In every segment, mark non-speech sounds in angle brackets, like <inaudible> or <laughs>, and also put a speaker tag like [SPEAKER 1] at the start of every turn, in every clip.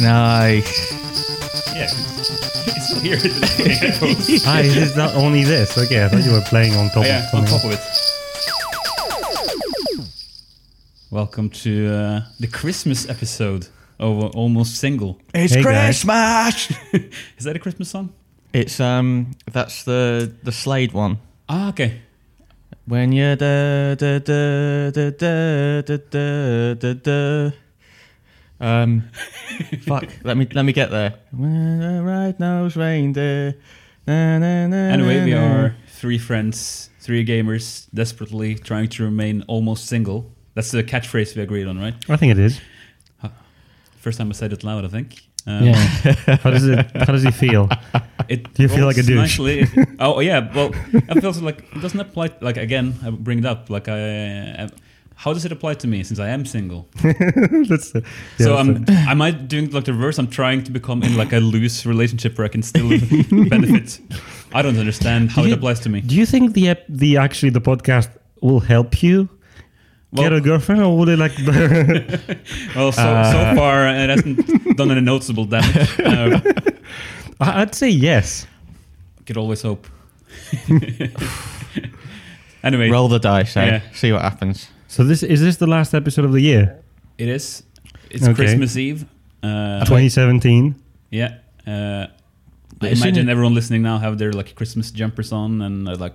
[SPEAKER 1] No,
[SPEAKER 2] Yeah. It's still here. It's just in headphones.
[SPEAKER 3] Ah, it is not only this. Okay, I thought you were playing on top
[SPEAKER 2] Oh, yeah,
[SPEAKER 3] of
[SPEAKER 2] on
[SPEAKER 3] something
[SPEAKER 2] top of it. Welcome to uh, the Christmas episode of uh, Almost Single.
[SPEAKER 1] it's
[SPEAKER 3] Hey, guys.
[SPEAKER 1] Christmas.
[SPEAKER 2] Is that a Christmas song?
[SPEAKER 1] It's um, that's the the Slade one.
[SPEAKER 2] Ah, okay.
[SPEAKER 1] When you're da da da da da da da da da. Um, <laughs> fuck. Let me let me get there. When the right nose reindeer. Na, na, na,
[SPEAKER 2] Anyway,
[SPEAKER 1] na,
[SPEAKER 2] we
[SPEAKER 1] na.
[SPEAKER 2] are three friends, three gamers, desperately trying to remain almost single. That's the catchphrase we agreed on, right?
[SPEAKER 3] I think it is.
[SPEAKER 2] First time I said it loud, I think. Um,
[SPEAKER 3] Yeah. how does it? How does he
[SPEAKER 2] <laughs>
[SPEAKER 3] feel? <laughs>
[SPEAKER 2] It
[SPEAKER 3] You feel like a
[SPEAKER 2] rolls
[SPEAKER 3] douche.
[SPEAKER 2] nicely. oh yeah, well, it feels like it doesn't apply. Like again, I bring it up. Like I, I- how does it apply to me since I am single?
[SPEAKER 3] that's the, yeah,
[SPEAKER 2] so um,
[SPEAKER 3] that's
[SPEAKER 2] I'm,
[SPEAKER 3] the-
[SPEAKER 2] am I doing like the reverse? I'm trying to become in like a loose relationship where I can still <laughs> benefit. I don't understand how it
[SPEAKER 3] you-
[SPEAKER 2] applies to me.
[SPEAKER 3] Do you think the ep- the actually the podcast will help you get
[SPEAKER 2] Well-
[SPEAKER 3] a girlfriend, or will it
[SPEAKER 2] <laughs>
[SPEAKER 3] like? <laughs>
[SPEAKER 2] Well, so,
[SPEAKER 3] uh,
[SPEAKER 2] so far it hasn't done any noticeable
[SPEAKER 3] <laughs>
[SPEAKER 2] damage. Uh,
[SPEAKER 3] I- I'd say yes.
[SPEAKER 2] could always hope. <laughs>
[SPEAKER 1] <laughs>
[SPEAKER 2] anyway,
[SPEAKER 1] Roll the dice. Eh?
[SPEAKER 2] Yeah.
[SPEAKER 1] See what happens.
[SPEAKER 3] So this is this the last episode of the year,
[SPEAKER 2] it is. It's
[SPEAKER 3] Okay.
[SPEAKER 2] Christmas Eve. Uh,
[SPEAKER 3] 2017.
[SPEAKER 2] Yeah. Uh, I
[SPEAKER 1] Isn't
[SPEAKER 2] imagine
[SPEAKER 1] it-
[SPEAKER 2] everyone listening now have their like Christmas jumpers on and uh, like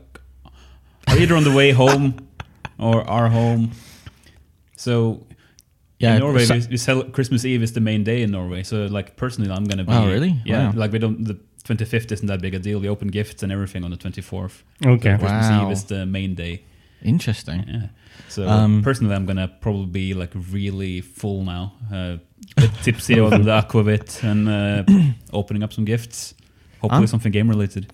[SPEAKER 2] are either on the way home or are home. So
[SPEAKER 1] Yeah.
[SPEAKER 2] in Norway,
[SPEAKER 1] so-
[SPEAKER 2] we, we cel- Christmas Eve is the main day in Norway. So like personally, I'm gonna be.
[SPEAKER 1] Oh, really?
[SPEAKER 2] Yeah.
[SPEAKER 1] Wow.
[SPEAKER 2] Like we don't. The 25th isn't that big a deal. We open gifts and everything on the 24th.
[SPEAKER 3] Okay.
[SPEAKER 1] Wow.
[SPEAKER 2] Christmas Eve is the main day.
[SPEAKER 1] interesting.
[SPEAKER 2] Yeah. So
[SPEAKER 1] Um,
[SPEAKER 2] personally, I'm gonna probably be like really full now, uh, bit tipsy on
[SPEAKER 1] <laughs>
[SPEAKER 2] the aquavit and uh, opening up some gifts. Hopefully,
[SPEAKER 1] I'm-
[SPEAKER 2] something game related.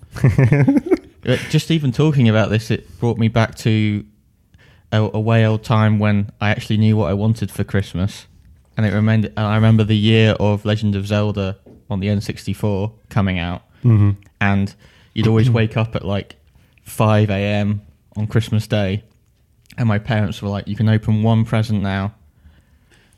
[SPEAKER 1] Uh, Just even talking about this, it brought me back to a, a way old time when I actually knew what I wanted for Christmas, and it reminded. and I remember the year of Legend of Zelda on the N64 coming out, and you'd always wake up at like 5 a.m. on Christmas Day, and my parents were like, "You can open one present now,"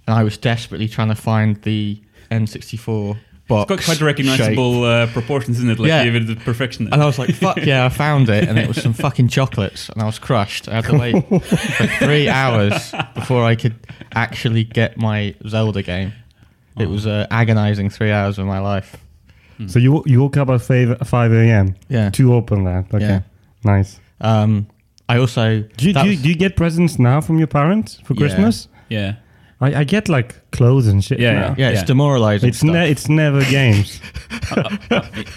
[SPEAKER 1] and I was desperately trying to find the N64 box.
[SPEAKER 2] Quite, quite
[SPEAKER 1] shape.
[SPEAKER 2] recognizable uh, proportions, isn't it? Like
[SPEAKER 1] Yeah.
[SPEAKER 2] even the perfection.
[SPEAKER 1] And I was like, fuck yeah, I found it. And it was some fucking chocolates. And I was crushed. I had to wait for three hours before I could actually get my Zelda game. It was uh, agonizing three hours of my life.
[SPEAKER 3] So you you woke up at five five a.m.
[SPEAKER 1] Yeah.
[SPEAKER 3] to open that. Okay.
[SPEAKER 1] Yeah.
[SPEAKER 3] Nice.
[SPEAKER 1] Um, I also.
[SPEAKER 3] Do you,
[SPEAKER 1] that
[SPEAKER 3] do, you,
[SPEAKER 1] was-
[SPEAKER 3] do you get presents now from your parents for
[SPEAKER 1] Yeah.
[SPEAKER 3] Christmas?
[SPEAKER 2] yeah.
[SPEAKER 3] I, I get like clothes and shit.
[SPEAKER 2] Yeah,
[SPEAKER 3] now.
[SPEAKER 1] yeah, it's
[SPEAKER 2] Yeah.
[SPEAKER 1] demoralizing.
[SPEAKER 3] It's ne- it's never
[SPEAKER 2] <laughs>
[SPEAKER 3] games.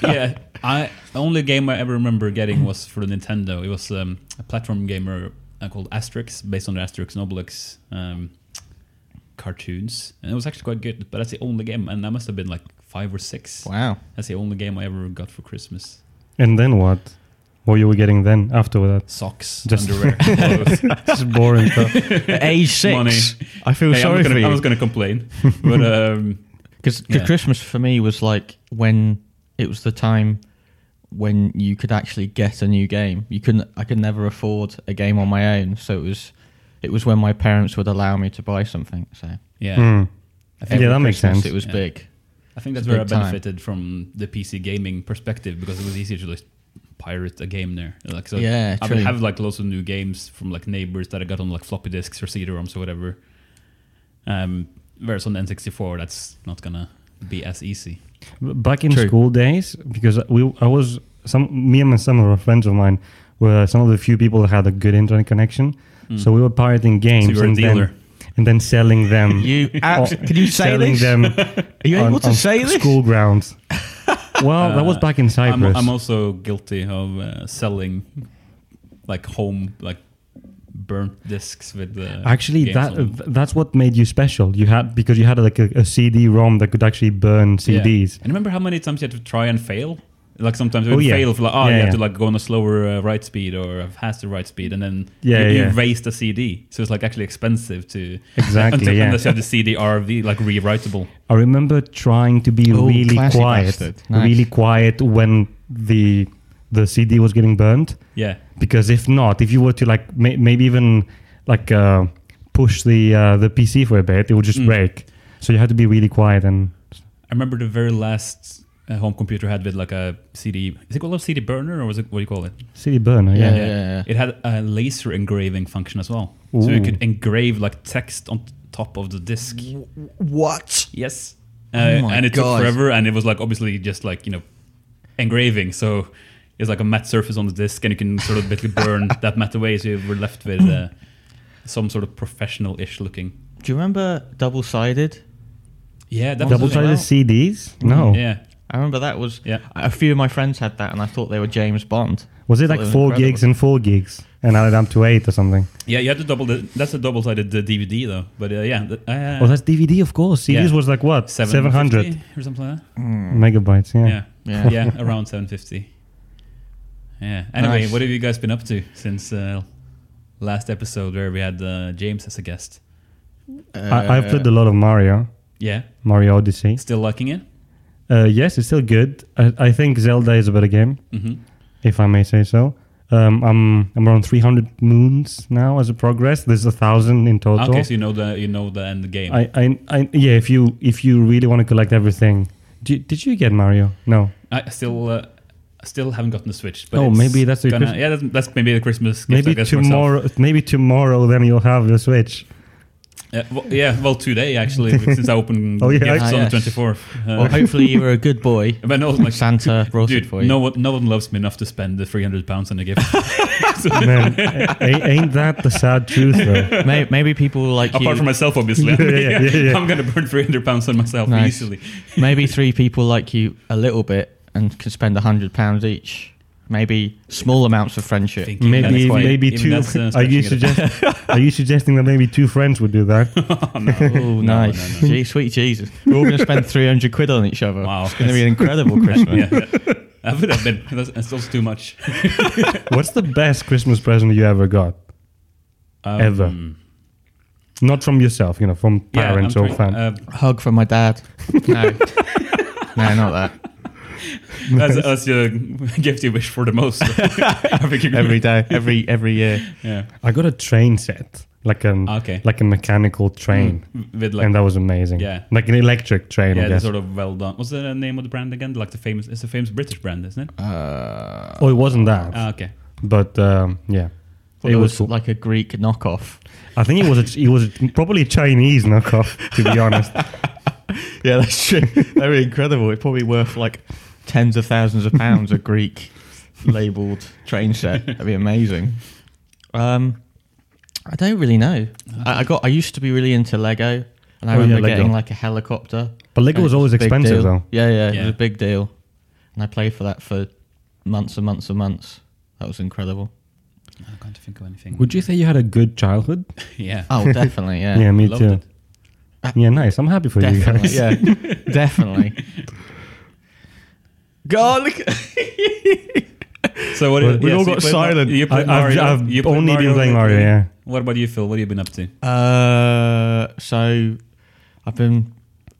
[SPEAKER 2] yeah, I the only game I ever remember getting was for the Nintendo. It was um, a platform gamer uh, called Asterix, based on the Asterix and Obelix um, cartoons, and it was actually quite good. But that's the only game, and that must have been like five or six.
[SPEAKER 1] Wow.
[SPEAKER 2] That's the only game I ever got for Christmas.
[SPEAKER 3] And then what? What you were getting then after that?
[SPEAKER 2] Socks,
[SPEAKER 1] <laughs>
[SPEAKER 3] Just-
[SPEAKER 2] underwear, <laughs> clothes.
[SPEAKER 3] It's boring stuff.
[SPEAKER 1] At age six,
[SPEAKER 2] Money.
[SPEAKER 1] I feel
[SPEAKER 2] Hey,
[SPEAKER 1] sorry
[SPEAKER 2] I'm, gonna, I
[SPEAKER 1] for
[SPEAKER 2] was
[SPEAKER 1] you.
[SPEAKER 2] going to complain,
[SPEAKER 1] <laughs>
[SPEAKER 2] but um,
[SPEAKER 1] Because
[SPEAKER 2] Yeah.
[SPEAKER 1] Christmas for me was like when it was the time when you could actually get a new game. You couldn't. I could never afford a game on my own, so it was. It was when my parents would allow me to buy something. So
[SPEAKER 2] yeah,
[SPEAKER 3] Hmm.
[SPEAKER 2] I think,
[SPEAKER 3] Yeah, that makes
[SPEAKER 1] Christmas
[SPEAKER 3] sense.
[SPEAKER 1] It was
[SPEAKER 2] Yeah.
[SPEAKER 1] big.
[SPEAKER 2] I think
[SPEAKER 1] it's
[SPEAKER 2] that's
[SPEAKER 1] a
[SPEAKER 2] where I
[SPEAKER 1] big time.
[SPEAKER 2] benefited from the PC gaming perspective because it was easier to just pirate a game there. Like, so
[SPEAKER 1] Yeah,
[SPEAKER 2] I would
[SPEAKER 1] true.
[SPEAKER 2] have like lots of new games from like neighbors that I got on like floppy disks or CD-ROMs or whatever. Um, whereas on the N64, that's not gonna be as easy.
[SPEAKER 3] back in
[SPEAKER 1] True.
[SPEAKER 3] school days because we I was some me and some of our friends of mine were some of the few people that had a good internet connection.
[SPEAKER 1] Hmm.
[SPEAKER 3] So we were pirating games
[SPEAKER 2] you were a
[SPEAKER 3] and
[SPEAKER 2] dealer.
[SPEAKER 3] then and then selling them.
[SPEAKER 1] <laughs> You abs-
[SPEAKER 3] on-
[SPEAKER 1] can you say
[SPEAKER 3] Oh, selling
[SPEAKER 1] this?
[SPEAKER 3] them?
[SPEAKER 1] <laughs> Are you
[SPEAKER 3] on-
[SPEAKER 1] able to
[SPEAKER 3] on
[SPEAKER 1] say this?
[SPEAKER 3] School
[SPEAKER 1] <laughs>
[SPEAKER 3] grounds. Well, that was
[SPEAKER 2] Uh,
[SPEAKER 3] back in
[SPEAKER 2] I'm,
[SPEAKER 3] Cyprus.
[SPEAKER 2] I'm also guilty of uh, selling like home like burnt discs with uh,
[SPEAKER 3] Actually,
[SPEAKER 2] games
[SPEAKER 3] that
[SPEAKER 2] on them.
[SPEAKER 3] th- that's what made you special. You had because you had like a, a CD-ROM that could actually burn
[SPEAKER 2] Yeah.
[SPEAKER 3] CDs.
[SPEAKER 2] And remember how many times you had to try and fail? Like sometimes it
[SPEAKER 3] Oh,
[SPEAKER 2] would
[SPEAKER 3] yeah.
[SPEAKER 2] fail for like, oh,
[SPEAKER 3] Yeah,
[SPEAKER 2] you have
[SPEAKER 3] yeah.
[SPEAKER 2] to like go on a slower uh, write speed or a faster write speed, and then
[SPEAKER 3] Yeah,
[SPEAKER 2] you,
[SPEAKER 3] yeah.
[SPEAKER 2] you raised the CD. So it's like actually expensive to <laughs>
[SPEAKER 3] Exactly,
[SPEAKER 2] until,
[SPEAKER 3] yeah.
[SPEAKER 2] unless you have the CD RV like rewritable.
[SPEAKER 3] I remember trying to be
[SPEAKER 1] Oh,
[SPEAKER 3] really
[SPEAKER 1] classy
[SPEAKER 3] quiet,
[SPEAKER 1] bastard. Nice.
[SPEAKER 3] really quiet when the the CD was getting burnt.
[SPEAKER 2] Yeah,
[SPEAKER 3] Because if not, if you were to like may, maybe even like uh, push the uh, the PC for a bit, it would just break. So you had to be really quiet and
[SPEAKER 2] I remember the very last uh, home computer had with like a CD. Is it called a CD burner or was it what do you call it?
[SPEAKER 3] City burner, yeah.
[SPEAKER 1] Yeah, yeah, yeah.
[SPEAKER 2] Uh, It had a laser engraving function as well, so you
[SPEAKER 3] Ooh.
[SPEAKER 2] could engrave like text on t- top of the disc.
[SPEAKER 1] What?
[SPEAKER 2] Yes. Uh,
[SPEAKER 1] Oh my
[SPEAKER 2] and it
[SPEAKER 1] God.
[SPEAKER 2] took forever, and it was like obviously just like you know, engraving. So it's like a matte surface on the disc, and you can sort of basically
[SPEAKER 3] <laughs>
[SPEAKER 2] burn that matte away. So we're left with uh, some sort of professional-ish looking.
[SPEAKER 1] Do you remember double sided?
[SPEAKER 2] Yeah, that
[SPEAKER 3] Double
[SPEAKER 2] was it.
[SPEAKER 3] sided CDs? No.
[SPEAKER 2] Yeah,
[SPEAKER 1] I remember that was.
[SPEAKER 2] Yeah.
[SPEAKER 1] A few of my friends had that, and I thought they were James Bond.
[SPEAKER 3] Was it
[SPEAKER 1] Thought
[SPEAKER 3] like
[SPEAKER 1] they were
[SPEAKER 3] four
[SPEAKER 1] incredible.
[SPEAKER 3] gigs and four gigs and added up to eight or something?
[SPEAKER 2] yeah, you had to double. The, that's a double-sided uh, DVD though. But uh, yeah, th- uh,
[SPEAKER 3] Oh, that's DVD, of course. CDs
[SPEAKER 2] Yeah.
[SPEAKER 3] was like what? 700
[SPEAKER 2] 750 or something like that.
[SPEAKER 3] megabytes, yeah.
[SPEAKER 1] Yeah.
[SPEAKER 2] Yeah, <laughs> yeah, around seven fifty. Yeah. Anyway,
[SPEAKER 1] Nice.
[SPEAKER 2] what have you guys been up to since uh, last episode where we had uh, James as a guest?
[SPEAKER 3] I, I've played a lot of Mario,
[SPEAKER 2] Yeah.
[SPEAKER 3] Mario Odyssey.
[SPEAKER 2] Still liking it?
[SPEAKER 3] Uh, yes, it's still good. I, I think Zelda is a better game,
[SPEAKER 2] Mm-hmm.
[SPEAKER 3] if I may say so. Um, I'm I'm around 300 moons now as a progress. There's a thousand in total.
[SPEAKER 2] Okay, so you know the you know the end game. I,
[SPEAKER 3] I, I, I yeah. If you if you really want to collect everything, did, did you get Mario? No.
[SPEAKER 2] still uh, still haven't gotten the Switch. But
[SPEAKER 3] Oh,
[SPEAKER 2] it's
[SPEAKER 3] maybe that's the
[SPEAKER 2] gonna,
[SPEAKER 3] Christ-
[SPEAKER 2] yeah. That's, that's maybe the Christmas. Gift, I
[SPEAKER 3] Maybe
[SPEAKER 2] guess, for itself.
[SPEAKER 3] tomorrow. Maybe tomorrow then you'll have
[SPEAKER 2] <laughs>
[SPEAKER 3] the Switch.
[SPEAKER 2] Yeah well, yeah, well, today
[SPEAKER 3] <laughs>
[SPEAKER 2] actually, since I opened
[SPEAKER 3] Oh, yeah. Oh,
[SPEAKER 2] gifts
[SPEAKER 1] Ah,
[SPEAKER 2] on
[SPEAKER 1] yes.
[SPEAKER 2] the twenty fourth.
[SPEAKER 1] Well,
[SPEAKER 2] <laughs> Uh,
[SPEAKER 1] hopefully you were a good boy.
[SPEAKER 2] <laughs> but no, like,
[SPEAKER 1] Santa brought it
[SPEAKER 2] dude,
[SPEAKER 1] for you.
[SPEAKER 2] no one no one loves me enough to spend the three hundred pounds on a gift.
[SPEAKER 3] Man, a- ain't that the sad truth though?
[SPEAKER 1] May- maybe people like you.
[SPEAKER 2] Apart from myself, obviously.
[SPEAKER 3] <laughs> Yeah, yeah, yeah, yeah.
[SPEAKER 2] I'm gonna burn three hundred pounds on myself
[SPEAKER 1] Nice.
[SPEAKER 2] easily. <laughs>
[SPEAKER 1] maybe three people like you a little bit and can spend a hundred pounds each. Maybe small amounts of friendship.
[SPEAKER 2] Thinking that's
[SPEAKER 3] Maybe
[SPEAKER 2] quite-
[SPEAKER 3] maybe
[SPEAKER 2] even
[SPEAKER 3] two.
[SPEAKER 2] that's, uh,
[SPEAKER 3] are you
[SPEAKER 2] stretching it.
[SPEAKER 3] suggest, Are you suggesting that maybe two friends would
[SPEAKER 2] <laughs>
[SPEAKER 3] do that?
[SPEAKER 2] Oh,
[SPEAKER 3] <laughs>
[SPEAKER 2] no.
[SPEAKER 1] Oh,
[SPEAKER 2] No,
[SPEAKER 1] nice.
[SPEAKER 2] no, no.
[SPEAKER 1] Gee, sweet Jesus. We're all going to spend 300 quid on each other.
[SPEAKER 2] Wow.
[SPEAKER 1] It's going to be an incredible Christmas.
[SPEAKER 2] <laughs> yeah, that- that would have been that's, that's also too much.
[SPEAKER 3] What's the best Christmas present you ever got?
[SPEAKER 2] Um,
[SPEAKER 3] Ever. Not from yourself, you know, from
[SPEAKER 2] Yeah,
[SPEAKER 3] parents
[SPEAKER 2] I'm
[SPEAKER 3] or
[SPEAKER 2] trying-
[SPEAKER 3] fam.
[SPEAKER 2] uh,
[SPEAKER 1] Hug from my dad. No. <laughs> no, not that.
[SPEAKER 2] that's, that's your gift you wish for the most. <laughs> I think you're
[SPEAKER 1] Every day, every every year.
[SPEAKER 2] yeah.
[SPEAKER 3] I got a train set, like an
[SPEAKER 1] Ah,
[SPEAKER 2] Okay.
[SPEAKER 3] like a mechanical
[SPEAKER 1] Mm,
[SPEAKER 3] train,
[SPEAKER 2] With like
[SPEAKER 3] and that was amazing.
[SPEAKER 2] Yeah.
[SPEAKER 3] like an electric train.
[SPEAKER 2] yeah,
[SPEAKER 3] I
[SPEAKER 2] the
[SPEAKER 3] guess.
[SPEAKER 2] sort of well done. What's the name of the brand again? Like the famous, it's a famous British brand, isn't it?
[SPEAKER 1] Uh,
[SPEAKER 3] oh, it wasn't that,
[SPEAKER 2] Ah, okay.
[SPEAKER 3] but um, yeah,
[SPEAKER 1] it was like a Greek knockoff.
[SPEAKER 3] I think it was a, it was a, probably a Chinese <laughs> knockoff, to be honest.
[SPEAKER 1] Yeah, that's true. They're incredible. It's probably worth like tens of thousands of pounds a Greek labeled train set. That'd be amazing. Um, I don't really know. I, I got. I used to be really into Lego, and I
[SPEAKER 3] Oh, yeah,
[SPEAKER 1] remember
[SPEAKER 3] Lego.
[SPEAKER 1] getting like a helicopter.
[SPEAKER 3] But
[SPEAKER 1] <laughs>
[SPEAKER 3] Lego
[SPEAKER 1] And
[SPEAKER 3] was
[SPEAKER 1] it
[SPEAKER 3] always
[SPEAKER 1] a big
[SPEAKER 3] expensive,
[SPEAKER 1] deal.
[SPEAKER 3] though.
[SPEAKER 1] Yeah, yeah, it
[SPEAKER 2] Yeah.
[SPEAKER 1] was a big deal, and I played for that for months and months and months. That was incredible.
[SPEAKER 2] I can't think of anything.
[SPEAKER 3] Would you say you had a good childhood?
[SPEAKER 2] <laughs> yeah.
[SPEAKER 3] <laughs>
[SPEAKER 1] Oh, definitely, yeah,
[SPEAKER 3] Yeah, Ah, me
[SPEAKER 2] Loved
[SPEAKER 3] too.
[SPEAKER 2] it.
[SPEAKER 3] Yeah, nice. I'm happy for you
[SPEAKER 1] definitely,
[SPEAKER 3] guys.
[SPEAKER 1] yeah,
[SPEAKER 3] <laughs>
[SPEAKER 1] definitely. God, look,
[SPEAKER 2] So what?
[SPEAKER 3] We've
[SPEAKER 2] yeah, so you
[SPEAKER 3] all got
[SPEAKER 2] played Ma-
[SPEAKER 3] silent.
[SPEAKER 2] you played
[SPEAKER 3] I- I've-
[SPEAKER 2] Mario,
[SPEAKER 3] I've
[SPEAKER 2] you played
[SPEAKER 3] only been playing Mario, yeah.
[SPEAKER 2] What about you, Phil? What have you been up to?
[SPEAKER 1] Uh, so I've been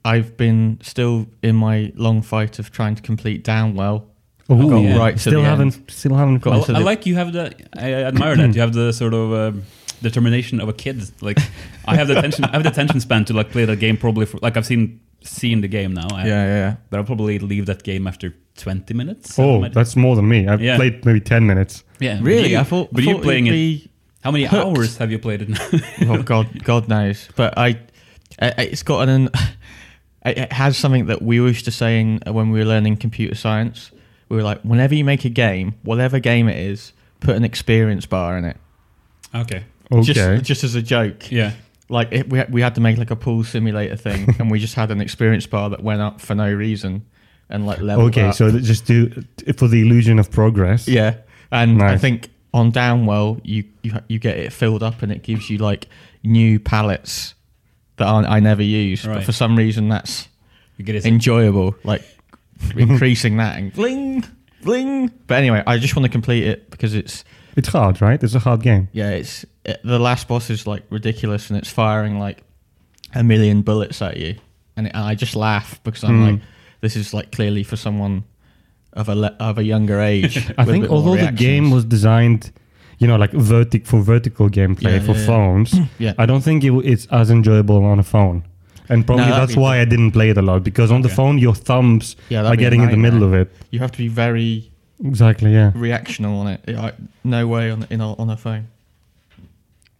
[SPEAKER 1] I've been still in my long fight of trying to complete Downwell.
[SPEAKER 3] <laughs> Ooh,
[SPEAKER 1] I got
[SPEAKER 2] yeah.
[SPEAKER 1] right to
[SPEAKER 3] still
[SPEAKER 1] the
[SPEAKER 3] haven't,
[SPEAKER 1] end.
[SPEAKER 3] still haven't.
[SPEAKER 1] Got
[SPEAKER 2] I,
[SPEAKER 3] finished.
[SPEAKER 1] to
[SPEAKER 2] I
[SPEAKER 1] the-
[SPEAKER 2] like you have the. I I admire that you have the sort of um, determination of a kid. Like I have the attention. I have the attention span to like play that game probably for like I've seen seen the game now. I,
[SPEAKER 1] yeah.
[SPEAKER 2] but I'll probably leave that game after twenty minutes.
[SPEAKER 3] Oh,
[SPEAKER 2] Might-
[SPEAKER 3] that's more than me. I've
[SPEAKER 2] Yeah.
[SPEAKER 3] played maybe ten minutes.
[SPEAKER 2] yeah. but
[SPEAKER 1] Really,
[SPEAKER 2] you-
[SPEAKER 1] I thought.
[SPEAKER 2] But
[SPEAKER 1] thought
[SPEAKER 2] you playing
[SPEAKER 1] it'd
[SPEAKER 2] it?
[SPEAKER 1] be-
[SPEAKER 2] How many
[SPEAKER 1] hooked.
[SPEAKER 2] hours have you played it now?
[SPEAKER 1] <laughs> Oh God, God knows. But I, I it's got an. <laughs> It it has something that we used to say in, when we were learning computer science. We were like, whenever you make a game, whatever game it is, put an experience bar in it.
[SPEAKER 2] okay.
[SPEAKER 3] Okay.
[SPEAKER 1] Just, just as a joke.
[SPEAKER 2] Yeah.
[SPEAKER 1] like it, we, had- we had to make like a pool simulator
[SPEAKER 3] <laughs>
[SPEAKER 1] thing and we just had an experience bar that went up for no reason and like leveled
[SPEAKER 3] okay,
[SPEAKER 1] up.
[SPEAKER 3] so th- just do for the illusion of progress.
[SPEAKER 1] yeah and i
[SPEAKER 3] Nice.
[SPEAKER 1] think on downwell you, you ha- you get it filled up and it gives you like new palettes that aren't, i never use but
[SPEAKER 2] Right.
[SPEAKER 1] for some reason that's
[SPEAKER 2] You get it.
[SPEAKER 1] enjoyable
[SPEAKER 3] <laughs>
[SPEAKER 1] like increasing that and bling bling but anyway i just want to complete it because it's
[SPEAKER 3] It's hard, right? It's a hard game.
[SPEAKER 1] Yeah, it's it, the last boss is like ridiculous, and it's firing like a million bullets at you, and, it, and I just laugh because
[SPEAKER 3] Hmm.
[SPEAKER 1] I'm like, this is like clearly for someone of a le- of a younger
[SPEAKER 3] <laughs>
[SPEAKER 1] age.
[SPEAKER 3] I
[SPEAKER 1] with a
[SPEAKER 3] think
[SPEAKER 1] bit more
[SPEAKER 3] although the game
[SPEAKER 1] reactions.
[SPEAKER 3] was designed, you know, like vertic for vertical gameplay
[SPEAKER 1] Yeah,
[SPEAKER 3] for
[SPEAKER 1] <clears throat> yeah, yeah.
[SPEAKER 3] phones,
[SPEAKER 1] Yeah.
[SPEAKER 3] I don't think it, w- it's as enjoyable on a phone. and probably
[SPEAKER 1] No, that'd
[SPEAKER 3] that's
[SPEAKER 1] be
[SPEAKER 3] why I didn't play it a lot because on the
[SPEAKER 2] Okay.
[SPEAKER 3] phone your thumbs
[SPEAKER 1] Yeah, that'd
[SPEAKER 3] are
[SPEAKER 1] be a
[SPEAKER 3] getting in the middle of it.
[SPEAKER 1] You have to be very
[SPEAKER 3] Exactly. Yeah.
[SPEAKER 1] reactional on it. I, no way on in a, on a phone.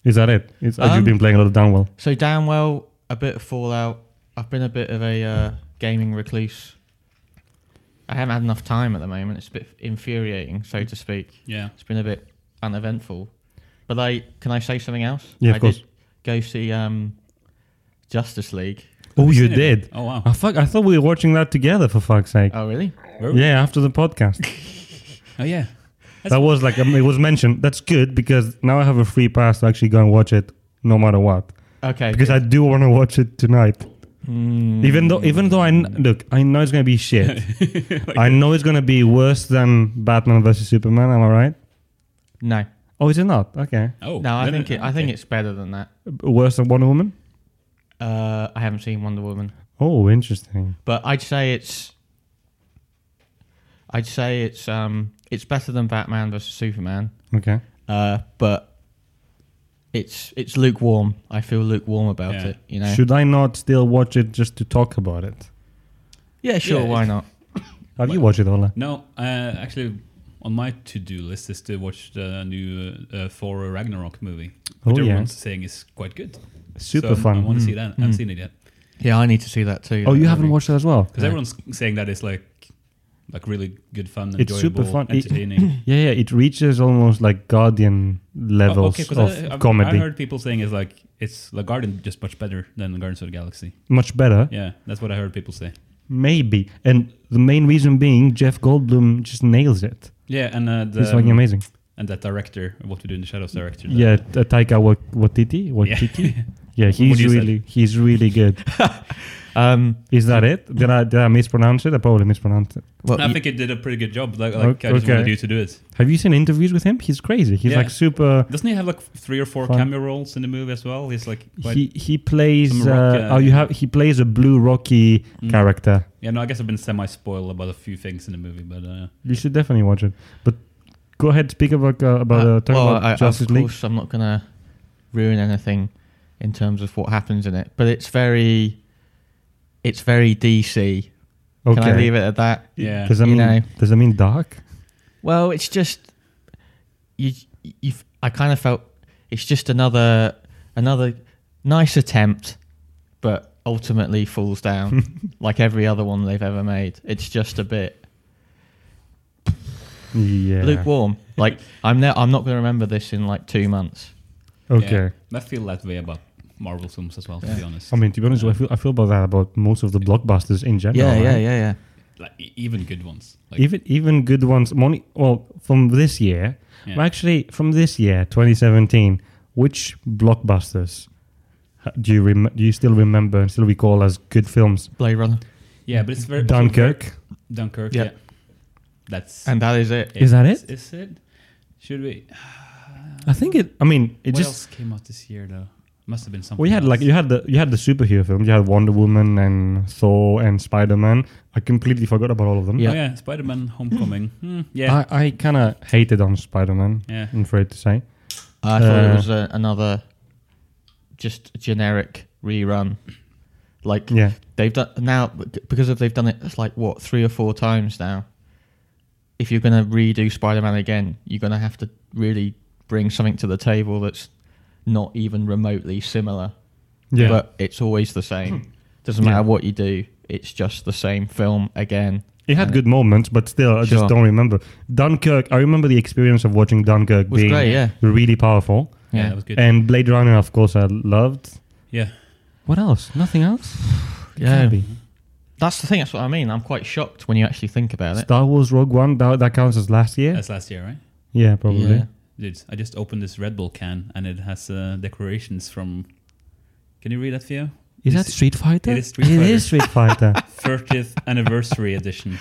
[SPEAKER 3] Is that it? It's as
[SPEAKER 1] Um,
[SPEAKER 3] you've been playing a lot of Downwell.
[SPEAKER 1] So Downwell, a bit of Fallout. I've been a bit of a uh, gaming recluse. I haven't had enough time at the moment. It's a bit infuriating, so to speak.
[SPEAKER 2] Yeah.
[SPEAKER 1] It's been a bit uneventful. But like, can I say something else?
[SPEAKER 3] Yeah, of
[SPEAKER 1] I
[SPEAKER 3] course.
[SPEAKER 1] Did go see um, Justice League.
[SPEAKER 3] Oh, you
[SPEAKER 2] seen it?
[SPEAKER 3] did.
[SPEAKER 2] Oh wow.
[SPEAKER 3] Oh, fuck, I thought we were watching that together for fuck's sake.
[SPEAKER 1] Oh, really?
[SPEAKER 2] Where-
[SPEAKER 3] Yeah, after the podcast.
[SPEAKER 2] Oh yeah. That's-
[SPEAKER 3] that was like um, it was mentioned. That's good because now I have a free pass to actually go and watch it, no matter what.
[SPEAKER 1] Okay. Hmm.
[SPEAKER 3] Because I do want to watch it tonight.
[SPEAKER 2] Mm.
[SPEAKER 3] Even though, even though I kn- look, I know it's gonna
[SPEAKER 2] <laughs>
[SPEAKER 3] be shit. I know it's gonna be worse than Batman versus Superman. Am I right?
[SPEAKER 1] no,
[SPEAKER 3] Oh, is it not? Okay,
[SPEAKER 2] Oh
[SPEAKER 1] no. I
[SPEAKER 2] then
[SPEAKER 1] think it, I think it's better than that.
[SPEAKER 3] worse than Wonder Woman.
[SPEAKER 1] Uh, I haven't seen Wonder Woman,
[SPEAKER 3] Oh, interesting.
[SPEAKER 1] but I'd say it's. I'd say it's um it's better than Batman versus Superman,
[SPEAKER 3] Okay,
[SPEAKER 1] uh, but it's it's lukewarm. I feel lukewarm about
[SPEAKER 2] Yeah.
[SPEAKER 1] it. You know.
[SPEAKER 3] should I not still watch it just to talk about it?
[SPEAKER 1] yeah, sure.
[SPEAKER 2] Yeah.
[SPEAKER 1] Why not?
[SPEAKER 3] Have you watched it, Ola?
[SPEAKER 2] No, uh, actually, on my to-do list is to watch the new uh, uh, Thor Ragnarok movie,
[SPEAKER 3] Oh,
[SPEAKER 2] which
[SPEAKER 3] yeah.
[SPEAKER 2] everyone's saying is quite good.
[SPEAKER 3] Super
[SPEAKER 2] So um, I
[SPEAKER 3] fun. Mm.
[SPEAKER 2] want to see that. I haven't seen it yet
[SPEAKER 1] Yeah, I need to see that too.
[SPEAKER 3] Oh,
[SPEAKER 1] That
[SPEAKER 3] you
[SPEAKER 1] would
[SPEAKER 3] haven't
[SPEAKER 1] be-
[SPEAKER 3] watched it as well?
[SPEAKER 2] because everyone's saying that it's like like really good fun,
[SPEAKER 3] It's
[SPEAKER 2] enjoyable,
[SPEAKER 3] super fun. It-
[SPEAKER 2] entertaining.
[SPEAKER 3] Yeah, yeah. It reaches almost like Guardian
[SPEAKER 2] Oh,
[SPEAKER 3] <coughs> levels
[SPEAKER 2] 'cause
[SPEAKER 3] of
[SPEAKER 2] I, I've-
[SPEAKER 3] comedy.
[SPEAKER 2] I heard people saying it's like it's The Garden just much better than The Guardians of the Galaxy.
[SPEAKER 3] Much better,
[SPEAKER 2] Yeah, that's what I heard people say.
[SPEAKER 3] maybe. And the main reason being Jeff Goldblum just nails it.
[SPEAKER 2] Yeah, and uh, the,
[SPEAKER 3] He's fucking amazing.
[SPEAKER 2] and that director, what we do in the Shadows director. that-
[SPEAKER 3] Yeah, t- uh, Taika Wa- Watiti.
[SPEAKER 2] <laughs>
[SPEAKER 3] Watiti.
[SPEAKER 2] yeah.
[SPEAKER 3] Yeah, he's
[SPEAKER 2] you said.
[SPEAKER 3] really he's really good.
[SPEAKER 1] Um,
[SPEAKER 3] Is that it? Did I did I mispronounce it? I probably mispronounced it.
[SPEAKER 1] well,
[SPEAKER 2] I
[SPEAKER 1] y-
[SPEAKER 2] think it did a pretty good job. Like, like
[SPEAKER 3] Okay.
[SPEAKER 2] I just wanted you to do it.
[SPEAKER 3] Have you seen interviews with him? He's crazy. He's
[SPEAKER 2] Yeah.
[SPEAKER 3] like super.
[SPEAKER 2] Doesn't he have like three or four
[SPEAKER 3] Fun.
[SPEAKER 2] cameo roles in the movie as well? He's like, quite,
[SPEAKER 3] He he plays.
[SPEAKER 2] Some rock,
[SPEAKER 3] uh,
[SPEAKER 2] uh,
[SPEAKER 3] oh, you have he plays a blue Rocky character.
[SPEAKER 2] mm. yeah. No, I guess I've been semi-spoiled about a few things in the movie, but uh,
[SPEAKER 3] You should definitely watch it. But go ahead, speak about uh, about
[SPEAKER 1] Uh,
[SPEAKER 3] uh, talk
[SPEAKER 1] well,
[SPEAKER 3] about
[SPEAKER 1] I,
[SPEAKER 3] Justice
[SPEAKER 1] of
[SPEAKER 3] League.
[SPEAKER 1] course, I'm not gonna ruin anything in terms of what happens in it, but it's very, it's very DC.
[SPEAKER 3] Okay.
[SPEAKER 1] Can I leave it at that?
[SPEAKER 2] yeah,
[SPEAKER 3] Does that
[SPEAKER 1] You
[SPEAKER 3] mean
[SPEAKER 1] know.
[SPEAKER 3] does that mean dark?
[SPEAKER 1] Well, it's just you. you I kind of felt it's just another another nice attempt, but ultimately falls
[SPEAKER 3] <laughs>
[SPEAKER 1] down like every other one they've ever made. It's just a bit
[SPEAKER 3] Yeah.
[SPEAKER 1] lukewarm. Like I'm ne- I'm not going to remember this in like two months.
[SPEAKER 3] Okay.
[SPEAKER 2] Yeah. I feel that way about Marvel films as well. To be honest, Uh,
[SPEAKER 3] I mean, to be honest, I feel I feel about that about most of the blockbusters in general.
[SPEAKER 1] Yeah, yeah, yeah,
[SPEAKER 3] right?
[SPEAKER 1] yeah.
[SPEAKER 2] like e- even good ones. Like,
[SPEAKER 3] Even even good ones. Money. Well, from this year,
[SPEAKER 2] Yeah.
[SPEAKER 3] well, actually, from this year, 2017. Which blockbusters ha- do you rem- do you still remember and still recall as good films?
[SPEAKER 1] Blade Runner,
[SPEAKER 2] yeah, but it's very
[SPEAKER 3] Dunkirk.
[SPEAKER 2] Dunkirk.
[SPEAKER 1] Yeah.
[SPEAKER 2] Yeah, that's
[SPEAKER 1] and that is it.
[SPEAKER 3] Is that
[SPEAKER 2] it's-
[SPEAKER 3] it?
[SPEAKER 2] Is it? Should we?
[SPEAKER 3] I think it. I mean, it
[SPEAKER 2] what
[SPEAKER 3] just.
[SPEAKER 2] else came out this year though? Must have been something.
[SPEAKER 3] We had like
[SPEAKER 2] else.
[SPEAKER 3] you had the you had the superhero films. You had Wonder Woman and Thor and Spider Man. I completely forgot about all of them.
[SPEAKER 1] Yeah.
[SPEAKER 2] Oh, yeah, Spider-Man: Homecoming.
[SPEAKER 3] <clears throat>
[SPEAKER 2] Hmm, yeah,
[SPEAKER 3] I, I kind of hated on Spider Man.
[SPEAKER 2] yeah.
[SPEAKER 3] I'm afraid to say.
[SPEAKER 1] I thought
[SPEAKER 3] Uh,
[SPEAKER 1] it was uh, another just generic rerun. Like
[SPEAKER 3] Yeah.
[SPEAKER 1] they've done now because of they've done it it's like what three or four times now. If you're going to redo Spider-Man again, you're going to have to really bring something to the table that's not even remotely similar.
[SPEAKER 3] Yeah.
[SPEAKER 1] But it's always the same. Doesn't
[SPEAKER 3] Yeah.
[SPEAKER 1] matter what you do. It's just the same film again.
[SPEAKER 3] It had
[SPEAKER 1] And
[SPEAKER 3] good moments, but still, I just
[SPEAKER 1] Sure.
[SPEAKER 3] don't remember. Dunkirk, I remember the experience of watching Dunkirk
[SPEAKER 1] Was
[SPEAKER 3] being
[SPEAKER 1] great, yeah.
[SPEAKER 3] really powerful.
[SPEAKER 2] yeah,
[SPEAKER 1] yeah.
[SPEAKER 2] that was good.
[SPEAKER 3] And Blade Runner, of course, I loved.
[SPEAKER 2] yeah,
[SPEAKER 3] What else? Nothing else?
[SPEAKER 1] Yeah.
[SPEAKER 3] <sighs> Can't be.
[SPEAKER 1] That's the thing. That's what I mean. I'm quite shocked when you actually think about it.
[SPEAKER 3] Star Wars Rogue One, that, that counts as last year?
[SPEAKER 2] that's last year, right?
[SPEAKER 3] Yeah, probably.
[SPEAKER 1] Yeah.
[SPEAKER 2] Dude, I just opened this Red Bull can and it has uh, decorations from. Can you read that, Theo?
[SPEAKER 3] Is
[SPEAKER 2] It's
[SPEAKER 3] that Street Fighter?
[SPEAKER 2] it is Street
[SPEAKER 3] It
[SPEAKER 2] Fighter.
[SPEAKER 3] is
[SPEAKER 2] <laughs>
[SPEAKER 3] Street Fighter.
[SPEAKER 2] 30th anniversary edition?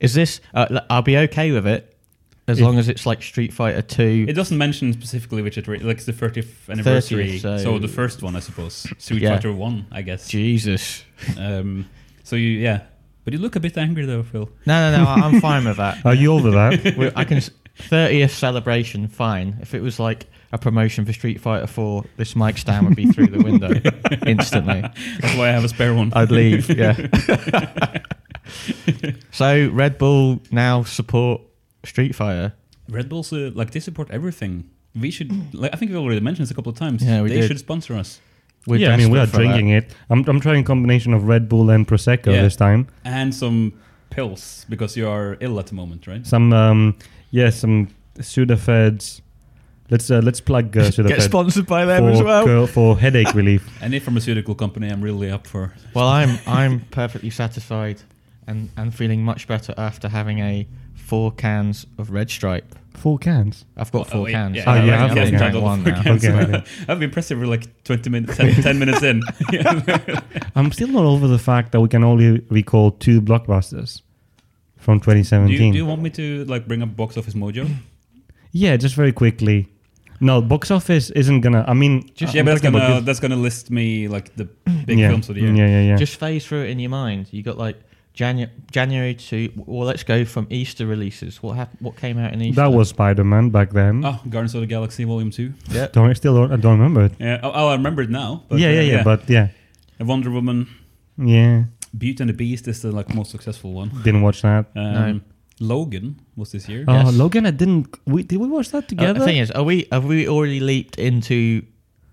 [SPEAKER 1] Is this? Uh, l- I'll be okay with it as
[SPEAKER 3] If-
[SPEAKER 1] long as it's like Street Fighter Two.
[SPEAKER 2] It doesn't mention specifically which it re- like it's the 30th anniversary.
[SPEAKER 1] 30th, so-
[SPEAKER 2] so. the first one, I suppose. Street
[SPEAKER 1] Yeah.
[SPEAKER 2] Fighter One, I guess.
[SPEAKER 1] Jesus.
[SPEAKER 2] Um, so you, yeah, but you look a bit angry though, Phil.
[SPEAKER 3] <laughs>
[SPEAKER 1] No, no, no. I- I'm fine with that.
[SPEAKER 2] <laughs>
[SPEAKER 3] Are you over that?
[SPEAKER 1] We- I can. s- thirtieth celebration, fine. If it was like a promotion for Street Fighter Four, this mic stand would be through the
[SPEAKER 3] <laughs>
[SPEAKER 1] window instantly.
[SPEAKER 2] That's why I have a
[SPEAKER 1] <laughs>
[SPEAKER 2] spare one.
[SPEAKER 1] I'd leave.
[SPEAKER 3] <laughs>
[SPEAKER 1] Yeah. so Red Bull now support Street Fighter.
[SPEAKER 2] Red Bull's uh, like they support everything. We should. Like, I think we already mentioned this a couple of times.
[SPEAKER 1] Yeah, we
[SPEAKER 2] they
[SPEAKER 1] did.
[SPEAKER 2] should sponsor us.
[SPEAKER 1] We're
[SPEAKER 3] yeah, I mean, we are
[SPEAKER 1] desperate for that.
[SPEAKER 3] drinking it. I'm, I'm trying a combination of Red Bull and Prosecco
[SPEAKER 2] Yeah.
[SPEAKER 3] this time.
[SPEAKER 2] and some pills because you are ill at the moment, right?
[SPEAKER 3] Some, um, yeah, some Sudafeds. Let's uh, let's
[SPEAKER 2] <laughs>
[SPEAKER 3] plug uh,
[SPEAKER 1] Get
[SPEAKER 3] Sudafed
[SPEAKER 1] sponsored by them as
[SPEAKER 3] for,
[SPEAKER 1] well.
[SPEAKER 3] cur- for headache relief.
[SPEAKER 1] <laughs>
[SPEAKER 2] Any pharmaceutical company, I'm really up for.
[SPEAKER 1] Well, I'm I'm perfectly satisfied and and feeling much better after having a four cans of Red Stripe.
[SPEAKER 3] Four cans.
[SPEAKER 1] I've got
[SPEAKER 2] Oh,
[SPEAKER 1] four
[SPEAKER 2] wait,
[SPEAKER 1] cans.
[SPEAKER 2] yeah,
[SPEAKER 3] Oh,
[SPEAKER 1] I reckon
[SPEAKER 3] yeah, I've
[SPEAKER 1] I'm
[SPEAKER 3] got
[SPEAKER 1] only
[SPEAKER 3] four
[SPEAKER 1] drank
[SPEAKER 2] cans.
[SPEAKER 1] one now.
[SPEAKER 2] Okay,
[SPEAKER 3] Okay,
[SPEAKER 2] so-
[SPEAKER 3] okay.
[SPEAKER 2] <laughs> I've been pressing for like 20 minutes, 10, 10
[SPEAKER 1] <laughs>
[SPEAKER 2] minutes in. <laughs> Yeah.
[SPEAKER 3] I'm still not over the fact that we can only recall two blockbusters from
[SPEAKER 2] do, you,
[SPEAKER 3] 2017.
[SPEAKER 2] do you want me to like bring up box office
[SPEAKER 3] Uh,
[SPEAKER 2] mojo?
[SPEAKER 3] yeah, just very quickly. No, box office isn't gonna. I mean,
[SPEAKER 1] Just-
[SPEAKER 3] I-
[SPEAKER 2] yeah,
[SPEAKER 3] I'm
[SPEAKER 2] but that's
[SPEAKER 3] talking about
[SPEAKER 2] gonna
[SPEAKER 3] this-
[SPEAKER 2] that's gonna list me like the big
[SPEAKER 3] yeah,
[SPEAKER 2] films of the year.
[SPEAKER 3] Yeah, yeah,
[SPEAKER 1] <laughs>
[SPEAKER 3] yeah.
[SPEAKER 1] Just phase through it in your mind. You got like January January to well, let's go from Easter releases. What hap- What came out in Easter?
[SPEAKER 3] that was Spider Man back then.
[SPEAKER 2] Oh, Guardians of the Galaxy Volume Two.
[SPEAKER 1] Yep.
[SPEAKER 3] Don't I still don't, I don't remember it.
[SPEAKER 2] Yeah. Oh, oh, I remember it now.
[SPEAKER 3] yeah,
[SPEAKER 2] uh,
[SPEAKER 3] yeah, yeah, But yeah,
[SPEAKER 2] Wonder Woman,
[SPEAKER 3] yeah.
[SPEAKER 2] Beauty and the Beast is the like most successful one.
[SPEAKER 3] Didn't watch that.
[SPEAKER 2] Um,
[SPEAKER 1] No.
[SPEAKER 2] Logan was this year.
[SPEAKER 3] Oh,
[SPEAKER 1] Yes.
[SPEAKER 3] Logan, I didn't. We, did we watch that
[SPEAKER 1] Uh,
[SPEAKER 3] together?
[SPEAKER 1] the thing is, are we have we already leaped into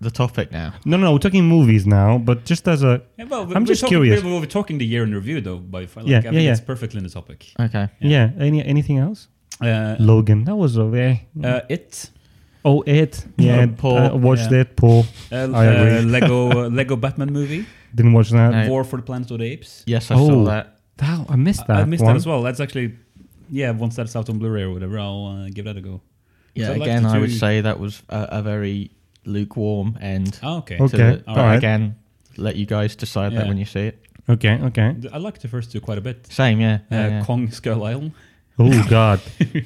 [SPEAKER 1] the topic now?
[SPEAKER 3] no, no, no. We're talking movies now, but just as a
[SPEAKER 2] Yeah, well, we-
[SPEAKER 3] I'm
[SPEAKER 2] we're
[SPEAKER 3] just
[SPEAKER 2] talking,
[SPEAKER 3] curious.
[SPEAKER 2] we We're, talking the year in review, though. By far. like,
[SPEAKER 3] Yeah,
[SPEAKER 2] I think
[SPEAKER 3] yeah, yeah.
[SPEAKER 2] it's perfectly in the topic.
[SPEAKER 1] Okay.
[SPEAKER 3] yeah. Any anything else?
[SPEAKER 2] Uh,
[SPEAKER 3] Logan, that was over.
[SPEAKER 2] uh, it,
[SPEAKER 3] oh, it. Yeah,
[SPEAKER 1] Paul,
[SPEAKER 3] I watched
[SPEAKER 2] yeah.
[SPEAKER 3] it. Paul
[SPEAKER 2] uh,
[SPEAKER 3] I
[SPEAKER 2] uh,
[SPEAKER 3] agree.
[SPEAKER 2] Lego, uh, Lego Batman
[SPEAKER 3] <laughs>
[SPEAKER 2] movie,
[SPEAKER 3] didn't watch that.
[SPEAKER 1] No.
[SPEAKER 2] War for the Planet of the Apes.
[SPEAKER 1] Yes, I
[SPEAKER 3] Oh,
[SPEAKER 1] saw that.
[SPEAKER 3] That- I missed that.
[SPEAKER 2] I, I missed
[SPEAKER 3] one.
[SPEAKER 2] that as well. That's actually, yeah. Once that's out on Blu-ray or whatever, I'll uh, give that a go.
[SPEAKER 1] Yeah.
[SPEAKER 2] so I'd like
[SPEAKER 1] again,
[SPEAKER 2] to
[SPEAKER 1] I would
[SPEAKER 2] do-
[SPEAKER 1] say that was a, a very lukewarm end.
[SPEAKER 2] Oh, okay.
[SPEAKER 1] To
[SPEAKER 3] Okay.
[SPEAKER 1] the,
[SPEAKER 3] all
[SPEAKER 1] but
[SPEAKER 3] right.
[SPEAKER 1] again, let you guys decide that
[SPEAKER 2] Yeah.
[SPEAKER 1] when you see it.
[SPEAKER 3] Okay, okay.
[SPEAKER 2] I like the first two quite a bit.
[SPEAKER 1] Same, yeah.
[SPEAKER 2] Uh,
[SPEAKER 1] yeah, yeah.
[SPEAKER 2] Kong Skull Island,
[SPEAKER 3] Oh God, <laughs>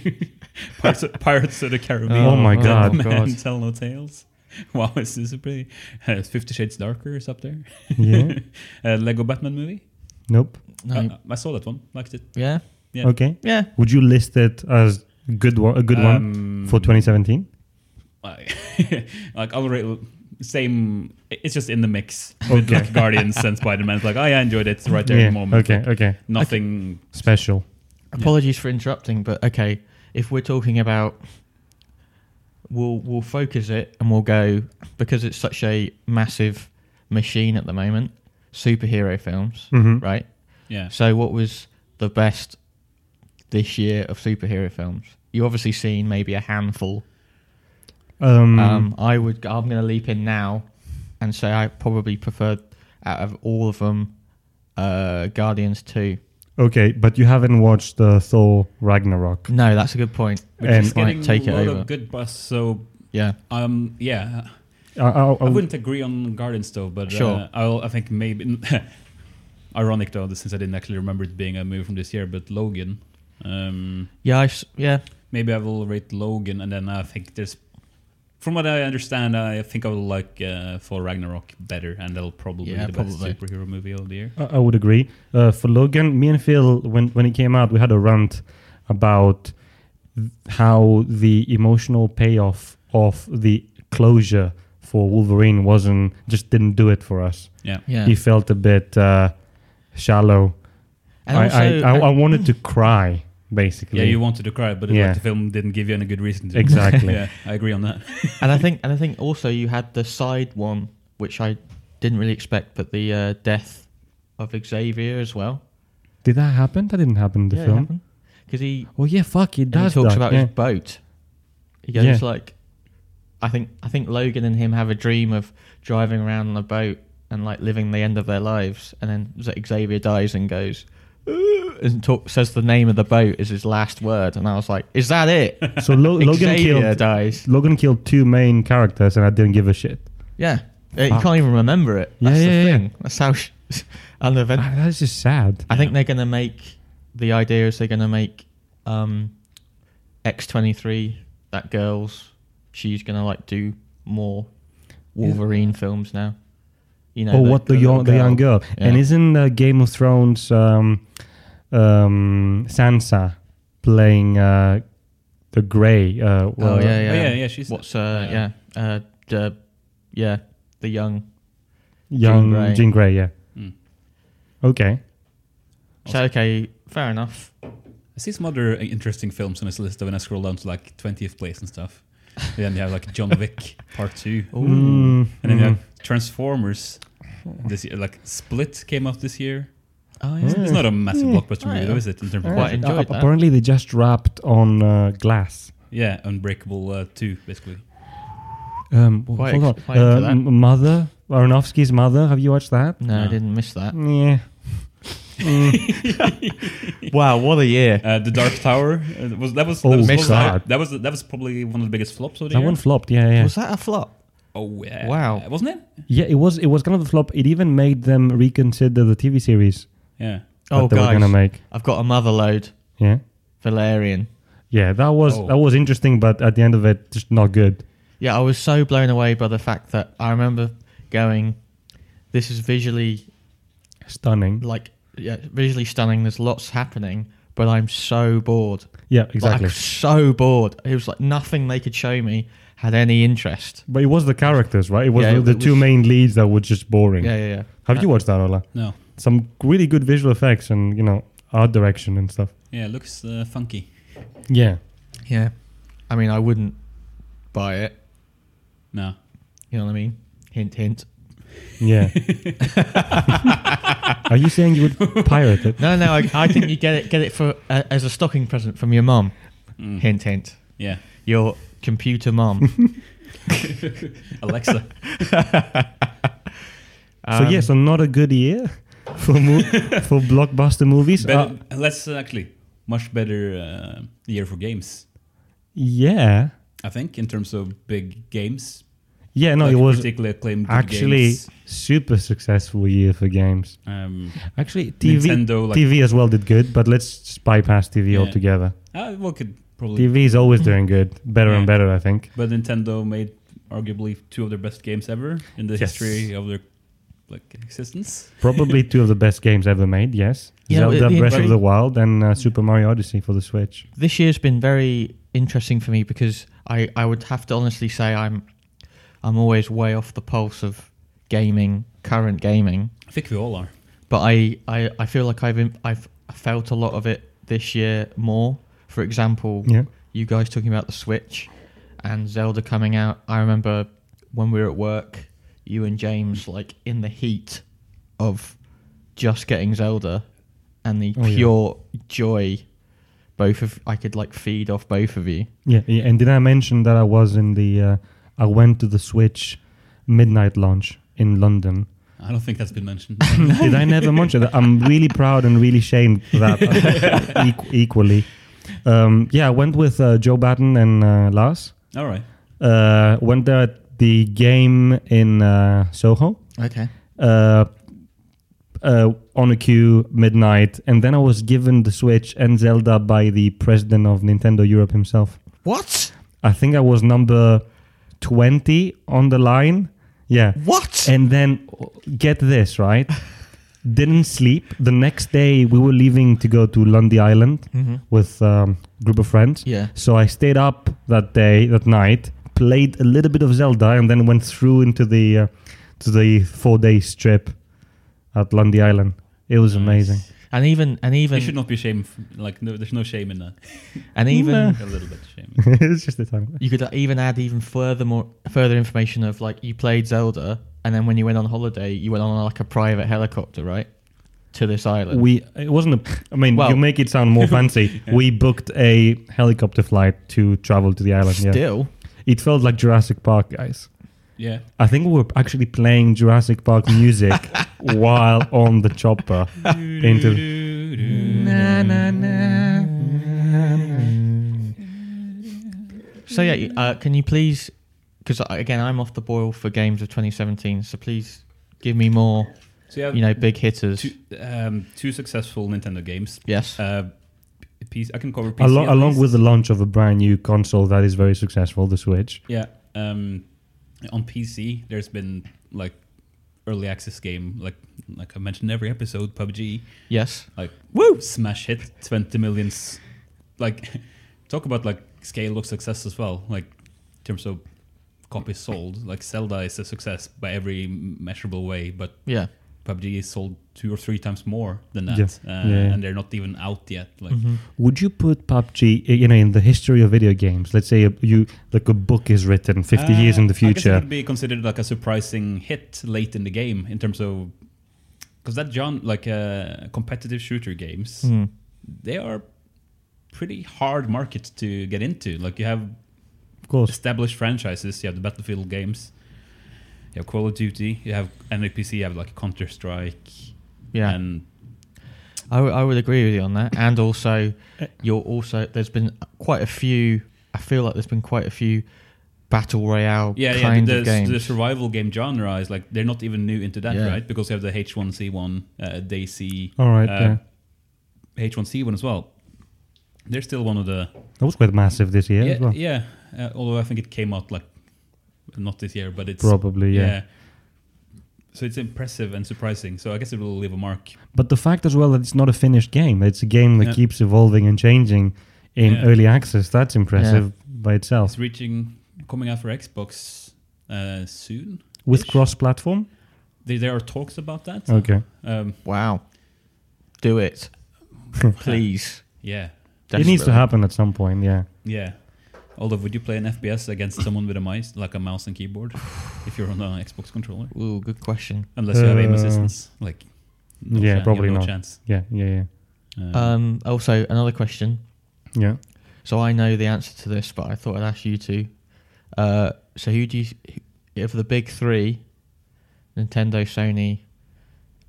[SPEAKER 2] Pirates, Pirates of the Caribbean.
[SPEAKER 3] Oh my God.
[SPEAKER 2] Dead <laughs> Man
[SPEAKER 1] God.
[SPEAKER 2] Tell No Tales. <laughs> Wow, this is a pretty. Uh, Fifty Shades Darker is up there.
[SPEAKER 3] Yeah.
[SPEAKER 2] uh, Lego Batman movie.
[SPEAKER 3] nope.
[SPEAKER 1] No,
[SPEAKER 2] Uh, I saw that one. Liked it.
[SPEAKER 1] yeah,
[SPEAKER 2] Yeah.
[SPEAKER 3] Okay,
[SPEAKER 1] yeah.
[SPEAKER 3] would you list it as good one, a good one
[SPEAKER 2] Um,
[SPEAKER 3] for 2017?
[SPEAKER 2] I- <laughs> like I'll rate same. It's just in the mix with like Guardians
[SPEAKER 3] <laughs>
[SPEAKER 2] and Spider Man. Like oh, yeah, I enjoyed it right there
[SPEAKER 3] yeah.
[SPEAKER 2] in the moment.
[SPEAKER 3] okay,
[SPEAKER 2] Like,
[SPEAKER 3] okay.
[SPEAKER 2] nothing.
[SPEAKER 3] Special.
[SPEAKER 1] Apologies for interrupting, but okay, if we're talking about, we'll we'll focus it and we'll go because it's such a massive machine at the moment. Superhero films,
[SPEAKER 3] Mhm.
[SPEAKER 1] right?
[SPEAKER 2] Yeah.
[SPEAKER 1] So, what was the best this year of superhero films? You obviously seen maybe a handful.
[SPEAKER 3] Um,
[SPEAKER 1] Um, I would. I'm going to leap in now and say I probably preferred out of all of them, uh, Guardians Two.
[SPEAKER 3] okay, but you haven't watched uh, Thor Ragnarok.
[SPEAKER 1] No, that's a good point.
[SPEAKER 3] We're just
[SPEAKER 1] Just might
[SPEAKER 2] Getting
[SPEAKER 1] take
[SPEAKER 2] a
[SPEAKER 1] it
[SPEAKER 2] lot
[SPEAKER 1] over.
[SPEAKER 2] of good buzz. So
[SPEAKER 1] yeah.
[SPEAKER 2] um, yeah.
[SPEAKER 3] I, I, I,
[SPEAKER 2] I wouldn't agree on Guardians though, but uh,
[SPEAKER 1] Oh. Sure.
[SPEAKER 2] I'll, I think maybe. <laughs> ironic though, since I didn't actually remember it being a movie from this year, but Logan. Um,
[SPEAKER 1] Yeah, I s yeah,
[SPEAKER 2] maybe I will rate Logan, and then I think there's. From what I understand, I think I will like uh, Thor Ragnarok better, and that'll probably
[SPEAKER 1] Yeah,
[SPEAKER 2] be the
[SPEAKER 1] probably.
[SPEAKER 2] best superhero movie of the year.
[SPEAKER 3] I I would agree. Uh, for Logan, me and Phil, when when it came out, we had a rant about th- how the emotional payoff of the closure for Wolverine wasn't just didn't do it for us.
[SPEAKER 2] Yeah,
[SPEAKER 1] yeah.
[SPEAKER 3] He felt a bit uh, shallow.
[SPEAKER 1] and
[SPEAKER 3] I,
[SPEAKER 1] also,
[SPEAKER 3] I, I, I wanted to cry, basically.
[SPEAKER 2] yeah, you wanted to cry, but it's
[SPEAKER 3] Yeah.
[SPEAKER 2] like the film didn't give you any good reason to.
[SPEAKER 3] exactly.
[SPEAKER 2] <laughs> yeah, I agree on that.
[SPEAKER 1] and I think, and I think also you had the side one, which I didn't really expect, but the uh, death of Xavier as well.
[SPEAKER 3] Did that happen? That didn't happen in the film.
[SPEAKER 1] because he,
[SPEAKER 3] Oh yeah, fuck, it
[SPEAKER 1] and he
[SPEAKER 3] does.
[SPEAKER 1] talks
[SPEAKER 3] that,
[SPEAKER 1] about
[SPEAKER 3] yeah.
[SPEAKER 1] his boat. He goes
[SPEAKER 3] Yeah.
[SPEAKER 1] like, I think, I think Logan and him have a dream of driving around on a boat and like living the end of their lives, and then Z- Xavier dies and goes. "Ugh," And talk, says the name of the boat is his last word, and I was like, "Is that it?"
[SPEAKER 3] So Lo- <laughs>
[SPEAKER 1] <laughs>
[SPEAKER 3] Logan
[SPEAKER 1] Xavier
[SPEAKER 3] killed.
[SPEAKER 1] dies.
[SPEAKER 3] Logan killed two main characters, and I didn't give a shit.
[SPEAKER 1] Yeah. Uh, You
[SPEAKER 3] Fuck.
[SPEAKER 1] can't even remember it.
[SPEAKER 3] Yeah,
[SPEAKER 1] That's the
[SPEAKER 3] yeah, yeah.
[SPEAKER 1] thing. That's how sh- <laughs> unevent-
[SPEAKER 3] Ah, That's just sad.
[SPEAKER 1] I think they're going to make the idea is they're going to make um, X23 that girl's she's going to like do more Wolverine films now. You know.
[SPEAKER 3] Oh, what the,
[SPEAKER 1] little
[SPEAKER 3] young, the young girl. And
[SPEAKER 1] Yeah.
[SPEAKER 3] isn't uh, Game of Thrones um, um, Sansa playing uh, the grey. Uh,
[SPEAKER 1] oh
[SPEAKER 3] well,
[SPEAKER 1] yeah, yeah,
[SPEAKER 2] Oh, yeah, yeah, she's-
[SPEAKER 1] what's uh,
[SPEAKER 2] uh,
[SPEAKER 1] yeah, uh, the, yeah, the young Jean
[SPEAKER 3] young
[SPEAKER 1] Grey.
[SPEAKER 3] Jean Grey. Yeah.
[SPEAKER 2] Mm.
[SPEAKER 3] Okay.
[SPEAKER 1] So okay, fair enough.
[SPEAKER 2] I see some other uh, interesting films on this list though, when I scroll down to like 20th place and stuff. then you have like John Wick <laughs> Part 2.
[SPEAKER 1] Ooh.
[SPEAKER 3] Mm,
[SPEAKER 2] And then
[SPEAKER 3] mm.
[SPEAKER 2] you have Transformers this year. Like Split came out this year.
[SPEAKER 1] Oh yeah.
[SPEAKER 2] It's,
[SPEAKER 3] Mm.
[SPEAKER 2] it's not a massive
[SPEAKER 3] Yeah.
[SPEAKER 2] blockbuster
[SPEAKER 1] Yeah.
[SPEAKER 2] movie though, is it? In terms of
[SPEAKER 1] Quite
[SPEAKER 2] budget?
[SPEAKER 1] enjoyed that.
[SPEAKER 3] Apparently, they just wrapped on uh, glass.
[SPEAKER 2] Yeah, Unbreakable uh, 2, basically.
[SPEAKER 3] Um, w-
[SPEAKER 1] Quite ex-
[SPEAKER 3] hold on.
[SPEAKER 1] quite into
[SPEAKER 3] Uh,
[SPEAKER 1] that.
[SPEAKER 3] M- mother Aronofsky's mother. Have you watched that?
[SPEAKER 1] No, I
[SPEAKER 2] No.
[SPEAKER 1] didn't miss that.
[SPEAKER 3] Yeah. Mm.
[SPEAKER 1] wow, what a year!
[SPEAKER 2] Uh, the Dark Tower uh, was that was
[SPEAKER 3] Oh,
[SPEAKER 2] that was,
[SPEAKER 1] missed
[SPEAKER 2] that.
[SPEAKER 3] that.
[SPEAKER 2] that was that was probably one of the biggest flops of the
[SPEAKER 3] that
[SPEAKER 2] year.
[SPEAKER 3] one flopped. Yeah, yeah.
[SPEAKER 1] Was that a flop?
[SPEAKER 2] oh yeah,
[SPEAKER 1] Wow.
[SPEAKER 2] wasn't it?
[SPEAKER 3] yeah, it was. It was kind of a flop. It even made them reconsider the TV series
[SPEAKER 2] Yeah,
[SPEAKER 3] that
[SPEAKER 1] Oh
[SPEAKER 3] they were
[SPEAKER 1] guys,
[SPEAKER 3] gonna make.
[SPEAKER 1] I've got a mother load.
[SPEAKER 3] Yeah.
[SPEAKER 1] Valerian.
[SPEAKER 3] Yeah, that was
[SPEAKER 2] Oh.
[SPEAKER 3] that was interesting, but at the end of it, just not good.
[SPEAKER 1] Yeah, I was so blown away by the fact that I remember going, this is visually
[SPEAKER 3] Stunning.
[SPEAKER 1] like yeah, visually stunning. There's lots happening, but I'm so bored.
[SPEAKER 3] Yeah,
[SPEAKER 1] Like,
[SPEAKER 3] exactly.
[SPEAKER 1] I'm so bored. It was like nothing they could show me had any interest.
[SPEAKER 3] but it was the characters, right? It was
[SPEAKER 1] Yeah,
[SPEAKER 3] the,
[SPEAKER 1] it
[SPEAKER 3] the
[SPEAKER 1] was-
[SPEAKER 3] two main leads that were just boring.
[SPEAKER 1] Yeah, yeah, yeah.
[SPEAKER 3] Have you watched that, Ola?
[SPEAKER 2] no,
[SPEAKER 3] Some really good visual effects and you know art direction and stuff.
[SPEAKER 2] yeah, it looks uh, funky.
[SPEAKER 3] Yeah.
[SPEAKER 1] Uh, Yeah. I mean, I wouldn't buy it.
[SPEAKER 2] No,
[SPEAKER 1] You know what I mean? Hint, hint.
[SPEAKER 3] Yeah. Are you saying you would pirate it?
[SPEAKER 1] No, no. I, I think you get it. Get it for uh, as a stocking present from your
[SPEAKER 3] <laughs>
[SPEAKER 1] mum.
[SPEAKER 2] Mm.
[SPEAKER 1] Hint, hint.
[SPEAKER 2] yeah,
[SPEAKER 1] Your computer mum.
[SPEAKER 2] Alexa.
[SPEAKER 3] so yeah, so not a good year for mo- for blockbuster movies. Uh,
[SPEAKER 2] Better, let's uh, actually much better uh, year for games.
[SPEAKER 3] yeah.
[SPEAKER 2] I think in terms of big games.
[SPEAKER 3] Yeah, no,
[SPEAKER 2] like
[SPEAKER 3] it was
[SPEAKER 2] particularly acclaimed good
[SPEAKER 3] actually
[SPEAKER 2] games.
[SPEAKER 3] super successful year for games.
[SPEAKER 2] Um,
[SPEAKER 3] Actually, TV,
[SPEAKER 2] Nintendo, like-
[SPEAKER 3] TV as well did good, but let's just bypass TV
[SPEAKER 2] Yeah.
[SPEAKER 3] altogether.
[SPEAKER 2] uh, well, could probably,
[SPEAKER 3] TV
[SPEAKER 2] <laughs>
[SPEAKER 3] is always doing good, better
[SPEAKER 2] Yeah.
[SPEAKER 3] and better, I think.
[SPEAKER 2] but Nintendo made arguably two of their best games ever in the
[SPEAKER 3] Yes.
[SPEAKER 2] history of their like existence.
[SPEAKER 3] Probably two of the best games ever made. Yes,
[SPEAKER 1] Yeah, but
[SPEAKER 3] Zelda
[SPEAKER 1] the
[SPEAKER 3] Breath of
[SPEAKER 1] intrigue-
[SPEAKER 3] the Wild and uh, Super Mario Odyssey for the Switch.
[SPEAKER 1] this year's been very interesting for me because I, I would have to honestly say I'm I'm always way off the pulse of gaming, current gaming.
[SPEAKER 2] I think we all are.
[SPEAKER 1] But I, I, I feel like I've im- I've felt a lot of it this year more. For example,
[SPEAKER 3] Yeah,
[SPEAKER 1] you guys talking about the Switch and Zelda coming out. I remember when we were at work, you and James like in the heat of just getting Zelda and the
[SPEAKER 3] Oh, yeah.
[SPEAKER 1] pure joy both of I could like feed off both of you.
[SPEAKER 3] yeah, yeah. And did I mention that I was in the? Uh, I went to the Switch midnight launch in London.
[SPEAKER 2] <laughs> I don't think that's been
[SPEAKER 3] <laughs>
[SPEAKER 2] mentioned.
[SPEAKER 3] did I never mention that? I'm really proud and really shamed
[SPEAKER 2] <laughs>
[SPEAKER 3] for that equ- equally. Um, yeah, I went with uh, Joe Batten and uh, Lars.
[SPEAKER 2] all right.
[SPEAKER 3] uh, went there at the game in uh, Soho
[SPEAKER 1] Okay.
[SPEAKER 3] uh, uh, on a queue midnight, and then I was given the Switch and Zelda by the president of Nintendo Europe himself.
[SPEAKER 1] What?
[SPEAKER 3] I think I was number twenty on the line. Yeah,
[SPEAKER 1] What?
[SPEAKER 3] and then get this right. <laughs> Didn't sleep. The next day, we were leaving to go to Lundy Island
[SPEAKER 1] Mm-hmm.
[SPEAKER 3] with um, group of friends.
[SPEAKER 1] Yeah.
[SPEAKER 3] So I stayed up that day, that night, played a little bit of Zelda, and then went through into the uh, to the four day strip at Lundy Island. It was amazing. <laughs>
[SPEAKER 1] And even and
[SPEAKER 2] There should
[SPEAKER 1] even
[SPEAKER 2] not be shame. Like no, there's no shame
[SPEAKER 3] <laughs>
[SPEAKER 2] in that.
[SPEAKER 1] and even
[SPEAKER 3] Nah.
[SPEAKER 2] A little bit of shame.
[SPEAKER 3] it's just a time.
[SPEAKER 1] you could uh, even add even further more further information of like you played Zelda and then when you went on holiday you went on like a private helicopter, right? To this island.
[SPEAKER 3] We it wasn't a. I mean,
[SPEAKER 1] Well-
[SPEAKER 3] you make it sound more
[SPEAKER 1] <laughs>
[SPEAKER 3] fancy. We booked a helicopter flight to travel to the island. Yeah,
[SPEAKER 1] Still.
[SPEAKER 3] it felt like Jurassic Park, guys. <laughs>
[SPEAKER 2] Yeah.
[SPEAKER 3] I think we were actually playing Jurassic Park
[SPEAKER 1] <laughs>
[SPEAKER 3] music while on the chopper. Into
[SPEAKER 1] So yeah, you- uh, can you please? Because again, I'm off the boil for games of 2017. So please give me more,
[SPEAKER 2] So you have
[SPEAKER 1] you know, big hitters.
[SPEAKER 2] two, um, two successful Nintendo games.
[SPEAKER 1] Yes.
[SPEAKER 2] Uh, piece, I can cover PC
[SPEAKER 3] Alo-
[SPEAKER 2] at
[SPEAKER 3] along
[SPEAKER 2] least.
[SPEAKER 3] with the launch of a brand new console that is very successful, the Switch.
[SPEAKER 2] Yeah. Um, on PC, there's been like early access game, like like I mentioned in every episode, PUBG,
[SPEAKER 1] Yes.
[SPEAKER 2] like woo, smash hit, twenty millions. Like, <laughs> talk about like scale of success as well, like in terms of copies sold. Like Zelda is a success by every measurable way, but
[SPEAKER 1] Yeah.
[SPEAKER 2] PUBG is sold two or three times more than that,
[SPEAKER 3] Yeah.
[SPEAKER 2] Uh,
[SPEAKER 3] Yeah. Mm-hmm.
[SPEAKER 2] and they're not even out yet. Like
[SPEAKER 3] Would you put PUBG, uh, you know, in the history of video games? Let's say uh, you like a book is written 50 years in the
[SPEAKER 2] Uh, I guess it
[SPEAKER 3] future.
[SPEAKER 2] would be considered like a surprising hit late in the game in terms of because that John like uh, competitive shooter games
[SPEAKER 3] Hmm.
[SPEAKER 1] Mm.
[SPEAKER 2] they are pretty hard market to get into. Like you have
[SPEAKER 3] Of course.
[SPEAKER 2] established franchises, you have the Battlefield games, you have Call of Duty, you have NPC, you have like Counter Strike,
[SPEAKER 1] Yeah.
[SPEAKER 2] and
[SPEAKER 1] I, w- I would agree with you on that. And also, you're also there's been quite a few. I feel like there's been quite a few battle royale
[SPEAKER 2] yeah, yeah,
[SPEAKER 1] kind
[SPEAKER 2] the,
[SPEAKER 1] of games.
[SPEAKER 2] the survival game genre is like they're not even new into that,
[SPEAKER 1] Yeah.
[SPEAKER 2] right? Because you have the H1C1, uh, DC,
[SPEAKER 3] All right.
[SPEAKER 2] uh,
[SPEAKER 3] yeah.
[SPEAKER 2] H1C1 as well. They're still one of the
[SPEAKER 3] That was quite massive this year
[SPEAKER 2] yeah
[SPEAKER 3] as well.
[SPEAKER 2] yeah. Uh, although I think it came out like not this year, but it's
[SPEAKER 3] Probably, yeah.
[SPEAKER 2] So it's impressive and surprising. So I guess it will leave a mark.
[SPEAKER 3] But the fact as well that it's not a finished game, it's a game that
[SPEAKER 2] Yeah.
[SPEAKER 3] keeps evolving and changing in
[SPEAKER 2] Yeah.
[SPEAKER 3] early access. That's impressive by itself.
[SPEAKER 2] It's reaching, coming out for Xbox uh, soon.
[SPEAKER 3] With cross platform?
[SPEAKER 2] There, there are talks about that.
[SPEAKER 3] Okay.
[SPEAKER 2] Um,
[SPEAKER 1] wow, do it, please.
[SPEAKER 2] yeah,
[SPEAKER 3] It needs to
[SPEAKER 1] Desperately.
[SPEAKER 3] happen at some point, yeah.
[SPEAKER 2] yeah. Although, would you play an FPS against someone with a mouse, like a mouse and keyboard, if you're on an Xbox controller?
[SPEAKER 1] Ooh, good question.
[SPEAKER 2] Unless you have aim
[SPEAKER 3] Uh,
[SPEAKER 2] assistance, like no
[SPEAKER 3] yeah,
[SPEAKER 2] you have
[SPEAKER 3] probably
[SPEAKER 2] no
[SPEAKER 3] not.
[SPEAKER 2] chance.
[SPEAKER 3] Yeah, yeah, yeah.
[SPEAKER 2] Um,
[SPEAKER 1] Um, also, another question.
[SPEAKER 3] Yeah.
[SPEAKER 1] So I know the answer to this, but I thought I'd ask you two. Uh, so who do you, if the big three, Nintendo, Sony,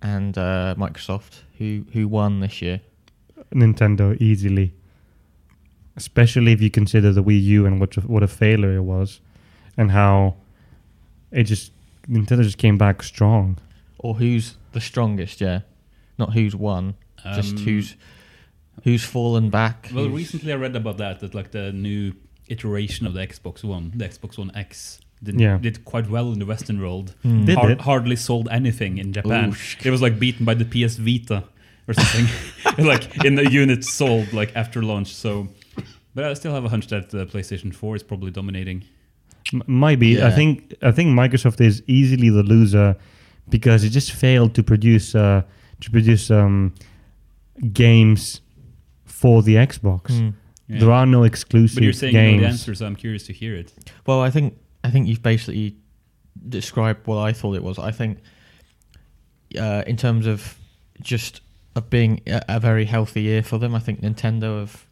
[SPEAKER 1] and uh, Microsoft, who who won this year?
[SPEAKER 3] Nintendo easily. Especially if you consider the Wii U and what a, what a failure it was, and how it just Nintendo just came back strong.
[SPEAKER 1] or who's the strongest? Yeah, not who's won, just
[SPEAKER 2] um,
[SPEAKER 1] who's who's fallen back.
[SPEAKER 2] Well,
[SPEAKER 1] who's-
[SPEAKER 2] recently I read about that that like the new iteration of the Xbox One, the Xbox One X, did,
[SPEAKER 3] Yeah.
[SPEAKER 2] did quite well in the Western world.
[SPEAKER 1] Hmm.
[SPEAKER 3] Did
[SPEAKER 2] Har-
[SPEAKER 3] it?
[SPEAKER 2] hardly sold anything in Japan.
[SPEAKER 1] Oosh.
[SPEAKER 2] It was like beaten by the PS Vita or something, <laughs> like in the units sold like after launch. So, but I still have a hunch that the PlayStation Four is probably dominating.
[SPEAKER 3] M- might be. I
[SPEAKER 1] Yeah.
[SPEAKER 3] think I think Microsoft is easily the loser because it just failed to produce uh, to produce um, games for the Xbox.
[SPEAKER 1] Hmm.
[SPEAKER 2] Yeah.
[SPEAKER 3] There are no exclusive
[SPEAKER 2] But you're saying you know
[SPEAKER 3] games.
[SPEAKER 2] the answer, so I'm curious to hear it.
[SPEAKER 1] Well, I think I think you've basically described what I thought it was. I think, uh, in terms of just of being a, a very healthy year for them, I think Nintendo have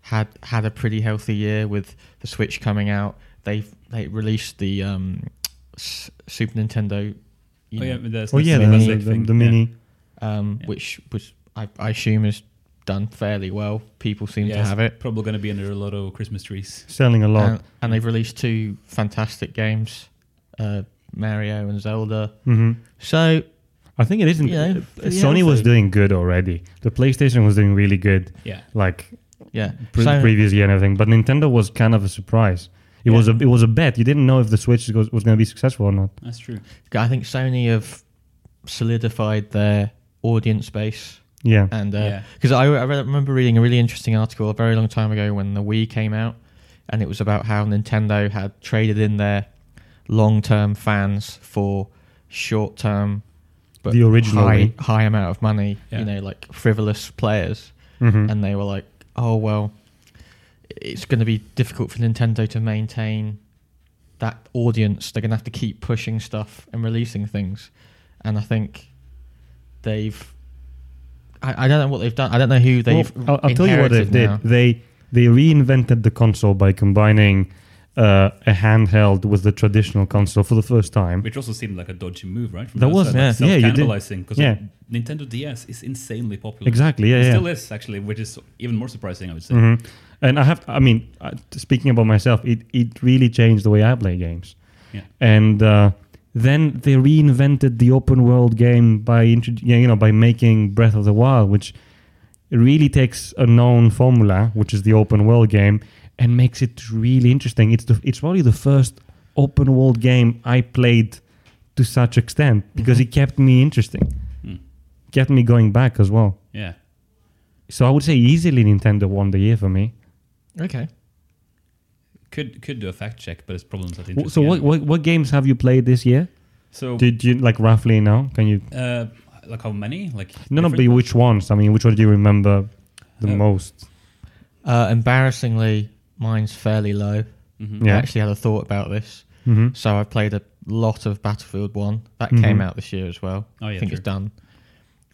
[SPEAKER 1] had had a pretty healthy year with the Switch coming out. They've they released the um, S- Super Nintendo. you know,
[SPEAKER 2] Oh yeah, but that's
[SPEAKER 3] Oh yeah,
[SPEAKER 2] that's
[SPEAKER 3] the,
[SPEAKER 2] like
[SPEAKER 3] the, the,
[SPEAKER 2] thing.
[SPEAKER 3] the
[SPEAKER 2] Yeah.
[SPEAKER 3] mini.
[SPEAKER 1] um,
[SPEAKER 2] Yeah.
[SPEAKER 1] which was I, I assume is done fairly well. People seem
[SPEAKER 2] Yeah,
[SPEAKER 1] to
[SPEAKER 2] it's
[SPEAKER 1] have it,
[SPEAKER 2] Probably going to be under a lot of Christmas trees.
[SPEAKER 3] Selling a lot.
[SPEAKER 1] and, and they've released two fantastic games, uh, Mario and Zelda.
[SPEAKER 3] hmm
[SPEAKER 1] So
[SPEAKER 3] I think it isn't.
[SPEAKER 1] You know,
[SPEAKER 3] uh,
[SPEAKER 1] pretty
[SPEAKER 3] Sony was
[SPEAKER 1] healthy.
[SPEAKER 3] doing good already. The PlayStation was doing really good,
[SPEAKER 2] Yeah.
[SPEAKER 3] like
[SPEAKER 1] yeah,
[SPEAKER 3] pre-
[SPEAKER 1] so,
[SPEAKER 3] previous year and everything. But Nintendo was kind of a surprise. It was a
[SPEAKER 2] Yeah.
[SPEAKER 3] it was a bet. You didn't know if the Switch was, was going to be successful or not.
[SPEAKER 2] That's true.
[SPEAKER 1] I think Sony have solidified their audience base,
[SPEAKER 3] Yeah,
[SPEAKER 1] and
[SPEAKER 2] Yeah.
[SPEAKER 1] because I, I re- remember reading a really interesting article a very long time ago when the Wii came out, and it was about how Nintendo had traded in their long-term fans for short-term. But
[SPEAKER 3] The original
[SPEAKER 1] high,
[SPEAKER 3] Wii.
[SPEAKER 1] high amount of money,
[SPEAKER 2] Yeah.
[SPEAKER 1] you know, like frivolous players,
[SPEAKER 3] Mhm.
[SPEAKER 1] and they were like, "Oh well, it's going to be difficult for Nintendo to maintain that audience. They're going to have to keep pushing stuff and releasing things." And I think they've, I, I don't know what they've done. I don't know who they've.
[SPEAKER 3] Well, I'll, I'll tell you what they
[SPEAKER 1] inherited
[SPEAKER 3] did.
[SPEAKER 1] now.
[SPEAKER 3] They they reinvented the console by combining uh, a handheld with the traditional console for the first time.
[SPEAKER 2] Which also seemed like a dodgy move, right? From
[SPEAKER 3] That
[SPEAKER 2] their
[SPEAKER 3] was-
[SPEAKER 2] side,
[SPEAKER 1] yeah.
[SPEAKER 2] like
[SPEAKER 3] Yeah, you did.
[SPEAKER 2] self-cannibalizing because
[SPEAKER 3] Yeah.
[SPEAKER 2] Nintendo DS is insanely popular.
[SPEAKER 3] Exactly. Yeah,
[SPEAKER 2] It
[SPEAKER 3] yeah.
[SPEAKER 2] still is actually, which is even more surprising, I would say.
[SPEAKER 3] Mhm. And I have, I mean, uh, speaking about myself, it, it really changed the way I play games.
[SPEAKER 2] Yeah.
[SPEAKER 3] And uh, then they reinvented the open world game by introdu- yeah, you know by making Breath of the Wild, which really takes a known formula, which is the open world game, and makes it really interesting. It's the, it's probably the first open world game I played to such extent because it kept me interesting,
[SPEAKER 2] Mm-hmm. Mm.
[SPEAKER 3] kept me going back as well.
[SPEAKER 2] Yeah,
[SPEAKER 3] So I would say easily Nintendo won the year for me.
[SPEAKER 1] Okay.
[SPEAKER 2] Could could do a fact check, but it's problems that
[SPEAKER 3] W-
[SPEAKER 2] interest
[SPEAKER 3] So
[SPEAKER 2] me
[SPEAKER 3] what,
[SPEAKER 2] anyway.
[SPEAKER 3] what what games have you played this year?
[SPEAKER 2] So
[SPEAKER 3] Did you like roughly know? Can you
[SPEAKER 2] uh, like how many? Like
[SPEAKER 3] no no
[SPEAKER 2] different-
[SPEAKER 3] but which ones? I mean, which one do you remember the
[SPEAKER 2] Uh,
[SPEAKER 3] most?
[SPEAKER 1] Uh, embarrassingly, mine's fairly low.
[SPEAKER 2] Mhm.
[SPEAKER 1] I
[SPEAKER 3] Yeah.
[SPEAKER 1] actually had a thought about this.
[SPEAKER 3] hmm
[SPEAKER 1] So I played a lot of Battlefield 1. That
[SPEAKER 3] Mhm.
[SPEAKER 1] came out this year as well.
[SPEAKER 2] Oh yeah,
[SPEAKER 1] I think
[SPEAKER 2] true.
[SPEAKER 1] it's done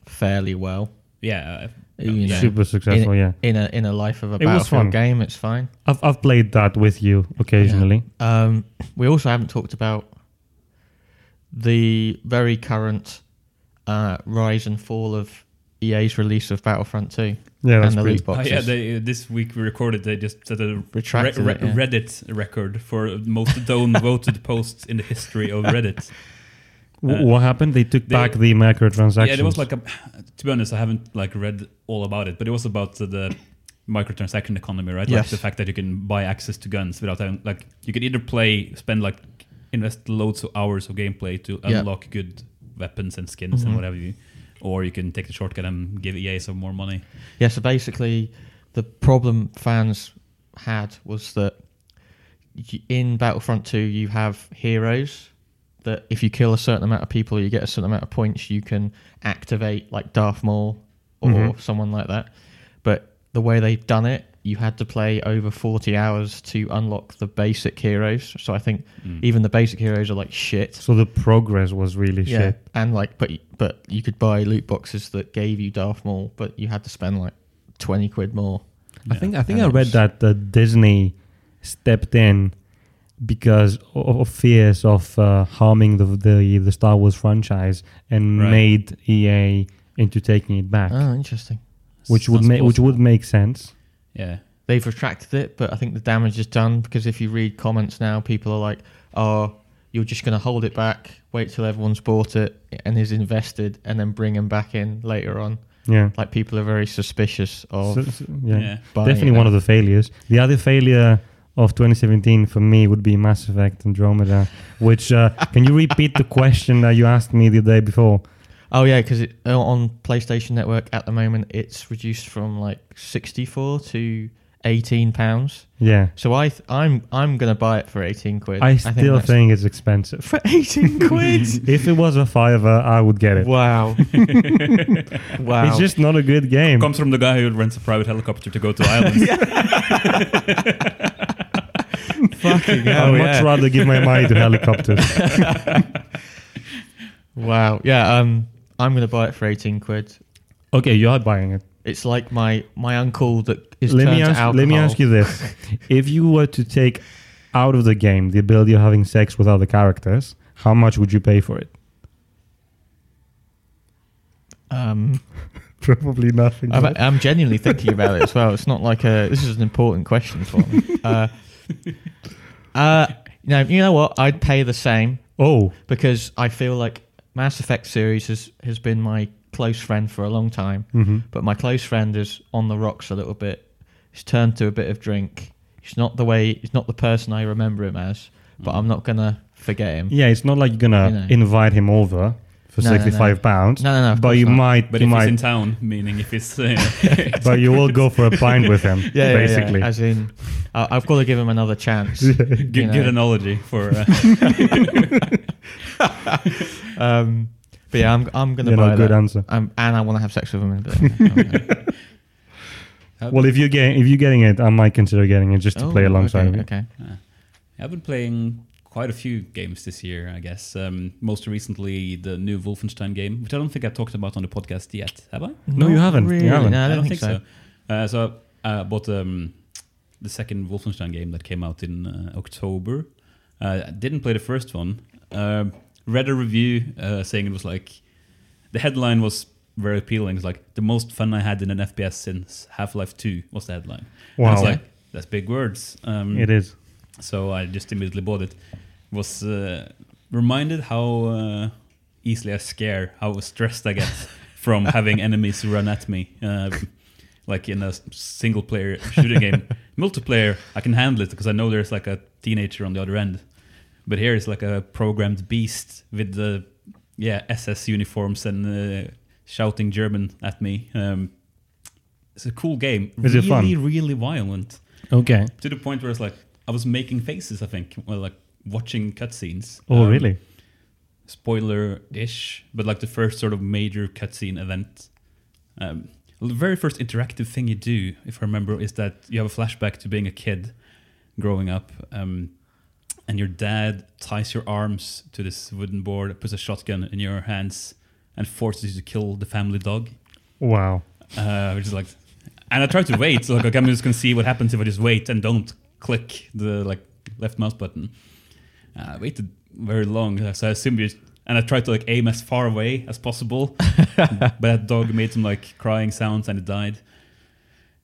[SPEAKER 1] fairly well.
[SPEAKER 2] yeah. uh,
[SPEAKER 1] You know,
[SPEAKER 2] Yeah.
[SPEAKER 3] Super successful, yeah.
[SPEAKER 1] in a in a life of a
[SPEAKER 3] It was fun.
[SPEAKER 1] Battlefield game, it's fine.
[SPEAKER 3] I've I've played that with you occasionally.
[SPEAKER 1] Um, we also haven't talked about the very current uh, rise and fall of EA's release of Battlefront 2
[SPEAKER 3] Yeah, that's
[SPEAKER 1] and the
[SPEAKER 3] pretty.
[SPEAKER 1] loot
[SPEAKER 2] Oh,
[SPEAKER 1] boxes.
[SPEAKER 2] yeah, they, uh, this week we recorded. They just set a re-
[SPEAKER 1] Retracted
[SPEAKER 2] re-
[SPEAKER 1] it, yeah.
[SPEAKER 2] Reddit record for most downvoted posts in the
[SPEAKER 1] <laughs>
[SPEAKER 2] history of Reddit.
[SPEAKER 3] W-
[SPEAKER 2] Uh,
[SPEAKER 3] what happened? They took
[SPEAKER 2] they-
[SPEAKER 3] back the microtransactions.
[SPEAKER 2] Yeah, there was like a. To be honest, I haven't like read all about it, but it was about the, the microtransaction economy, right? Like
[SPEAKER 1] Yes.
[SPEAKER 2] the fact that you can buy access to guns without having like you could either play, spend like invest loads of hours of gameplay to
[SPEAKER 1] Yeah.
[SPEAKER 2] unlock good weapons and skins and
[SPEAKER 1] Mhm.
[SPEAKER 2] whatever you, or you can take the shortcut and give EA some more money.
[SPEAKER 1] Yeah, so basically, the problem fans had was that y- in Battlefront 2, you have heroes that if you kill a certain amount of people, you get a certain amount of points, you can activate like Darth Maul or
[SPEAKER 3] Mhm.
[SPEAKER 1] someone like that. But the way they've done it, you had to play over 40 hours to unlock the basic heroes. So I think
[SPEAKER 2] Mm.
[SPEAKER 1] even the basic heroes are like shit.
[SPEAKER 3] so the progress was really shit.
[SPEAKER 1] And like, but but you could buy loot boxes that gave you Darth Maul, but you had to spend like twenty quid more.
[SPEAKER 3] I think I think
[SPEAKER 1] And
[SPEAKER 3] I
[SPEAKER 1] it
[SPEAKER 3] read
[SPEAKER 1] was-
[SPEAKER 3] that uh, Disney stepped in because o- of fears of uh, harming the, the the Star Wars franchise and
[SPEAKER 2] Right.
[SPEAKER 3] made EA into taking it back,
[SPEAKER 1] Oh, interesting.
[SPEAKER 3] which would
[SPEAKER 2] Sounds
[SPEAKER 3] make which
[SPEAKER 2] plausible.
[SPEAKER 3] would make sense.
[SPEAKER 2] yeah.
[SPEAKER 1] They've retracted it, but I think the damage is done because if you read comments now, people are like, "Oh, you're just going to hold it back, wait till everyone's bought it and is invested, and then bring them back in later on."
[SPEAKER 3] Yeah.
[SPEAKER 1] Like people are very suspicious of.
[SPEAKER 3] So- so- yeah.
[SPEAKER 2] yeah.
[SPEAKER 1] buying
[SPEAKER 3] Definitely
[SPEAKER 1] it
[SPEAKER 3] one
[SPEAKER 1] now.
[SPEAKER 3] of the failures. The other failure of 2017 for me would be Mass Effect Andromeda, which uh, can you repeat the question that you asked me the day before?
[SPEAKER 1] Oh yeah, because on PlayStation Network at the moment it's reduced from like sixty-four to eighteen pounds.
[SPEAKER 3] Yeah.
[SPEAKER 1] So I th- I'm I'm gonna buy it for eighteen quid.
[SPEAKER 3] I still
[SPEAKER 1] that's-
[SPEAKER 3] think it's
[SPEAKER 1] <laughs>
[SPEAKER 3] expensive.
[SPEAKER 1] for
[SPEAKER 3] <laughs>
[SPEAKER 1] eighteen quid.
[SPEAKER 3] if it was a fiver, I would get it. <laughs>
[SPEAKER 1] wow, wow.
[SPEAKER 3] It's just not a good game.
[SPEAKER 2] Comes from the guy who rents a private helicopter to go to islands.
[SPEAKER 1] fucking
[SPEAKER 3] I
[SPEAKER 1] hell.
[SPEAKER 3] would
[SPEAKER 1] yeah.
[SPEAKER 3] much rather give my money to helicopters.
[SPEAKER 1] Wow. Yeah. Um, I'm gonna buy it for eighteen quid.
[SPEAKER 3] okay, you are buying it.
[SPEAKER 1] It's like my my uncle that is
[SPEAKER 3] Let
[SPEAKER 1] turned
[SPEAKER 3] me,
[SPEAKER 1] to alcohol.
[SPEAKER 3] ask, let me ask you
[SPEAKER 1] <laughs>
[SPEAKER 3] this. if you were to take out of the game the ability of having sex with other characters, how much would you pay for it?
[SPEAKER 1] Um,
[SPEAKER 3] <laughs> Probably nothing.
[SPEAKER 1] I'm, I'm genuinely thinking about it as well. It's not like a. This is an important question for <laughs> me. Uh, uh, no, you know what? I'd pay the same
[SPEAKER 3] oh,
[SPEAKER 1] because I feel like Mass Effect series has has been my close friend for a long time.
[SPEAKER 3] hmm
[SPEAKER 1] but my close friend is on the rocks a little bit. He's turned to a bit of drink. He's not the way. He's not the person I remember him as. But I'm not gonna forget him.
[SPEAKER 3] yeah, it's not like you're gonna
[SPEAKER 1] You know.
[SPEAKER 3] invite him over for
[SPEAKER 1] No, no, no.
[SPEAKER 3] sixty-five pounds.
[SPEAKER 1] No, no, no. of
[SPEAKER 3] but
[SPEAKER 1] course
[SPEAKER 3] you
[SPEAKER 1] not.
[SPEAKER 3] might,
[SPEAKER 2] But
[SPEAKER 3] you
[SPEAKER 2] if he's
[SPEAKER 3] might,
[SPEAKER 2] in town, meaning if he's uh,
[SPEAKER 3] but you will go for a pint with
[SPEAKER 1] <laughs>
[SPEAKER 3] him,
[SPEAKER 1] Yeah, yeah, yeah,
[SPEAKER 3] basically.
[SPEAKER 1] As in, I I've got to give him another <laughs> chance.
[SPEAKER 2] good,
[SPEAKER 1] you know.
[SPEAKER 2] good analogy for uh,
[SPEAKER 1] um, but yeah, I'm I'm gonna
[SPEAKER 3] You know,
[SPEAKER 1] buy
[SPEAKER 3] good
[SPEAKER 1] that.
[SPEAKER 3] answer.
[SPEAKER 1] Um, and I want to have sex with him. in a
[SPEAKER 3] <laughs>
[SPEAKER 1] bit.
[SPEAKER 3] Well, if you get if you're getting it, I might consider getting it just to
[SPEAKER 1] Oh,
[SPEAKER 3] play alongside
[SPEAKER 1] okay,
[SPEAKER 3] of it.
[SPEAKER 1] Okay.
[SPEAKER 2] I've been playing quite a few games this year, I guess. Um, most recently, the new Wolfenstein game, which I don't think I talked about on the podcast yet, have I?
[SPEAKER 3] No, you
[SPEAKER 1] Not
[SPEAKER 3] haven't. You
[SPEAKER 1] Really?
[SPEAKER 3] haven't.
[SPEAKER 1] No, I don't, think, so.
[SPEAKER 2] Uh, so I uh, bought um, the second Wolfenstein game that came out in uh, October. Uh, I didn't play the first one. Um read a review uh, saying it was like the headline was very appealing. It's like the most fun I had in an FPS since Half Life Two was the headline. And I was
[SPEAKER 3] Wow.
[SPEAKER 2] like, that's big words. Um,
[SPEAKER 3] It is.
[SPEAKER 2] so I just immediately bought it. Was uh, reminded how uh, easily I scare, how stressed
[SPEAKER 3] <laughs>
[SPEAKER 2] I get from having enemies run at me. Uh, like in a s- single player shooting game, multiplayer I can handle it because I know there's like a teenager on the other end. But here it's like a programmed beast with the yeah SS uniforms and uh, shouting German at me. Um, it's a cool game.
[SPEAKER 3] Is it
[SPEAKER 2] really,
[SPEAKER 3] fun?
[SPEAKER 2] really violent
[SPEAKER 3] Okay.
[SPEAKER 2] to the point where it's like I was making faces. I think, well, like watching cutscenes.
[SPEAKER 3] Oh,
[SPEAKER 2] Um,
[SPEAKER 3] really?
[SPEAKER 2] spoiler ish, but like the first sort of major cutscene event. Um, the very first interactive thing you do, if I remember, is that you have a flashback to being a kid growing up, um, and your dad ties your arms to this wooden board, puts a shotgun in your hands, and forces you to kill the family dog.
[SPEAKER 3] Wow.
[SPEAKER 2] Uh, which is like, and I tried to wait. So like, okay, I'm just gonna see what happens if I just wait and don't click the like left mouse button. Uh, I waited very long, so I assumed you. And I tried to like aim as far away as possible, but that dog made some like crying sounds and it died.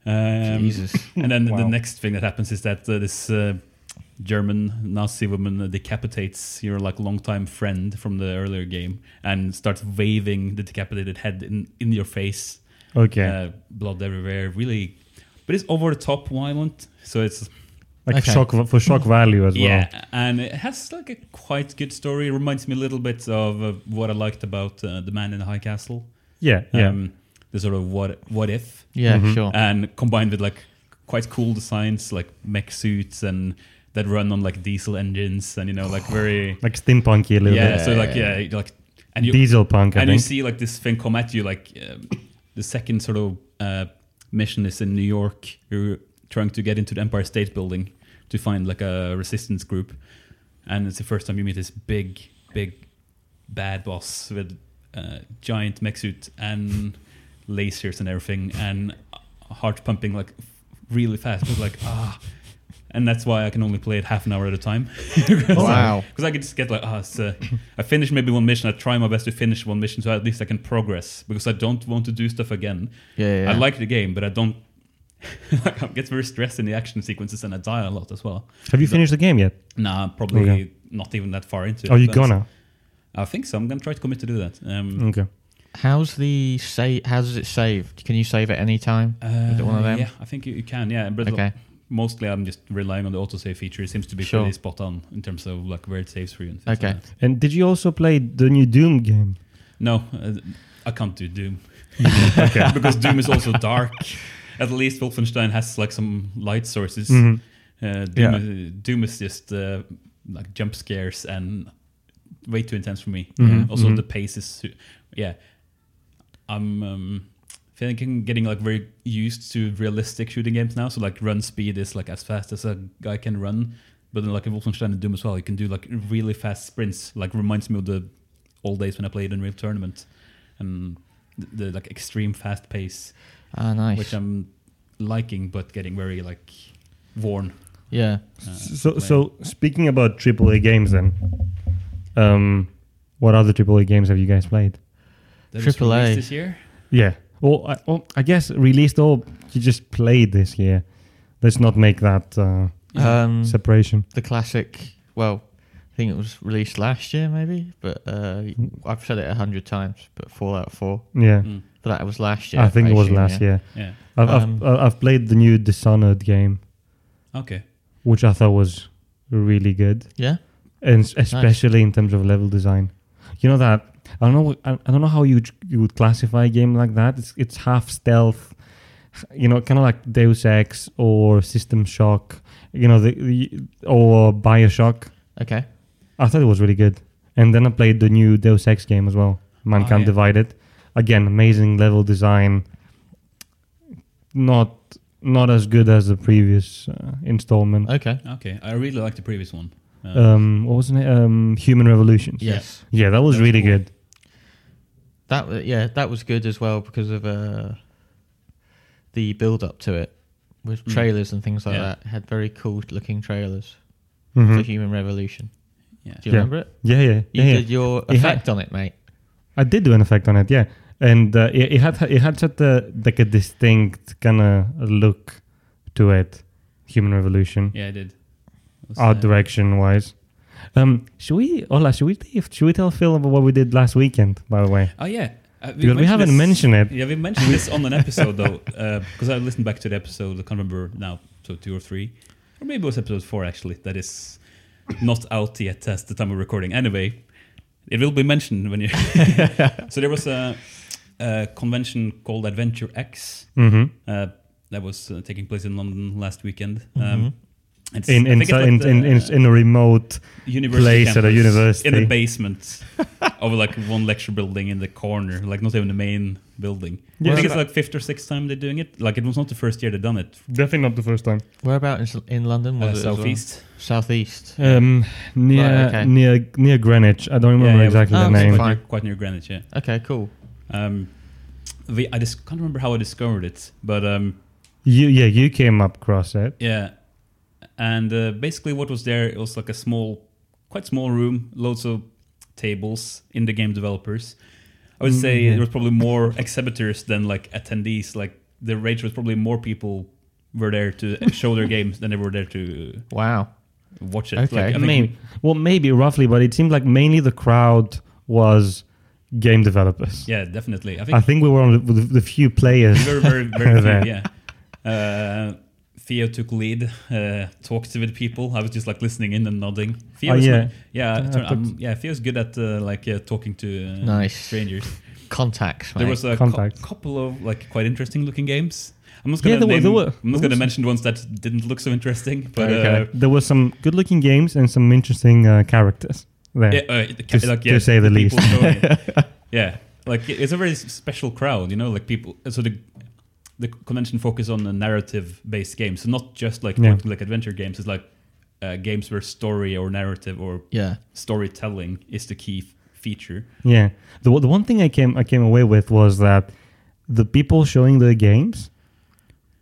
[SPEAKER 2] Um,
[SPEAKER 1] Jesus.
[SPEAKER 2] And then the
[SPEAKER 3] Wow.
[SPEAKER 2] next thing that happens is that uh, this uh, German Nazi woman uh, decapitates your like longtime friend from the earlier game and starts waving the decapitated head in, in your face
[SPEAKER 3] Okay.
[SPEAKER 2] uh, blood everywhere. Really, but it's over the top violent. So it's
[SPEAKER 3] like
[SPEAKER 1] okay.
[SPEAKER 3] shock
[SPEAKER 1] <laughs>
[SPEAKER 3] for shock value as well.
[SPEAKER 2] yeah, and it has like a quite good story. It reminds me a little bit of uh, what I liked about uh, the Man in the High Castle.
[SPEAKER 3] Yeah. Yeah. Oh.
[SPEAKER 2] Um, the sort of what what if,
[SPEAKER 1] Yeah,
[SPEAKER 3] Mm-hmm.
[SPEAKER 1] sure.
[SPEAKER 2] and combined with like quite cool designs like mech suits and that run on like diesel engines and you know like very
[SPEAKER 3] like steampunky a little
[SPEAKER 2] yeah.
[SPEAKER 3] bit.
[SPEAKER 2] So like yeah, like and you
[SPEAKER 3] Diesel punk. I
[SPEAKER 2] and you
[SPEAKER 3] think.
[SPEAKER 2] see like this thing come at you like um, the second sort of uh, mission is in new york you're trying to get into the empire state building to find like a resistance group and it's the first time you meet this big big bad boss with uh, giant mech suit and <laughs> lasers and everything and heart pumping like really fast but like ah and that's why I can only play it half an hour at a time. <laughs>
[SPEAKER 1] Oh, Wow.
[SPEAKER 2] Because I could just get like, ah, it's, uh, I finish maybe one mission. I try my best to finish one mission, so at least I can progress. Because I don't want to do stuff again.
[SPEAKER 1] Yeah, yeah.
[SPEAKER 2] I like the game, but I don't. <laughs> like, I get very stressed in the action sequences, and I die a lot as well.
[SPEAKER 3] Have you finished the game yet?
[SPEAKER 2] Nah, probably
[SPEAKER 3] Okay.
[SPEAKER 2] not even that far into. it,
[SPEAKER 1] Oh,
[SPEAKER 3] Are you
[SPEAKER 2] but
[SPEAKER 3] gonna?
[SPEAKER 2] I think so. I'm gonna try to commit to do that. Um,
[SPEAKER 3] Okay.
[SPEAKER 1] How's the save? How does it save? Can you save at any time? Mm. Is it one of them?
[SPEAKER 2] Yeah, I think you, you can. Yeah, but
[SPEAKER 1] Okay.
[SPEAKER 2] mostly I'm just relying on the autosave feature. It seems to be
[SPEAKER 1] Sure.
[SPEAKER 2] pretty spot on in terms of like where it saves for you. And things
[SPEAKER 1] Okay.
[SPEAKER 2] Like that.
[SPEAKER 3] And did you also play the new Doom game?
[SPEAKER 2] No, uh, I can't do Doom. <laughs> because Doom is also dark. At least Wolfenstein has like some light sources.
[SPEAKER 3] Mm-hmm.
[SPEAKER 2] Uh, Doom, is, Doom is just uh, like jump scares and way too intense for me. Uh, also, the pace is, too- yeah. I'm um, thinking getting like very used to realistic shooting games now. So like run speed is like as fast as a guy can run. But then like in Wolfenstein and Doom as well, you can do like really fast sprints. Like reminds me of the old days when I played in real tournament, and the, the like extreme fast pace,
[SPEAKER 1] Ah, nice.
[SPEAKER 2] which um, I'm liking, but getting very like worn.
[SPEAKER 1] yeah.
[SPEAKER 2] Uh,
[SPEAKER 3] So,
[SPEAKER 2] playing.
[SPEAKER 3] so speaking about AAA games, then, um, what other AAA games have you guys played?
[SPEAKER 2] That was
[SPEAKER 1] AAA.
[SPEAKER 2] released this year.
[SPEAKER 3] Yeah. Well, I, well, I guess released or you just played this year. Let's not make that uh,
[SPEAKER 2] Yeah.
[SPEAKER 1] Um,
[SPEAKER 3] separation.
[SPEAKER 1] the classic. Well, I think it was released last year, maybe. But uh, I've said it a hundred times. But Fallout Four.
[SPEAKER 3] Yeah.
[SPEAKER 2] Mm,
[SPEAKER 1] But that was last year.
[SPEAKER 3] I think it was
[SPEAKER 1] assume,
[SPEAKER 3] last
[SPEAKER 1] yeah.
[SPEAKER 3] year.
[SPEAKER 2] yeah.
[SPEAKER 3] I've,
[SPEAKER 1] Um,
[SPEAKER 3] I've I've played the new Dishonored game,
[SPEAKER 2] Okay.
[SPEAKER 3] which I thought was really good.
[SPEAKER 1] Yeah.
[SPEAKER 3] and s- especially in terms of level design. You know that I don't know. I, I don't know how you you would classify a game like that. It's it's half stealth, you know, kind of like Deus Ex or System Shock, you know, the, the or Bioshock.
[SPEAKER 1] Okay.
[SPEAKER 3] I thought it was really good, and then I played the new Deus Ex game as well, Mankind
[SPEAKER 2] yeah.
[SPEAKER 3] Divided. Again, amazing level design. Not not as good as the previous uh, installment.
[SPEAKER 1] Okay.
[SPEAKER 2] Okay. I really like the previous one. Uh,
[SPEAKER 3] Um, what was it? Um, Human Revolutions.
[SPEAKER 1] Yes.
[SPEAKER 3] Yeah, that was
[SPEAKER 2] That was
[SPEAKER 3] really
[SPEAKER 2] cool.
[SPEAKER 3] good.
[SPEAKER 1] That wa- yeah, that was good as well because of uh, the build up to it with
[SPEAKER 2] Mm.
[SPEAKER 1] trailers and things like
[SPEAKER 2] Yeah.
[SPEAKER 1] that. It had very cool looking trailers for
[SPEAKER 3] Mhm.
[SPEAKER 1] Human Revolution.
[SPEAKER 2] yeah.
[SPEAKER 1] Do you
[SPEAKER 3] Yeah.
[SPEAKER 1] remember it?
[SPEAKER 3] Yeah, yeah,
[SPEAKER 1] You
[SPEAKER 3] yeah, yeah.
[SPEAKER 1] did your
[SPEAKER 3] It had-
[SPEAKER 1] effect on it, mate.
[SPEAKER 3] I did do an effect on it, yeah, and uh, it, it had it had such a like a distinct kind of look to it, Human Revolution,
[SPEAKER 2] Yeah, I did. It was,
[SPEAKER 3] art
[SPEAKER 2] uh,
[SPEAKER 3] direction wise. Um, should we, Ola? Should we if- should we tell Phil about what we did last weekend? By the way,
[SPEAKER 2] Oh yeah, uh,
[SPEAKER 3] because we haven't mentioned it.
[SPEAKER 2] Yeah, we mentioned this on an episode
[SPEAKER 3] <laughs>
[SPEAKER 2] though, because I listened back to the episode. I can't remember now, so two or three, or maybe it was episode four actually. That is not out yet as the time of recording. Anyway, it will be mentioned
[SPEAKER 3] <laughs>
[SPEAKER 2] when you. <laughs> so there was a, a convention called Adventure X
[SPEAKER 3] Mm-hmm.
[SPEAKER 2] uh, that was uh, taking place in London last weekend. Um, It's,
[SPEAKER 3] Mm-hmm. in
[SPEAKER 2] I
[SPEAKER 3] in
[SPEAKER 2] think it's
[SPEAKER 3] in,
[SPEAKER 2] like
[SPEAKER 3] in,
[SPEAKER 2] the,
[SPEAKER 3] in, in a remote.
[SPEAKER 2] university
[SPEAKER 3] place at a
[SPEAKER 2] campus,
[SPEAKER 3] university.
[SPEAKER 2] in the
[SPEAKER 3] <laughs>
[SPEAKER 2] basement of like one lecture building in the corner, like not even the main building.
[SPEAKER 3] Yeah.
[SPEAKER 2] I think it's
[SPEAKER 1] Well,
[SPEAKER 2] like fifth or sixth time they're doing it. Like it was not the first year they done it.
[SPEAKER 3] Definitely not the first time.
[SPEAKER 1] Whereabout in, S- in London was it?
[SPEAKER 2] Uh,
[SPEAKER 1] as well?
[SPEAKER 2] southeast.
[SPEAKER 1] Southeast.
[SPEAKER 3] Um, near
[SPEAKER 1] Right, okay.
[SPEAKER 3] near near Greenwich. I don't remember
[SPEAKER 2] yeah,
[SPEAKER 3] exactly
[SPEAKER 1] oh,
[SPEAKER 3] the
[SPEAKER 1] okay,
[SPEAKER 3] name.
[SPEAKER 1] fine.
[SPEAKER 2] Quite, near, quite near Greenwich. Yeah.
[SPEAKER 1] Okay, cool.
[SPEAKER 2] Um, the, I just can't remember how I discovered it, but um,
[SPEAKER 3] You yeah, you came up across it.
[SPEAKER 2] yeah. And uh, basically, what was there? It was like a small, quite small room, loads of tables in the game developers. I would say
[SPEAKER 1] Mm-hmm.
[SPEAKER 2] there was probably more exhibitors than like attendees. Like the rate was probably more people were there to show
[SPEAKER 1] <laughs>
[SPEAKER 2] their games than they were there to
[SPEAKER 1] Wow.
[SPEAKER 2] watch it.
[SPEAKER 1] Okay.
[SPEAKER 2] Like,
[SPEAKER 1] I
[SPEAKER 2] think
[SPEAKER 3] Maybe. Well, maybe roughly, but it seemed like mainly the crowd was game developers.
[SPEAKER 2] yeah, definitely. I think Uh,
[SPEAKER 3] I think we were on the, the, the few players.
[SPEAKER 2] <laughs> very, very,
[SPEAKER 3] <laughs>
[SPEAKER 2] very
[SPEAKER 3] There.
[SPEAKER 2] few, yeah. Uh, Theo took lead, uh, talked with people. I was just like listening in and nodding. Theo,
[SPEAKER 3] Oh,
[SPEAKER 2] is
[SPEAKER 3] yeah.
[SPEAKER 2] good- yeah,
[SPEAKER 3] Yeah,
[SPEAKER 2] I turn-
[SPEAKER 3] I
[SPEAKER 2] um, yeah. Theo's good at uh, like uh, talking to uh,
[SPEAKER 1] Nice.
[SPEAKER 2] strangers.
[SPEAKER 1] Contacts. Mate.
[SPEAKER 2] There was a cou-
[SPEAKER 3] Contacts.
[SPEAKER 2] couple of like quite interesting looking games. I'm not
[SPEAKER 3] Yeah,
[SPEAKER 2] gonna
[SPEAKER 3] there were-
[SPEAKER 2] name-
[SPEAKER 3] there were-
[SPEAKER 2] I'm not
[SPEAKER 3] there
[SPEAKER 2] gonna
[SPEAKER 3] was-
[SPEAKER 2] mention the ones that didn't look so interesting, but
[SPEAKER 1] Okay.
[SPEAKER 2] uh,
[SPEAKER 3] There were some good-looking games and some interesting uh, characters there.
[SPEAKER 2] yeah, uh, the ca-
[SPEAKER 3] To-
[SPEAKER 2] like,
[SPEAKER 3] to
[SPEAKER 2] yeah,
[SPEAKER 3] say the
[SPEAKER 2] people showing
[SPEAKER 3] <laughs>
[SPEAKER 2] it. yeah, like it- it's a very s- special crowd, you know. Like people, so the the convention focus on the narrative-based games, so not just like
[SPEAKER 3] Yeah.
[SPEAKER 2] like adventure games. It's like uh, games where story or narrative or
[SPEAKER 1] yeah.
[SPEAKER 2] storytelling is the key f- feature.
[SPEAKER 3] Yeah. The, the one thing I came I came away with was that the people showing their games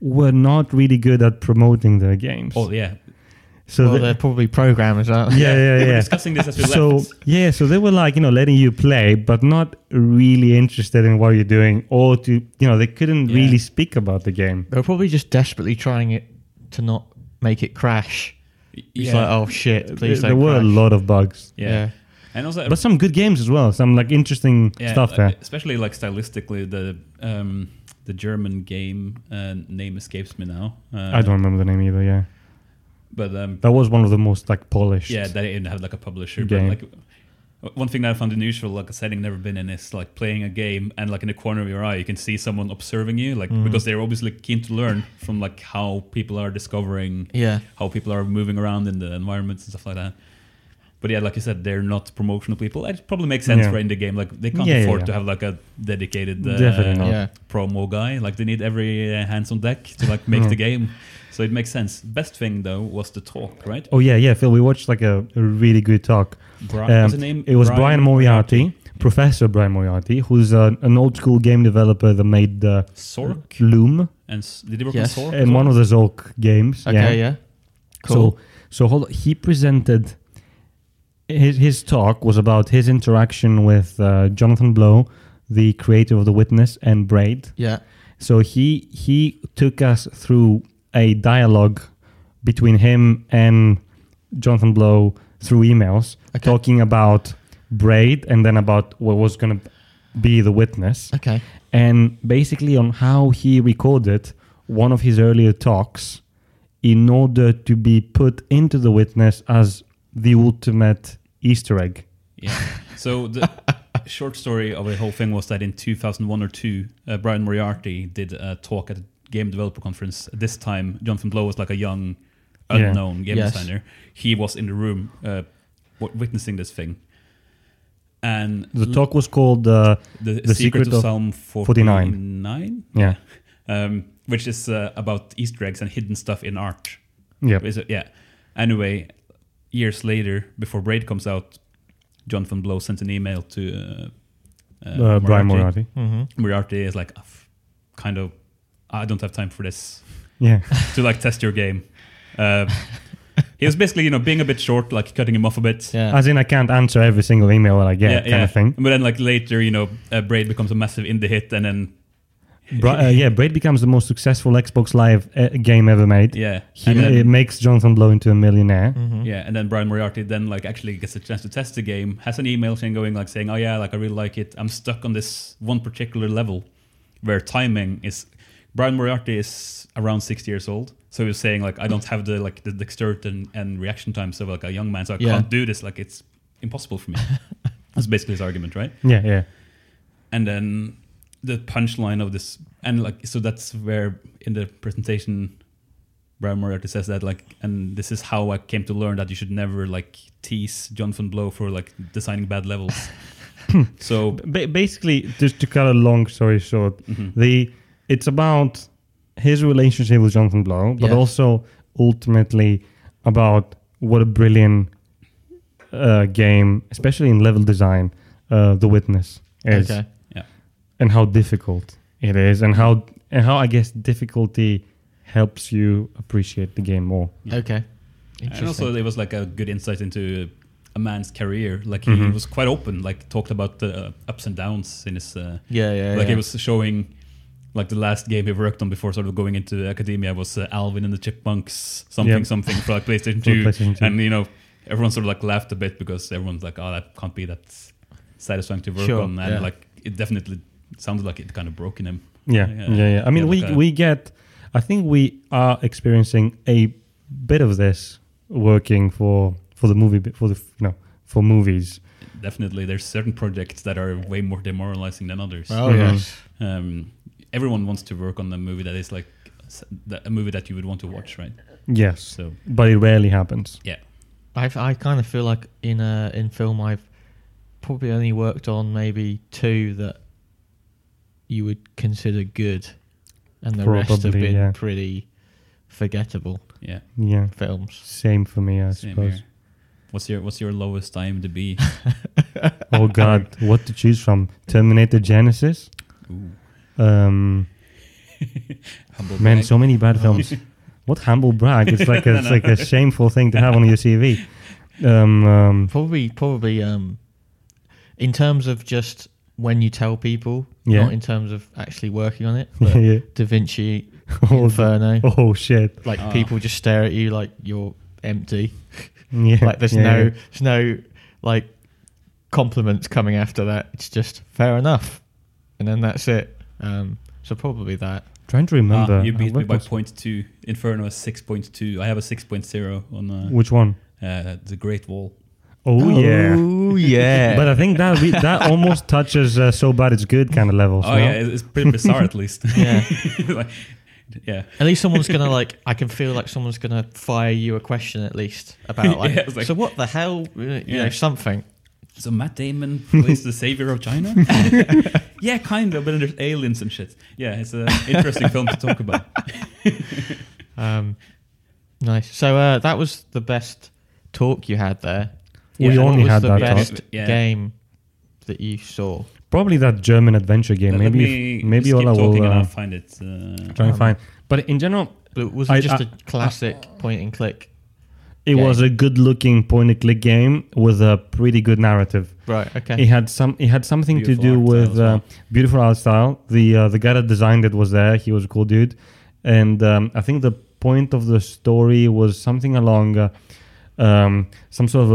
[SPEAKER 3] were not really good at promoting their games.
[SPEAKER 2] Oh yeah,
[SPEAKER 3] so
[SPEAKER 1] well,
[SPEAKER 3] the-
[SPEAKER 1] they're probably programmers, aren't they?
[SPEAKER 3] yeah, yeah,
[SPEAKER 2] we were
[SPEAKER 3] yeah.
[SPEAKER 2] discussing this as we
[SPEAKER 3] So
[SPEAKER 2] left.
[SPEAKER 3] yeah, so they were like you know letting you play, but not really interested in what you're doing, or to you know they couldn't
[SPEAKER 2] Yeah.
[SPEAKER 3] really speak about the game.
[SPEAKER 1] They're probably just desperately trying it to not make it crash. It's like, oh shit,
[SPEAKER 3] There,
[SPEAKER 1] please
[SPEAKER 3] there
[SPEAKER 1] don't
[SPEAKER 3] were a
[SPEAKER 1] crash.
[SPEAKER 3] lot of bugs,
[SPEAKER 2] yeah, and also
[SPEAKER 3] but some good games as well. Some like interesting stuff
[SPEAKER 2] uh,
[SPEAKER 3] there.
[SPEAKER 2] Especially like stylistically, the um, the German game uh, name escapes me now. Uh,
[SPEAKER 3] I don't remember the name either. Yeah,
[SPEAKER 2] But um,
[SPEAKER 3] that was one of the most like polished.
[SPEAKER 2] yeah, they didn't have like a publisher.
[SPEAKER 3] Game.
[SPEAKER 2] But like o- one thing that I found unusual, like a setting I've never been in, is like playing a game and like in the corner of your eye, you can see someone observing you,
[SPEAKER 3] Mm-hmm.
[SPEAKER 2] like because they're obviously keen to learn from like how people are discovering,
[SPEAKER 1] Yeah.
[SPEAKER 2] how people are moving around in the environments and stuff like that. But yeah, like you said, they're not promotional people. It probably makes sense
[SPEAKER 3] Yeah.
[SPEAKER 2] for in the game. Like they can't
[SPEAKER 3] Yeah, yeah,
[SPEAKER 2] afford
[SPEAKER 3] yeah.
[SPEAKER 2] to have like a dedicated uh,
[SPEAKER 3] Definitely not.
[SPEAKER 1] Yeah.
[SPEAKER 3] No.
[SPEAKER 1] yeah.
[SPEAKER 2] promo guy. Like they need every uh, hands on deck to like make
[SPEAKER 3] Mm.
[SPEAKER 2] the game. So it makes sense. Best thing though was the talk, right?
[SPEAKER 3] Oh yeah, yeah, Phil. We watched like a, a really good talk.
[SPEAKER 2] Bri-
[SPEAKER 3] Um,
[SPEAKER 2] what's the name?
[SPEAKER 3] It was Brian, Moriarty, Professor Brian Moriarty, who's an an old school game developer that made uh,
[SPEAKER 2] Sork
[SPEAKER 3] Loom
[SPEAKER 2] and S- did he work
[SPEAKER 1] Yes.
[SPEAKER 2] on Sork?
[SPEAKER 3] and one of the Zolk games. yeah.
[SPEAKER 1] Okay, yeah. Cool.
[SPEAKER 3] So, so hold, he presented his his talk was about his interaction with uh, Jonathan Blow, the creator of The Witness and Braid.
[SPEAKER 1] yeah.
[SPEAKER 3] So he he took us through a dialogue between him and Jonathan Blow through emails,
[SPEAKER 1] Okay.
[SPEAKER 3] talking about Braid and then about what was going to be the witness,
[SPEAKER 1] Okay.
[SPEAKER 3] and basically on how he recorded one of his earlier talks in order to be put into the witness as the ultimate Easter egg.
[SPEAKER 2] Yeah. So
[SPEAKER 3] <laughs>
[SPEAKER 2] the short story of the whole thing was that in 2001 or two, uh, Brian Moriarty did a talk at a game developer conference. This time, Jonathan Blow was like a young,
[SPEAKER 3] Yeah.
[SPEAKER 2] unknown game
[SPEAKER 1] Yes.
[SPEAKER 2] designer. He was in the room uh, w- witnessing this thing. And
[SPEAKER 3] The talk was called uh,
[SPEAKER 2] The,
[SPEAKER 3] The
[SPEAKER 2] Secret,
[SPEAKER 3] Secret
[SPEAKER 2] of,
[SPEAKER 3] of
[SPEAKER 2] Psalm
[SPEAKER 3] 49.
[SPEAKER 2] 49,
[SPEAKER 3] yeah
[SPEAKER 2] um, which is uh, about Easter eggs and hidden stuff in art.
[SPEAKER 3] yeah
[SPEAKER 2] Is it- yeah. Anyway, years later, before Braid comes out, Jonathan Blow sent an email to uh, uh,
[SPEAKER 3] uh, Brian Moriarty.
[SPEAKER 1] Mm-hmm.
[SPEAKER 2] Moriarty is like, "I've kind of, I don't have time for this <laughs>
[SPEAKER 3] Yeah.
[SPEAKER 2] to like test your game. Uh, he was basically, you know, being a bit short, like cutting him off a bit.
[SPEAKER 1] Yeah.
[SPEAKER 3] As in, I can't answer every single email that I get, kind of thing.
[SPEAKER 2] But then, like later, you know, uh, Braid becomes a massive indie hit, and then
[SPEAKER 3] Bra- uh, yeah, Braid becomes the most successful Xbox Live uh, game ever made.
[SPEAKER 2] yeah,
[SPEAKER 3] He
[SPEAKER 2] and then- Mm-hmm.
[SPEAKER 3] it makes Jonathan Blow into a millionaire.
[SPEAKER 2] Yeah, and then Brian Moriarty then like actually gets a chance to test the game, has an email chain going like saying, "Oh yeah, like I really like it. I'm stuck on this one particular level, where timing is." Brian Moriarty is around 60 years old, so he was saying like, "I don't have the like the dexterity and, and reaction times of like a young man, so I
[SPEAKER 1] Yeah.
[SPEAKER 2] can't do this. Like it's impossible for me." <laughs> That's basically his argument, right?
[SPEAKER 3] Yeah, yeah.
[SPEAKER 2] and then the punchline of this and like so that's where in the presentation Brian Moriarty says that like, and this is how I came to learn that you should never like tease Jonathan Blow for like designing bad levels. so
[SPEAKER 3] Ba- basically, just to cut a long story short,
[SPEAKER 1] Mm-hmm.
[SPEAKER 3] the it's about his relationship with Jonathan Blow, but
[SPEAKER 1] Yeah.
[SPEAKER 3] also ultimately about what a brilliant uh, game, especially in level design, uh, The Witness is,
[SPEAKER 1] Okay.
[SPEAKER 3] and how difficult it is, and how and how I guess difficulty helps you appreciate the game more.
[SPEAKER 1] Okay.
[SPEAKER 2] and also it was like a good insight into a man's career. Like he was quite open, like talked about the uh, ups and downs in his. Uh,
[SPEAKER 1] yeah, yeah.
[SPEAKER 2] like
[SPEAKER 1] yeah.
[SPEAKER 2] it was showing like the last game he worked on before sort of going into academia was uh, alvin and the chipmunks something
[SPEAKER 3] Yeah.
[SPEAKER 2] something for like playstation
[SPEAKER 3] For
[SPEAKER 2] 2.
[SPEAKER 3] PlayStation 2.
[SPEAKER 2] and you know everyone sort of like laughed a bit because everyone's like oh that can't be that satisfying to work
[SPEAKER 1] Sure,
[SPEAKER 2] on and
[SPEAKER 1] yeah.
[SPEAKER 2] like it definitely sounded like it kind of broke in him
[SPEAKER 3] Yeah,
[SPEAKER 2] Yeah.
[SPEAKER 3] yeah, yeah. I mean,
[SPEAKER 2] Yeah,
[SPEAKER 3] we
[SPEAKER 2] okay.
[SPEAKER 3] we get. I think we are experiencing a bit of this working for for the movie bi- for the f- you know for movies.
[SPEAKER 2] definitely there's certain projects that are way more demoralizing than others
[SPEAKER 1] Oh
[SPEAKER 3] Mhm.
[SPEAKER 1] yes.
[SPEAKER 2] um, everyone wants to work on a movie that is like s- that- a movie that you would want to watch right
[SPEAKER 3] Yes,
[SPEAKER 2] so
[SPEAKER 3] but it rarely happens.
[SPEAKER 2] yeah
[SPEAKER 1] I I kind of feel like in uh, in film I've probably only worked on maybe two that you would consider good, and the rest have
[SPEAKER 3] Probably,
[SPEAKER 1] been
[SPEAKER 3] yeah.
[SPEAKER 1] pretty forgettable
[SPEAKER 2] yeah
[SPEAKER 3] Yeah,
[SPEAKER 1] films.
[SPEAKER 3] same for me, I
[SPEAKER 2] Same
[SPEAKER 3] suppose.
[SPEAKER 2] here. What's your what's your lowest IMDb?
[SPEAKER 3] Oh
[SPEAKER 2] <laughs>
[SPEAKER 3] God, what to choose from? Terminator Genesis.
[SPEAKER 2] Ooh,
[SPEAKER 3] Um,
[SPEAKER 2] humble
[SPEAKER 3] man,
[SPEAKER 2] brag.
[SPEAKER 3] so many
[SPEAKER 2] <laughs>
[SPEAKER 3] bad films. what humble brag! It's like a, it's like a shameful thing to have on your CV. Um, um,
[SPEAKER 1] Probably probably um, in terms of just when you tell people,
[SPEAKER 3] Yeah.
[SPEAKER 1] not in terms of actually working on it. But
[SPEAKER 3] <laughs> yeah.
[SPEAKER 1] Da
[SPEAKER 3] <laughs>
[SPEAKER 1] Vinci
[SPEAKER 3] Oh,
[SPEAKER 1] Inferno,
[SPEAKER 3] oh shit!
[SPEAKER 1] like
[SPEAKER 2] Ah.
[SPEAKER 1] people just stare at you like you're empty. <laughs>
[SPEAKER 3] Yeah,
[SPEAKER 1] like there's
[SPEAKER 3] yeah,
[SPEAKER 1] no
[SPEAKER 3] yeah.
[SPEAKER 1] there's no like compliments coming after that it's just fair enough and then that's it um so probably that
[SPEAKER 3] Trying
[SPEAKER 2] Ah,
[SPEAKER 3] to remember.
[SPEAKER 2] you
[SPEAKER 3] uh,
[SPEAKER 2] beat me
[SPEAKER 3] what
[SPEAKER 2] by
[SPEAKER 3] was-
[SPEAKER 2] point two. Inferno is six point two. I have a six point zero on uh,
[SPEAKER 3] Which one?
[SPEAKER 2] uh, the Great Wall.
[SPEAKER 3] Oh, yeah.
[SPEAKER 1] oh
[SPEAKER 3] <laughs>
[SPEAKER 1] yeah
[SPEAKER 3] But I think that
[SPEAKER 2] <laughs>
[SPEAKER 3] we, that almost touches uh, so bad it's good kind of levels.
[SPEAKER 2] Oh
[SPEAKER 3] no?
[SPEAKER 2] yeah, it's it's pretty bizarre at
[SPEAKER 3] <laughs>
[SPEAKER 2] least. <laughs>
[SPEAKER 1] yeah
[SPEAKER 2] Like, yeah,
[SPEAKER 1] at least someone's gonna like i can feel like someone's gonna fire you a question at least about like,
[SPEAKER 2] Yeah, it's like-
[SPEAKER 1] so what the hell uh, you
[SPEAKER 2] Yeah.
[SPEAKER 1] know something
[SPEAKER 2] So Matt Damon plays the savior of
[SPEAKER 3] <laughs>
[SPEAKER 2] China. yeah, kind of, but then there's aliens and shit. Yeah, it's an interesting film to talk about.
[SPEAKER 1] um nice so uh that was the best talk you had there
[SPEAKER 3] We
[SPEAKER 1] What
[SPEAKER 3] only
[SPEAKER 1] was
[SPEAKER 3] had
[SPEAKER 1] the
[SPEAKER 3] that
[SPEAKER 1] best
[SPEAKER 2] talk. Yeah.
[SPEAKER 1] game that you saw
[SPEAKER 3] Probably that German adventure game.
[SPEAKER 2] Let- let
[SPEAKER 3] maybe
[SPEAKER 2] me
[SPEAKER 3] if- maybe
[SPEAKER 2] just
[SPEAKER 3] all
[SPEAKER 2] keep
[SPEAKER 3] I
[SPEAKER 2] talking
[SPEAKER 3] will
[SPEAKER 2] and I'll
[SPEAKER 3] uh,
[SPEAKER 2] find it. Uh,
[SPEAKER 3] try and find. But in general,
[SPEAKER 1] but was
[SPEAKER 3] I-
[SPEAKER 1] it just
[SPEAKER 3] I-
[SPEAKER 1] a classic point and click
[SPEAKER 3] it
[SPEAKER 1] Game.
[SPEAKER 3] was a good-looking point-and-click game with a pretty good narrative.
[SPEAKER 1] right okay
[SPEAKER 3] It had some. It had something
[SPEAKER 2] Beautiful
[SPEAKER 3] to do
[SPEAKER 2] art style
[SPEAKER 3] with
[SPEAKER 2] as well.
[SPEAKER 3] uh, beautiful art style. The uh, the guy that designed it was there. He was a cool dude, and um, I think the point of the story was something along uh, um, some sort of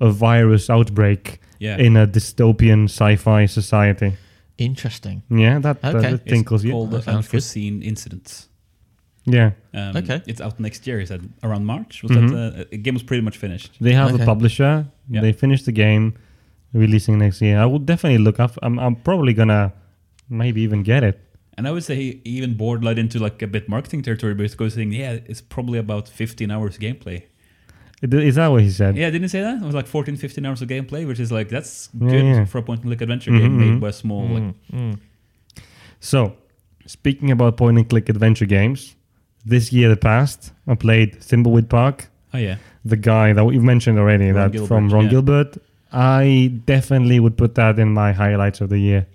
[SPEAKER 3] a, a virus outbreak
[SPEAKER 2] Yeah.
[SPEAKER 3] in a dystopian sci-fi society.
[SPEAKER 1] Interesting.
[SPEAKER 3] Yeah, that, that-
[SPEAKER 1] Okay.
[SPEAKER 3] that
[SPEAKER 2] It's
[SPEAKER 3] tinkles you.
[SPEAKER 2] called the
[SPEAKER 1] That sounds good.
[SPEAKER 2] Unforeseen Incidents.
[SPEAKER 3] Yeah,
[SPEAKER 2] Um,
[SPEAKER 1] Okay.
[SPEAKER 2] It's out next year. Is that around March? Was
[SPEAKER 3] Mm-hmm.
[SPEAKER 2] that uh, the game was pretty much finished?
[SPEAKER 3] they have
[SPEAKER 1] Okay.
[SPEAKER 3] a publisher.
[SPEAKER 2] Yeah.
[SPEAKER 3] They finished the game, releasing next year. I will definitely look up. I'm, I'm probably gonna maybe even get it.
[SPEAKER 2] And I would say he even bored led into like a bit marketing territory, but it's going saying, yeah, it's probably about 15 hours gameplay.
[SPEAKER 3] Is that what he said?
[SPEAKER 2] Yeah, didn't he say that? It was like 14, 15 hours of gameplay, which is like that's
[SPEAKER 3] Yeah,
[SPEAKER 2] good
[SPEAKER 3] yeah.
[SPEAKER 2] for a point and click adventure
[SPEAKER 3] Mhm,
[SPEAKER 2] game made
[SPEAKER 3] mhm.
[SPEAKER 2] by a small. Like,
[SPEAKER 1] Mm, mm.
[SPEAKER 3] So, speaking about point and click adventure games, this year that passed, I played Thimbleweed Park,
[SPEAKER 2] oh yeah,
[SPEAKER 3] the guy that we've mentioned already,
[SPEAKER 2] Ron
[SPEAKER 3] that
[SPEAKER 2] Gilbert,
[SPEAKER 3] from Ron
[SPEAKER 2] yeah.
[SPEAKER 3] Gilbert. I definitely would put that in my highlights of the year.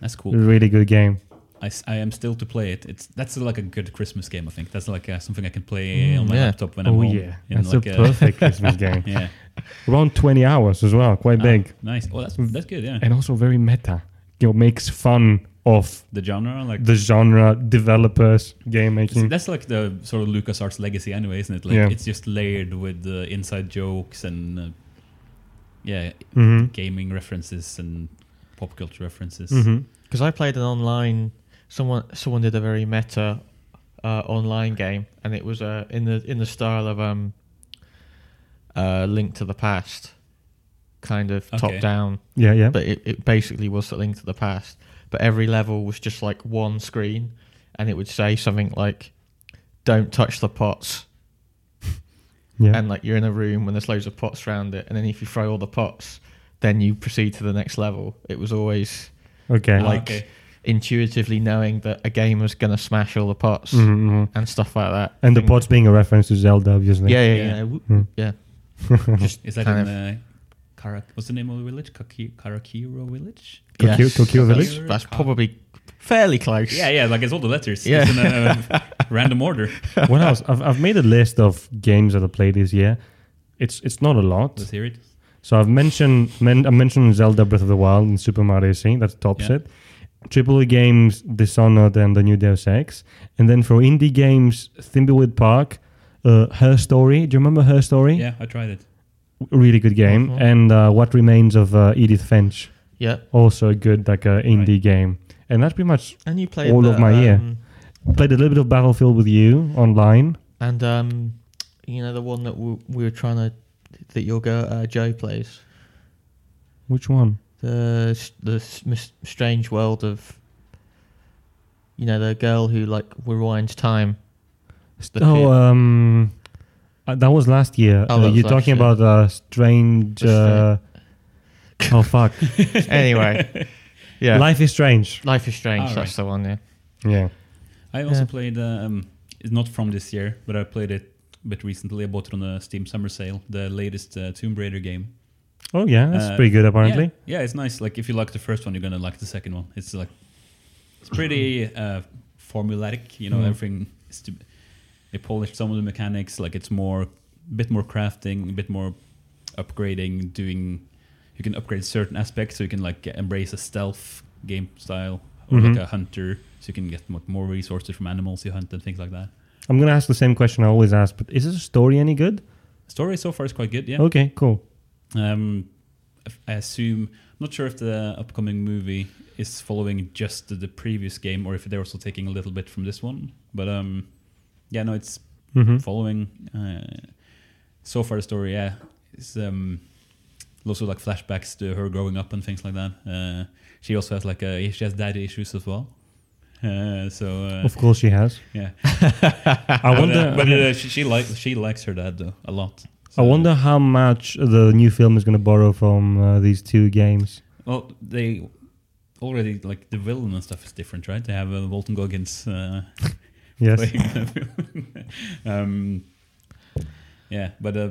[SPEAKER 2] that's cool.
[SPEAKER 3] Really good game.
[SPEAKER 2] I, s- I am still to play it. It's that's like a good Christmas game. I think that's like uh, something I can play
[SPEAKER 1] Mm,
[SPEAKER 2] on my
[SPEAKER 1] yeah.
[SPEAKER 2] laptop when I'm
[SPEAKER 3] oh
[SPEAKER 2] home.
[SPEAKER 3] yeah,
[SPEAKER 2] in,
[SPEAKER 3] that's
[SPEAKER 2] like,
[SPEAKER 3] a
[SPEAKER 2] uh, <laughs>
[SPEAKER 3] perfect Christmas game.
[SPEAKER 2] Yeah,
[SPEAKER 3] Around 20 hours as well, quite
[SPEAKER 2] Ah,
[SPEAKER 3] big,
[SPEAKER 2] nice. Oh, that's that's good. Yeah,
[SPEAKER 3] and also very meta. You know, makes fun of
[SPEAKER 2] the genre like
[SPEAKER 3] the genre, developers, game
[SPEAKER 1] Hmm.
[SPEAKER 2] See,
[SPEAKER 3] making.
[SPEAKER 2] that's like the sort of LucasArts legacy anyway, isn't it? Like
[SPEAKER 3] Yeah.
[SPEAKER 2] it's just layered with uh, inside jokes and uh, yeah,
[SPEAKER 3] hmm
[SPEAKER 2] gaming references and pop culture references.
[SPEAKER 1] Mm-hmm.
[SPEAKER 3] hmm
[SPEAKER 1] Because I played an online. Someone someone did a very meta uh, online game, and it was uh, in the in the style of um, uh, Link to the Past, kind of top
[SPEAKER 2] Okay.
[SPEAKER 1] down.
[SPEAKER 3] Yeah, yeah.
[SPEAKER 1] But it, it basically was a Link to the Past. But every level was just like one screen, and it would say something like, don't touch the pots.
[SPEAKER 3] Yeah.
[SPEAKER 1] And like you're in a room when there's loads of pots around it, and then if you throw all the pots, then you proceed to the next level. It was always
[SPEAKER 3] okay.
[SPEAKER 1] like
[SPEAKER 2] Ah, okay.
[SPEAKER 1] intuitively knowing that a game was gonna smash all the pots
[SPEAKER 3] Mhm, mhm.
[SPEAKER 1] and stuff like that.
[SPEAKER 3] And the
[SPEAKER 1] Thing-
[SPEAKER 3] pots being a reference to Zelda, obviously.
[SPEAKER 1] Yeah, yeah,
[SPEAKER 2] Yeah.
[SPEAKER 1] yeah. yeah. Woo-
[SPEAKER 3] Mm. <laughs>
[SPEAKER 1] yeah. Just
[SPEAKER 2] Is that
[SPEAKER 1] kind
[SPEAKER 2] in
[SPEAKER 1] of-
[SPEAKER 2] uh, Kara- what's the name of the village? Kaki- Karakiro
[SPEAKER 1] <laughs>
[SPEAKER 2] village?
[SPEAKER 3] Kokyo-
[SPEAKER 1] yes,
[SPEAKER 3] Kokyo
[SPEAKER 1] that's-
[SPEAKER 2] Village?
[SPEAKER 1] That's probably fairly close.
[SPEAKER 2] Yeah, yeah, like it's all the letters.
[SPEAKER 1] Yeah.
[SPEAKER 2] It's in a
[SPEAKER 1] <laughs>
[SPEAKER 2] random order.
[SPEAKER 3] what else? I've, I've made a list of games that I played this year. It's it's not a lot.
[SPEAKER 2] Let's hear it.
[SPEAKER 3] So I've mentioned men, I mentioned Zelda Breath of the Wild and Super Mario Sing. That's tops
[SPEAKER 2] Yeah.
[SPEAKER 3] it. Triple A games, Dishonored and the new Deus Ex. And then for indie games, Thimbleweed Park, uh, Her Story. Do you remember Her Story?
[SPEAKER 2] Yeah, I tried it.
[SPEAKER 3] Really good game.
[SPEAKER 1] Mhm.
[SPEAKER 3] And uh, What Remains of uh, Edith Finch.
[SPEAKER 1] Yeah.
[SPEAKER 3] Also a good like uh, indie game. And that's pretty much
[SPEAKER 1] And you played
[SPEAKER 3] All of
[SPEAKER 1] the,
[SPEAKER 3] my
[SPEAKER 1] um,
[SPEAKER 3] year. played a little bit of Battlefield with you online.
[SPEAKER 1] And um, you know the one that we, we were trying to that your girl uh, Joe plays
[SPEAKER 3] Which one?
[SPEAKER 1] the s- the s- mis- strange world of you know the girl who like rewinds
[SPEAKER 2] <laughs>
[SPEAKER 1] time. The kid.
[SPEAKER 3] Oh, um, uh, that was last year.
[SPEAKER 1] Oh,
[SPEAKER 3] Uh,
[SPEAKER 1] that was
[SPEAKER 3] you're
[SPEAKER 1] last
[SPEAKER 3] talking
[SPEAKER 1] year.
[SPEAKER 3] about uh, strange.
[SPEAKER 1] The
[SPEAKER 3] Uh, oh fuck!
[SPEAKER 1] anyway, <laughs> yeah, life,
[SPEAKER 3] Life is strange.
[SPEAKER 1] is strange.
[SPEAKER 2] All
[SPEAKER 1] that's the one. Yeah,
[SPEAKER 3] Yeah.
[SPEAKER 2] I also
[SPEAKER 1] Yeah.
[SPEAKER 2] played, um, it's not from this year, but I played it a bit recently. I bought it on the Steam Summer Sale, the latest uh, Tomb Raider game.
[SPEAKER 3] Oh yeah, that's
[SPEAKER 2] Uh,
[SPEAKER 3] pretty good apparently.
[SPEAKER 2] Yeah, yeah, it's nice. Like if you like the first one, you're gonna like the second one. It's like it's pretty uh, formulaic. You know,
[SPEAKER 3] Mm.
[SPEAKER 2] everything. Is to, they polished some of the mechanics. Like it's more, bit more crafting, a bit more upgrading. Doing, you can upgrade certain aspects, so you can like embrace a stealth game style or
[SPEAKER 3] Mhm.
[SPEAKER 2] like a hunter, so you can get mo- more resources from animals you hunt and things like that.
[SPEAKER 3] I'm gonna ask the same question I always ask, but is this story any good?
[SPEAKER 2] Story so far is quite good. Yeah.
[SPEAKER 3] Okay, cool.
[SPEAKER 2] Um, if- I assume. I'm not sure if the upcoming movie is following just the, the previous game or if they're also taking a little bit from this one. But um, yeah, no, it's
[SPEAKER 3] Mm-hmm.
[SPEAKER 2] following. Uh, so far, the story, yeah, is um, lots of like flashbacks to her growing up and things like that. Uh, she also has like a, she has daddy issues as well. Uh, so uh,
[SPEAKER 3] Of course, she has.
[SPEAKER 2] yeah,
[SPEAKER 3] <laughs>
[SPEAKER 2] <laughs>
[SPEAKER 3] I
[SPEAKER 2] But,
[SPEAKER 3] wonder.
[SPEAKER 2] uh, but uh, she, she likes she likes her dad though a lot.
[SPEAKER 3] <laughs> I
[SPEAKER 2] So-
[SPEAKER 3] wonder how much the new film is gonna borrow from uh, these two games.
[SPEAKER 2] Well, they already like the villain and stuff is different, right? They have uh, Walton Goggins uh,
[SPEAKER 3] Yes.
[SPEAKER 2] playing the villain. <laughs> um, yeah, but uh,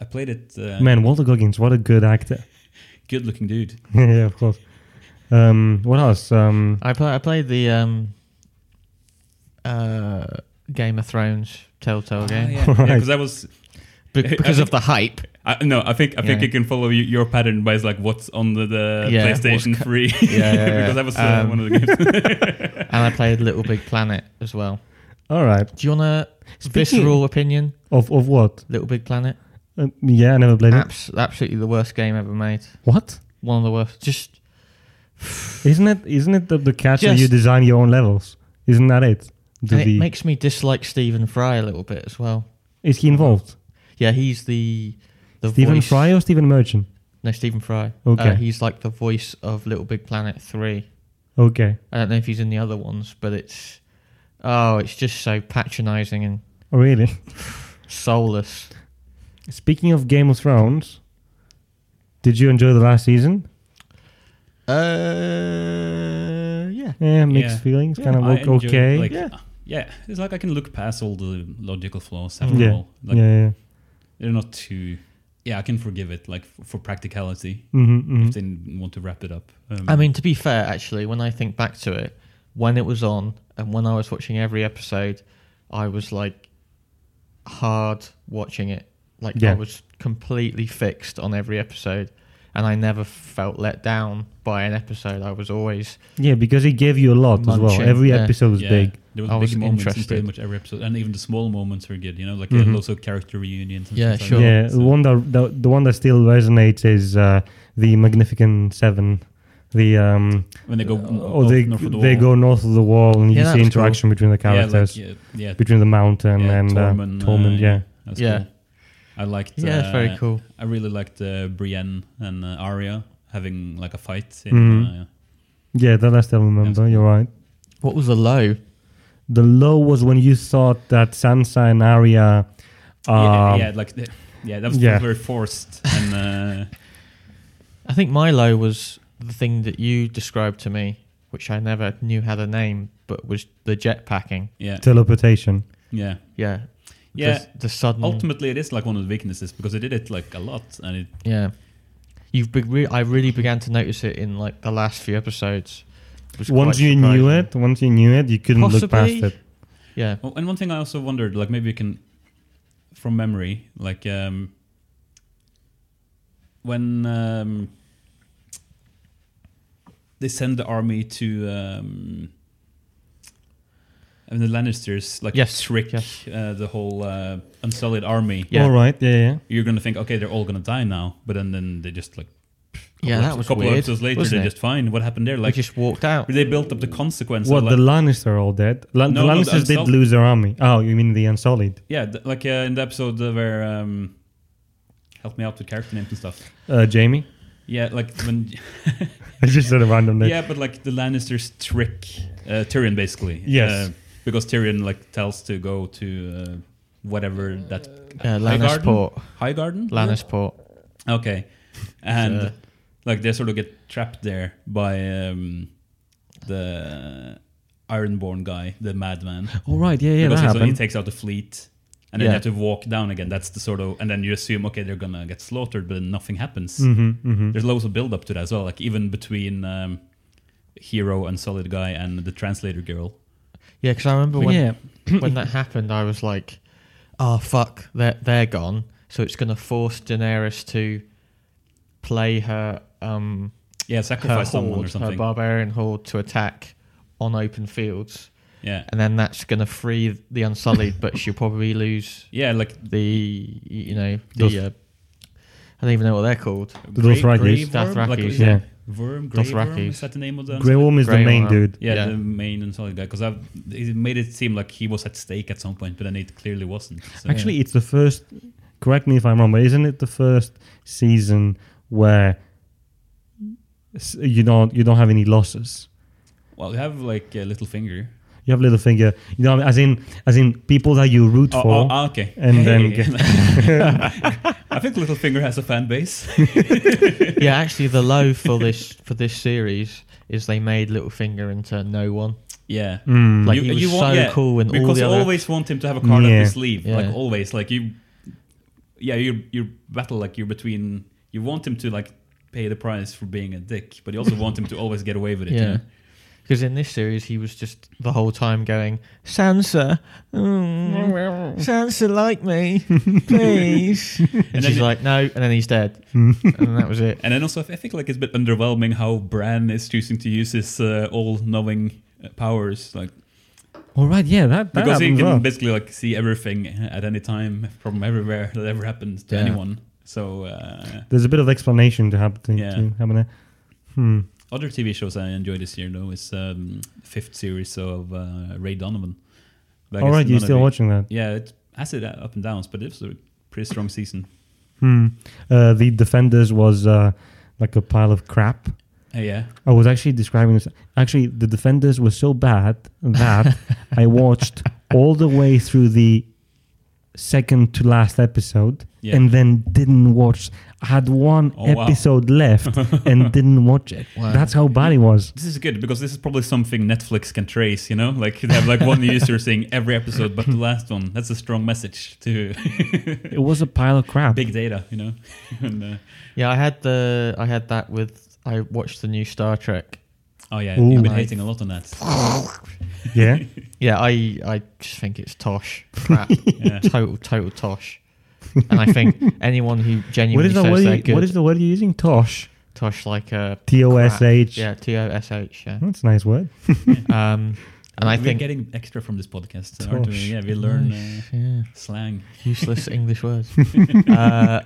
[SPEAKER 2] I played it. Uh,
[SPEAKER 3] <laughs> Man, Walter Goggins, what a good actor. <laughs>
[SPEAKER 2] good-looking dude.
[SPEAKER 3] yeah, of course. Um, what else? Um,
[SPEAKER 1] I play, I played the um, uh, Game of Thrones Telltale
[SPEAKER 2] Ah,
[SPEAKER 3] <laughs>
[SPEAKER 1] game
[SPEAKER 2] yeah, because
[SPEAKER 3] Right.
[SPEAKER 2] I was.
[SPEAKER 1] <laughs> Be-
[SPEAKER 2] I
[SPEAKER 1] because of the hype.
[SPEAKER 2] I, no, I think I think
[SPEAKER 1] Yeah.
[SPEAKER 2] you can follow y- your pattern by like what's on the, the
[SPEAKER 1] Yeah,
[SPEAKER 2] PlayStation
[SPEAKER 1] what's
[SPEAKER 2] 3 <laughs>
[SPEAKER 1] Yeah, yeah, yeah.
[SPEAKER 2] because that was uh,
[SPEAKER 1] Um,
[SPEAKER 2] one of
[SPEAKER 3] <laughs>
[SPEAKER 2] the games.
[SPEAKER 1] And I played Little Big Planet as well.
[SPEAKER 3] all right.
[SPEAKER 1] Do you want a
[SPEAKER 3] Speaking-
[SPEAKER 1] visceral opinion?
[SPEAKER 3] Of of what?
[SPEAKER 1] Little Big Planet.
[SPEAKER 3] Um, yeah, I never played
[SPEAKER 2] Ah.
[SPEAKER 3] it.
[SPEAKER 1] Abs- absolutely the worst game ever made.
[SPEAKER 3] What?
[SPEAKER 1] One of the worst. Just
[SPEAKER 3] Isn't it? Isn't it the, the catch that you
[SPEAKER 1] Just-
[SPEAKER 3] design your own levels? Isn't that it? Do
[SPEAKER 1] and it
[SPEAKER 3] the-
[SPEAKER 1] makes me dislike Stephen Fry a little bit as well.
[SPEAKER 3] is he involved?
[SPEAKER 1] Yeah, he's the the
[SPEAKER 3] Stephen
[SPEAKER 1] voice-
[SPEAKER 3] Fry or Stephen Merchant?
[SPEAKER 1] No, Stephen Fry.
[SPEAKER 3] Okay.
[SPEAKER 1] Uh, he's like the voice of Little Big Planet three.
[SPEAKER 3] Okay.
[SPEAKER 1] I don't know if he's in the other ones, but it's oh, it's just so patronising and
[SPEAKER 3] Oh, really? <laughs>
[SPEAKER 1] soulless.
[SPEAKER 3] Speaking of Game of Thrones, did you enjoy the last season?
[SPEAKER 1] Uh, yeah.
[SPEAKER 3] Yeah, mixed
[SPEAKER 2] Yeah.
[SPEAKER 3] feelings. kind of
[SPEAKER 2] I
[SPEAKER 3] o-
[SPEAKER 2] enjoyed,
[SPEAKER 3] okay.
[SPEAKER 2] Like,
[SPEAKER 1] Yeah.
[SPEAKER 2] yeah. it's like I can look past all the logical flaws after
[SPEAKER 3] Yeah.
[SPEAKER 2] all. Like,
[SPEAKER 3] yeah, yeah.
[SPEAKER 2] they're not too. Yeah, I can forgive it, like for, for practicality.
[SPEAKER 3] hmm
[SPEAKER 2] If they n- want to wrap it up. Um,
[SPEAKER 1] I mean, to be fair, actually, when I think back to it, when it was on and when I was watching every episode, I was like hard watching it. Like
[SPEAKER 3] Yeah.
[SPEAKER 1] I was completely fixed on every episode, and I never felt let down by an episode. I was always
[SPEAKER 3] Yeah, because he gave you a lot as well.
[SPEAKER 1] Munching,
[SPEAKER 3] Every
[SPEAKER 1] yeah.
[SPEAKER 3] episode was
[SPEAKER 2] yeah,
[SPEAKER 3] big.
[SPEAKER 2] There was
[SPEAKER 1] I
[SPEAKER 2] big
[SPEAKER 1] was
[SPEAKER 2] moments in
[SPEAKER 1] interested.
[SPEAKER 2] pretty much every episode, and even the small moments were good. You know, like
[SPEAKER 3] Mhm.
[SPEAKER 2] uh, lots of character reunions. And
[SPEAKER 1] Yeah,
[SPEAKER 2] stuff
[SPEAKER 1] sure.
[SPEAKER 2] Like
[SPEAKER 3] Yeah,
[SPEAKER 2] that.
[SPEAKER 3] the
[SPEAKER 2] So-
[SPEAKER 3] one that the, the one that still resonates is uh, the Magnificent Seven. The um,
[SPEAKER 2] when they go,
[SPEAKER 3] or they
[SPEAKER 2] north of the
[SPEAKER 3] they
[SPEAKER 2] wall.
[SPEAKER 3] go north of the wall and
[SPEAKER 1] Yeah,
[SPEAKER 3] you
[SPEAKER 1] that
[SPEAKER 3] see
[SPEAKER 1] was
[SPEAKER 3] interaction between the
[SPEAKER 2] Yeah,
[SPEAKER 3] characters
[SPEAKER 2] like, yeah, yeah,
[SPEAKER 3] between the mountain
[SPEAKER 2] yeah,
[SPEAKER 3] and
[SPEAKER 2] Tormund,
[SPEAKER 3] uh,
[SPEAKER 2] uh,
[SPEAKER 3] Tormund. yeah,
[SPEAKER 2] that's
[SPEAKER 1] Yeah.
[SPEAKER 2] cool. I liked.
[SPEAKER 1] yeah, it's very
[SPEAKER 2] uh,
[SPEAKER 1] cool.
[SPEAKER 2] I really liked uh, Brienne and uh, Arya having like a fight in
[SPEAKER 3] Mhm.
[SPEAKER 2] uh,
[SPEAKER 3] yeah, that I still remember. You're right.
[SPEAKER 1] What was the low?
[SPEAKER 3] The low was when you thought that Sansa and Arya. Um,
[SPEAKER 2] yeah, yeah, like the- yeah, that was
[SPEAKER 3] yeah.
[SPEAKER 2] very forced and uh,
[SPEAKER 1] I think Milo was the thing that you described to me, which I never knew had a name, but was the jetpacking.
[SPEAKER 3] <laughs>
[SPEAKER 2] yeah,
[SPEAKER 3] Teleportation.
[SPEAKER 2] yeah,
[SPEAKER 1] Yeah.
[SPEAKER 2] yeah.
[SPEAKER 1] The, the
[SPEAKER 3] Mm.
[SPEAKER 1] sudden.
[SPEAKER 2] Ultimately, it is like one of the weaknesses because they did it like a lot, and it
[SPEAKER 1] Yeah. You've be- re- I really began to notice it in like the last few episodes. It was
[SPEAKER 3] Once
[SPEAKER 1] quite
[SPEAKER 3] you knew
[SPEAKER 1] surprising.
[SPEAKER 3] it, once you knew it, you couldn't look past
[SPEAKER 1] Possibly.
[SPEAKER 3] it.
[SPEAKER 1] Yeah.
[SPEAKER 2] Oh, and one thing I also wondered, like maybe you can, from memory, like um, when um, they send the army to, um, I mean, the Lannisters, like
[SPEAKER 1] Yes,
[SPEAKER 2] trick
[SPEAKER 1] yes.
[SPEAKER 2] uh, the whole uh, unsullied army.
[SPEAKER 1] Yeah.
[SPEAKER 3] All right. Yeah, yeah.
[SPEAKER 2] You're gonna think, okay, they're all gonna die now, but then then they just like
[SPEAKER 1] Yeah, that
[SPEAKER 2] a
[SPEAKER 1] was
[SPEAKER 2] couple
[SPEAKER 1] weird.
[SPEAKER 2] episodes later,
[SPEAKER 1] wasn't
[SPEAKER 2] they're
[SPEAKER 1] it?
[SPEAKER 2] just fine. What happened there?
[SPEAKER 1] They
[SPEAKER 2] Like
[SPEAKER 1] just walked out.
[SPEAKER 2] they built up the consequence.
[SPEAKER 3] What
[SPEAKER 2] of,
[SPEAKER 3] the
[SPEAKER 2] like,
[SPEAKER 3] Lannisters are all dead. La-
[SPEAKER 2] No, no,
[SPEAKER 3] the
[SPEAKER 2] the
[SPEAKER 3] Lannisters did
[SPEAKER 2] Unsullied-
[SPEAKER 3] lose their army. Oh, you mean the Unsullied?
[SPEAKER 2] yeah, th- like uh, in the episode uh, where um, help me out with character names and stuff.
[SPEAKER 3] Uh, Jamie.
[SPEAKER 2] Yeah, like when.
[SPEAKER 3] <laughs> I just said a random name.
[SPEAKER 2] yeah, but like the Lannisters trick uh, Tyrion basically.
[SPEAKER 3] Yes.
[SPEAKER 2] Uh, because Tyrion like tells to go to uh, whatever that
[SPEAKER 1] Yeah,
[SPEAKER 2] Highgarden?
[SPEAKER 1] Lannisport.
[SPEAKER 2] High Garden.
[SPEAKER 1] Lannisport.
[SPEAKER 2] Okay, and
[SPEAKER 1] So-
[SPEAKER 2] like they sort of get trapped there by um, the Ironborn guy, the madman.
[SPEAKER 3] All right. Yeah, yeah.
[SPEAKER 2] because
[SPEAKER 3] that
[SPEAKER 2] he- so he
[SPEAKER 3] happened.
[SPEAKER 2] takes out the fleet. And then
[SPEAKER 1] Yeah.
[SPEAKER 2] you have to walk down again. That's the sort of, and then you assume, okay, they're gonna get slaughtered, but then nothing happens.
[SPEAKER 3] Mm-hmm, mm-hmm.
[SPEAKER 2] there's loads of build up to that as well. Like even between um, hero and solid guy and the translator girl.
[SPEAKER 1] Yeah, because I remember when
[SPEAKER 3] yeah.
[SPEAKER 1] when that happened, I was like, "Oh fuck, they're they're gone." So it's going to force Daenerys to play her um
[SPEAKER 2] Yeah,
[SPEAKER 1] her,
[SPEAKER 2] sacrifice someone or
[SPEAKER 1] horde, her
[SPEAKER 2] something.
[SPEAKER 1] barbarian horde to attack on open fields,
[SPEAKER 2] yeah,
[SPEAKER 1] and then that's going to free the Unsullied, but she'll probably lose
[SPEAKER 2] yeah, like
[SPEAKER 1] the you know
[SPEAKER 3] Doth-
[SPEAKER 1] the uh, I don't even know what they're
[SPEAKER 2] <laughs>
[SPEAKER 1] called.
[SPEAKER 2] Grey-
[SPEAKER 3] Dothrakis.
[SPEAKER 2] Grey Worm?
[SPEAKER 1] Dothrakis,
[SPEAKER 2] Like, is
[SPEAKER 3] yeah.
[SPEAKER 2] it Worm, Grey Worm,
[SPEAKER 1] Dothrakis.
[SPEAKER 2] is that the name of the
[SPEAKER 3] Grey Worm is the
[SPEAKER 1] Grey
[SPEAKER 3] main
[SPEAKER 1] Worm.
[SPEAKER 3] dude.
[SPEAKER 2] Yeah,
[SPEAKER 1] Yeah.
[SPEAKER 2] the main and solid guy. Because I've it made it seem like he was at stake at some point, but then it clearly wasn't. So,
[SPEAKER 3] Actually, it's the first. Correct me if I'm wrong, but isn't it the first season where s- you don't you don't have any losses?
[SPEAKER 2] well, you have like a little finger.
[SPEAKER 3] You have Littlefinger, you know, as in as in people that you root
[SPEAKER 2] Oh,
[SPEAKER 3] for.
[SPEAKER 2] oh, ah, okay.
[SPEAKER 3] and
[SPEAKER 2] <laughs>
[SPEAKER 3] then
[SPEAKER 2] I think Littlefinger has a fan base.
[SPEAKER 1] yeah, actually, the low for this for this series is they made Littlefinger into no one.
[SPEAKER 2] yeah.
[SPEAKER 3] Mm.
[SPEAKER 1] Like he was so cool in all
[SPEAKER 2] because
[SPEAKER 1] the
[SPEAKER 2] you
[SPEAKER 1] other-
[SPEAKER 2] always want him to have a card up
[SPEAKER 3] Yeah.
[SPEAKER 2] his sleeve.
[SPEAKER 1] Yeah.
[SPEAKER 2] Like always, like you, yeah, you you battle like you're between. You want him to like pay the price for being a dick, but you also want him to always get away with it.
[SPEAKER 1] Yeah. Because in this series, he was just the whole time going, Sansa,
[SPEAKER 3] <laughs>
[SPEAKER 1] mm, Sansa, like
[SPEAKER 2] <laughs>
[SPEAKER 1] me, please. and
[SPEAKER 2] then
[SPEAKER 1] she's
[SPEAKER 2] it-
[SPEAKER 1] like, no, and then he's
[SPEAKER 2] <laughs>
[SPEAKER 1] dead. and that was it.
[SPEAKER 2] And then also, I think like it's a bit underwhelming how Bran is choosing to use his uh, all-knowing uh, powers, like
[SPEAKER 3] All right, yeah, that, that
[SPEAKER 2] because he
[SPEAKER 3] happens
[SPEAKER 2] can
[SPEAKER 3] well.
[SPEAKER 2] basically like see everything at any time from everywhere that ever happened to
[SPEAKER 1] Yeah.
[SPEAKER 2] anyone. So uh,
[SPEAKER 3] There's a bit of explanation to happen.
[SPEAKER 2] Yeah.
[SPEAKER 3] To happen there. Hmm.
[SPEAKER 2] Other TV shows I enjoyed this year though is um, fifth series of uh, Ray Donovan. But I
[SPEAKER 3] All
[SPEAKER 2] guess
[SPEAKER 3] right, you're
[SPEAKER 2] none of
[SPEAKER 3] still
[SPEAKER 2] you-
[SPEAKER 3] watching that.
[SPEAKER 2] Yeah, it has it up and downs, but it was a pretty strong season.
[SPEAKER 3] Hmm. Uh, the Defenders was uh, like a pile of crap.
[SPEAKER 2] Uh, yeah,
[SPEAKER 3] I was actually describing this. Actually, the Defenders was so bad that I watched all the way through the second to last episode
[SPEAKER 2] Yeah.
[SPEAKER 3] and then didn't watch. I had one
[SPEAKER 2] Oh, wow.
[SPEAKER 3] episode left and didn't watch it.
[SPEAKER 1] Wow.
[SPEAKER 3] That's how bad it was.
[SPEAKER 2] this is good because this is probably something Netflix can trace. You know, like they have like one
[SPEAKER 3] <laughs>
[SPEAKER 2] user saying every episode, but the last one. That's a strong message to <laughs>
[SPEAKER 3] It was a pile of crap.
[SPEAKER 2] big data. You know, <laughs> and, uh,
[SPEAKER 1] Yeah, I had the I had that with I watched the new Star Trek.
[SPEAKER 2] oh yeah,
[SPEAKER 3] Ooh.
[SPEAKER 2] you've been
[SPEAKER 1] Right.
[SPEAKER 2] hating a lot on that.
[SPEAKER 3] <laughs> Yeah.
[SPEAKER 1] Yeah, I I just think it's tosh
[SPEAKER 3] <laughs>
[SPEAKER 1] crap,
[SPEAKER 2] Yeah.
[SPEAKER 1] total total tosh. And I think anyone who
[SPEAKER 3] what
[SPEAKER 1] genuinely
[SPEAKER 3] is the
[SPEAKER 1] says
[SPEAKER 3] word?
[SPEAKER 1] they're
[SPEAKER 3] You,
[SPEAKER 1] good,
[SPEAKER 3] what is the word you're using? Tosh.
[SPEAKER 1] tosh like a
[SPEAKER 3] T O S H. Hmm?
[SPEAKER 1] yeah T O S H yeah.
[SPEAKER 3] That's a nice word.
[SPEAKER 1] Um, and I
[SPEAKER 2] we're
[SPEAKER 1] think
[SPEAKER 2] getting extra from this podcast, uh, aren't we?
[SPEAKER 3] Tosh.
[SPEAKER 2] Yeah, we learn uh,
[SPEAKER 1] yeah.
[SPEAKER 2] slang.
[SPEAKER 3] <laughs>
[SPEAKER 1] useless English words. uh,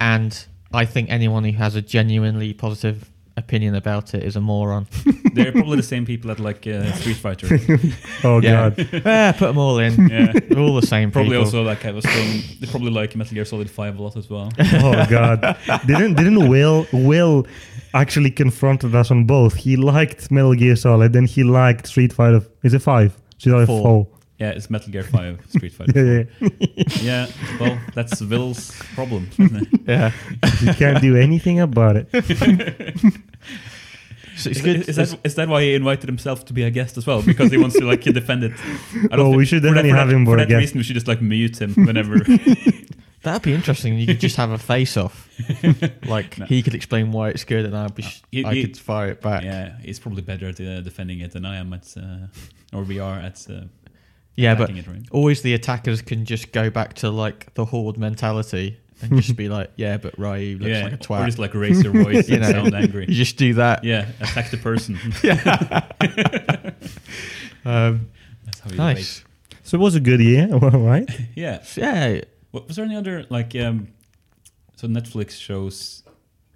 [SPEAKER 1] and I think anyone who has a genuinely positive opinion about it is a moron.
[SPEAKER 2] They're probably the same people that like
[SPEAKER 3] <laughs>
[SPEAKER 2] uh, Street Fighter.
[SPEAKER 3] Oh
[SPEAKER 1] Yeah.
[SPEAKER 3] god.
[SPEAKER 1] <laughs> yeah, put them all
[SPEAKER 3] <laughs>
[SPEAKER 1] in.
[SPEAKER 2] Yeah.
[SPEAKER 1] They're all the same.
[SPEAKER 2] Probably
[SPEAKER 1] people.
[SPEAKER 2] also like have a strong. They probably like Metal Gear Solid Five a lot as
[SPEAKER 3] <laughs>
[SPEAKER 2] well. <laughs>
[SPEAKER 3] Oh god. didn't didn't Will Will actually confronted us on both. He liked Metal Gear Solid and he liked Street Fighter. Is it five? 2004.
[SPEAKER 2] Yeah, it's Metal Gear 5 Street Fighter.
[SPEAKER 3] <laughs> Yeah, yeah.
[SPEAKER 2] yeah, well, that's Will's problem. Isn't
[SPEAKER 3] <laughs>
[SPEAKER 2] it?
[SPEAKER 1] Yeah.
[SPEAKER 3] You can't do anything about it.
[SPEAKER 1] So it's
[SPEAKER 2] Is,
[SPEAKER 1] good.
[SPEAKER 2] is that, is that why he invited himself to be a guest as well? Because he wants to like defend it. I
[SPEAKER 3] Well,
[SPEAKER 2] think-
[SPEAKER 3] we should
[SPEAKER 2] for that-
[SPEAKER 3] definitely
[SPEAKER 2] for
[SPEAKER 3] have
[SPEAKER 2] that-
[SPEAKER 3] him for
[SPEAKER 2] For
[SPEAKER 3] a
[SPEAKER 2] that
[SPEAKER 3] guest.
[SPEAKER 2] reason, we should just like mute
[SPEAKER 3] <laughs>
[SPEAKER 2] him whenever.
[SPEAKER 1] That'd be interesting. You could just
[SPEAKER 2] <laughs>
[SPEAKER 1] have a face off. Like
[SPEAKER 2] No.
[SPEAKER 1] he could explain why it's good, and I'd be sh-
[SPEAKER 2] He-
[SPEAKER 1] I
[SPEAKER 2] he-
[SPEAKER 1] could fire it back. Yeah,
[SPEAKER 2] yeah, he's probably better at uh, defending it than I am at, uh, or we are at. Uh,
[SPEAKER 1] but
[SPEAKER 2] attacking it, right?
[SPEAKER 1] always the attackers can just go back to like the horde mentality and just be like, "Yeah, but Ryu looks
[SPEAKER 2] yeah,
[SPEAKER 1] like a
[SPEAKER 2] or
[SPEAKER 1] twat."
[SPEAKER 2] just like raise your
[SPEAKER 1] <laughs>
[SPEAKER 2] voice
[SPEAKER 1] You
[SPEAKER 2] and
[SPEAKER 1] know.
[SPEAKER 2] sound angry.
[SPEAKER 1] You just do that.
[SPEAKER 2] Yeah, attack the
[SPEAKER 1] <laughs>
[SPEAKER 2] person. <laughs>
[SPEAKER 1] Um,
[SPEAKER 2] That's how you
[SPEAKER 1] nice.
[SPEAKER 3] So it was a good year, <laughs> right?
[SPEAKER 2] debate. Yeah.
[SPEAKER 1] Yeah.
[SPEAKER 2] Wa- Was there any other like? Um, so Netflix shows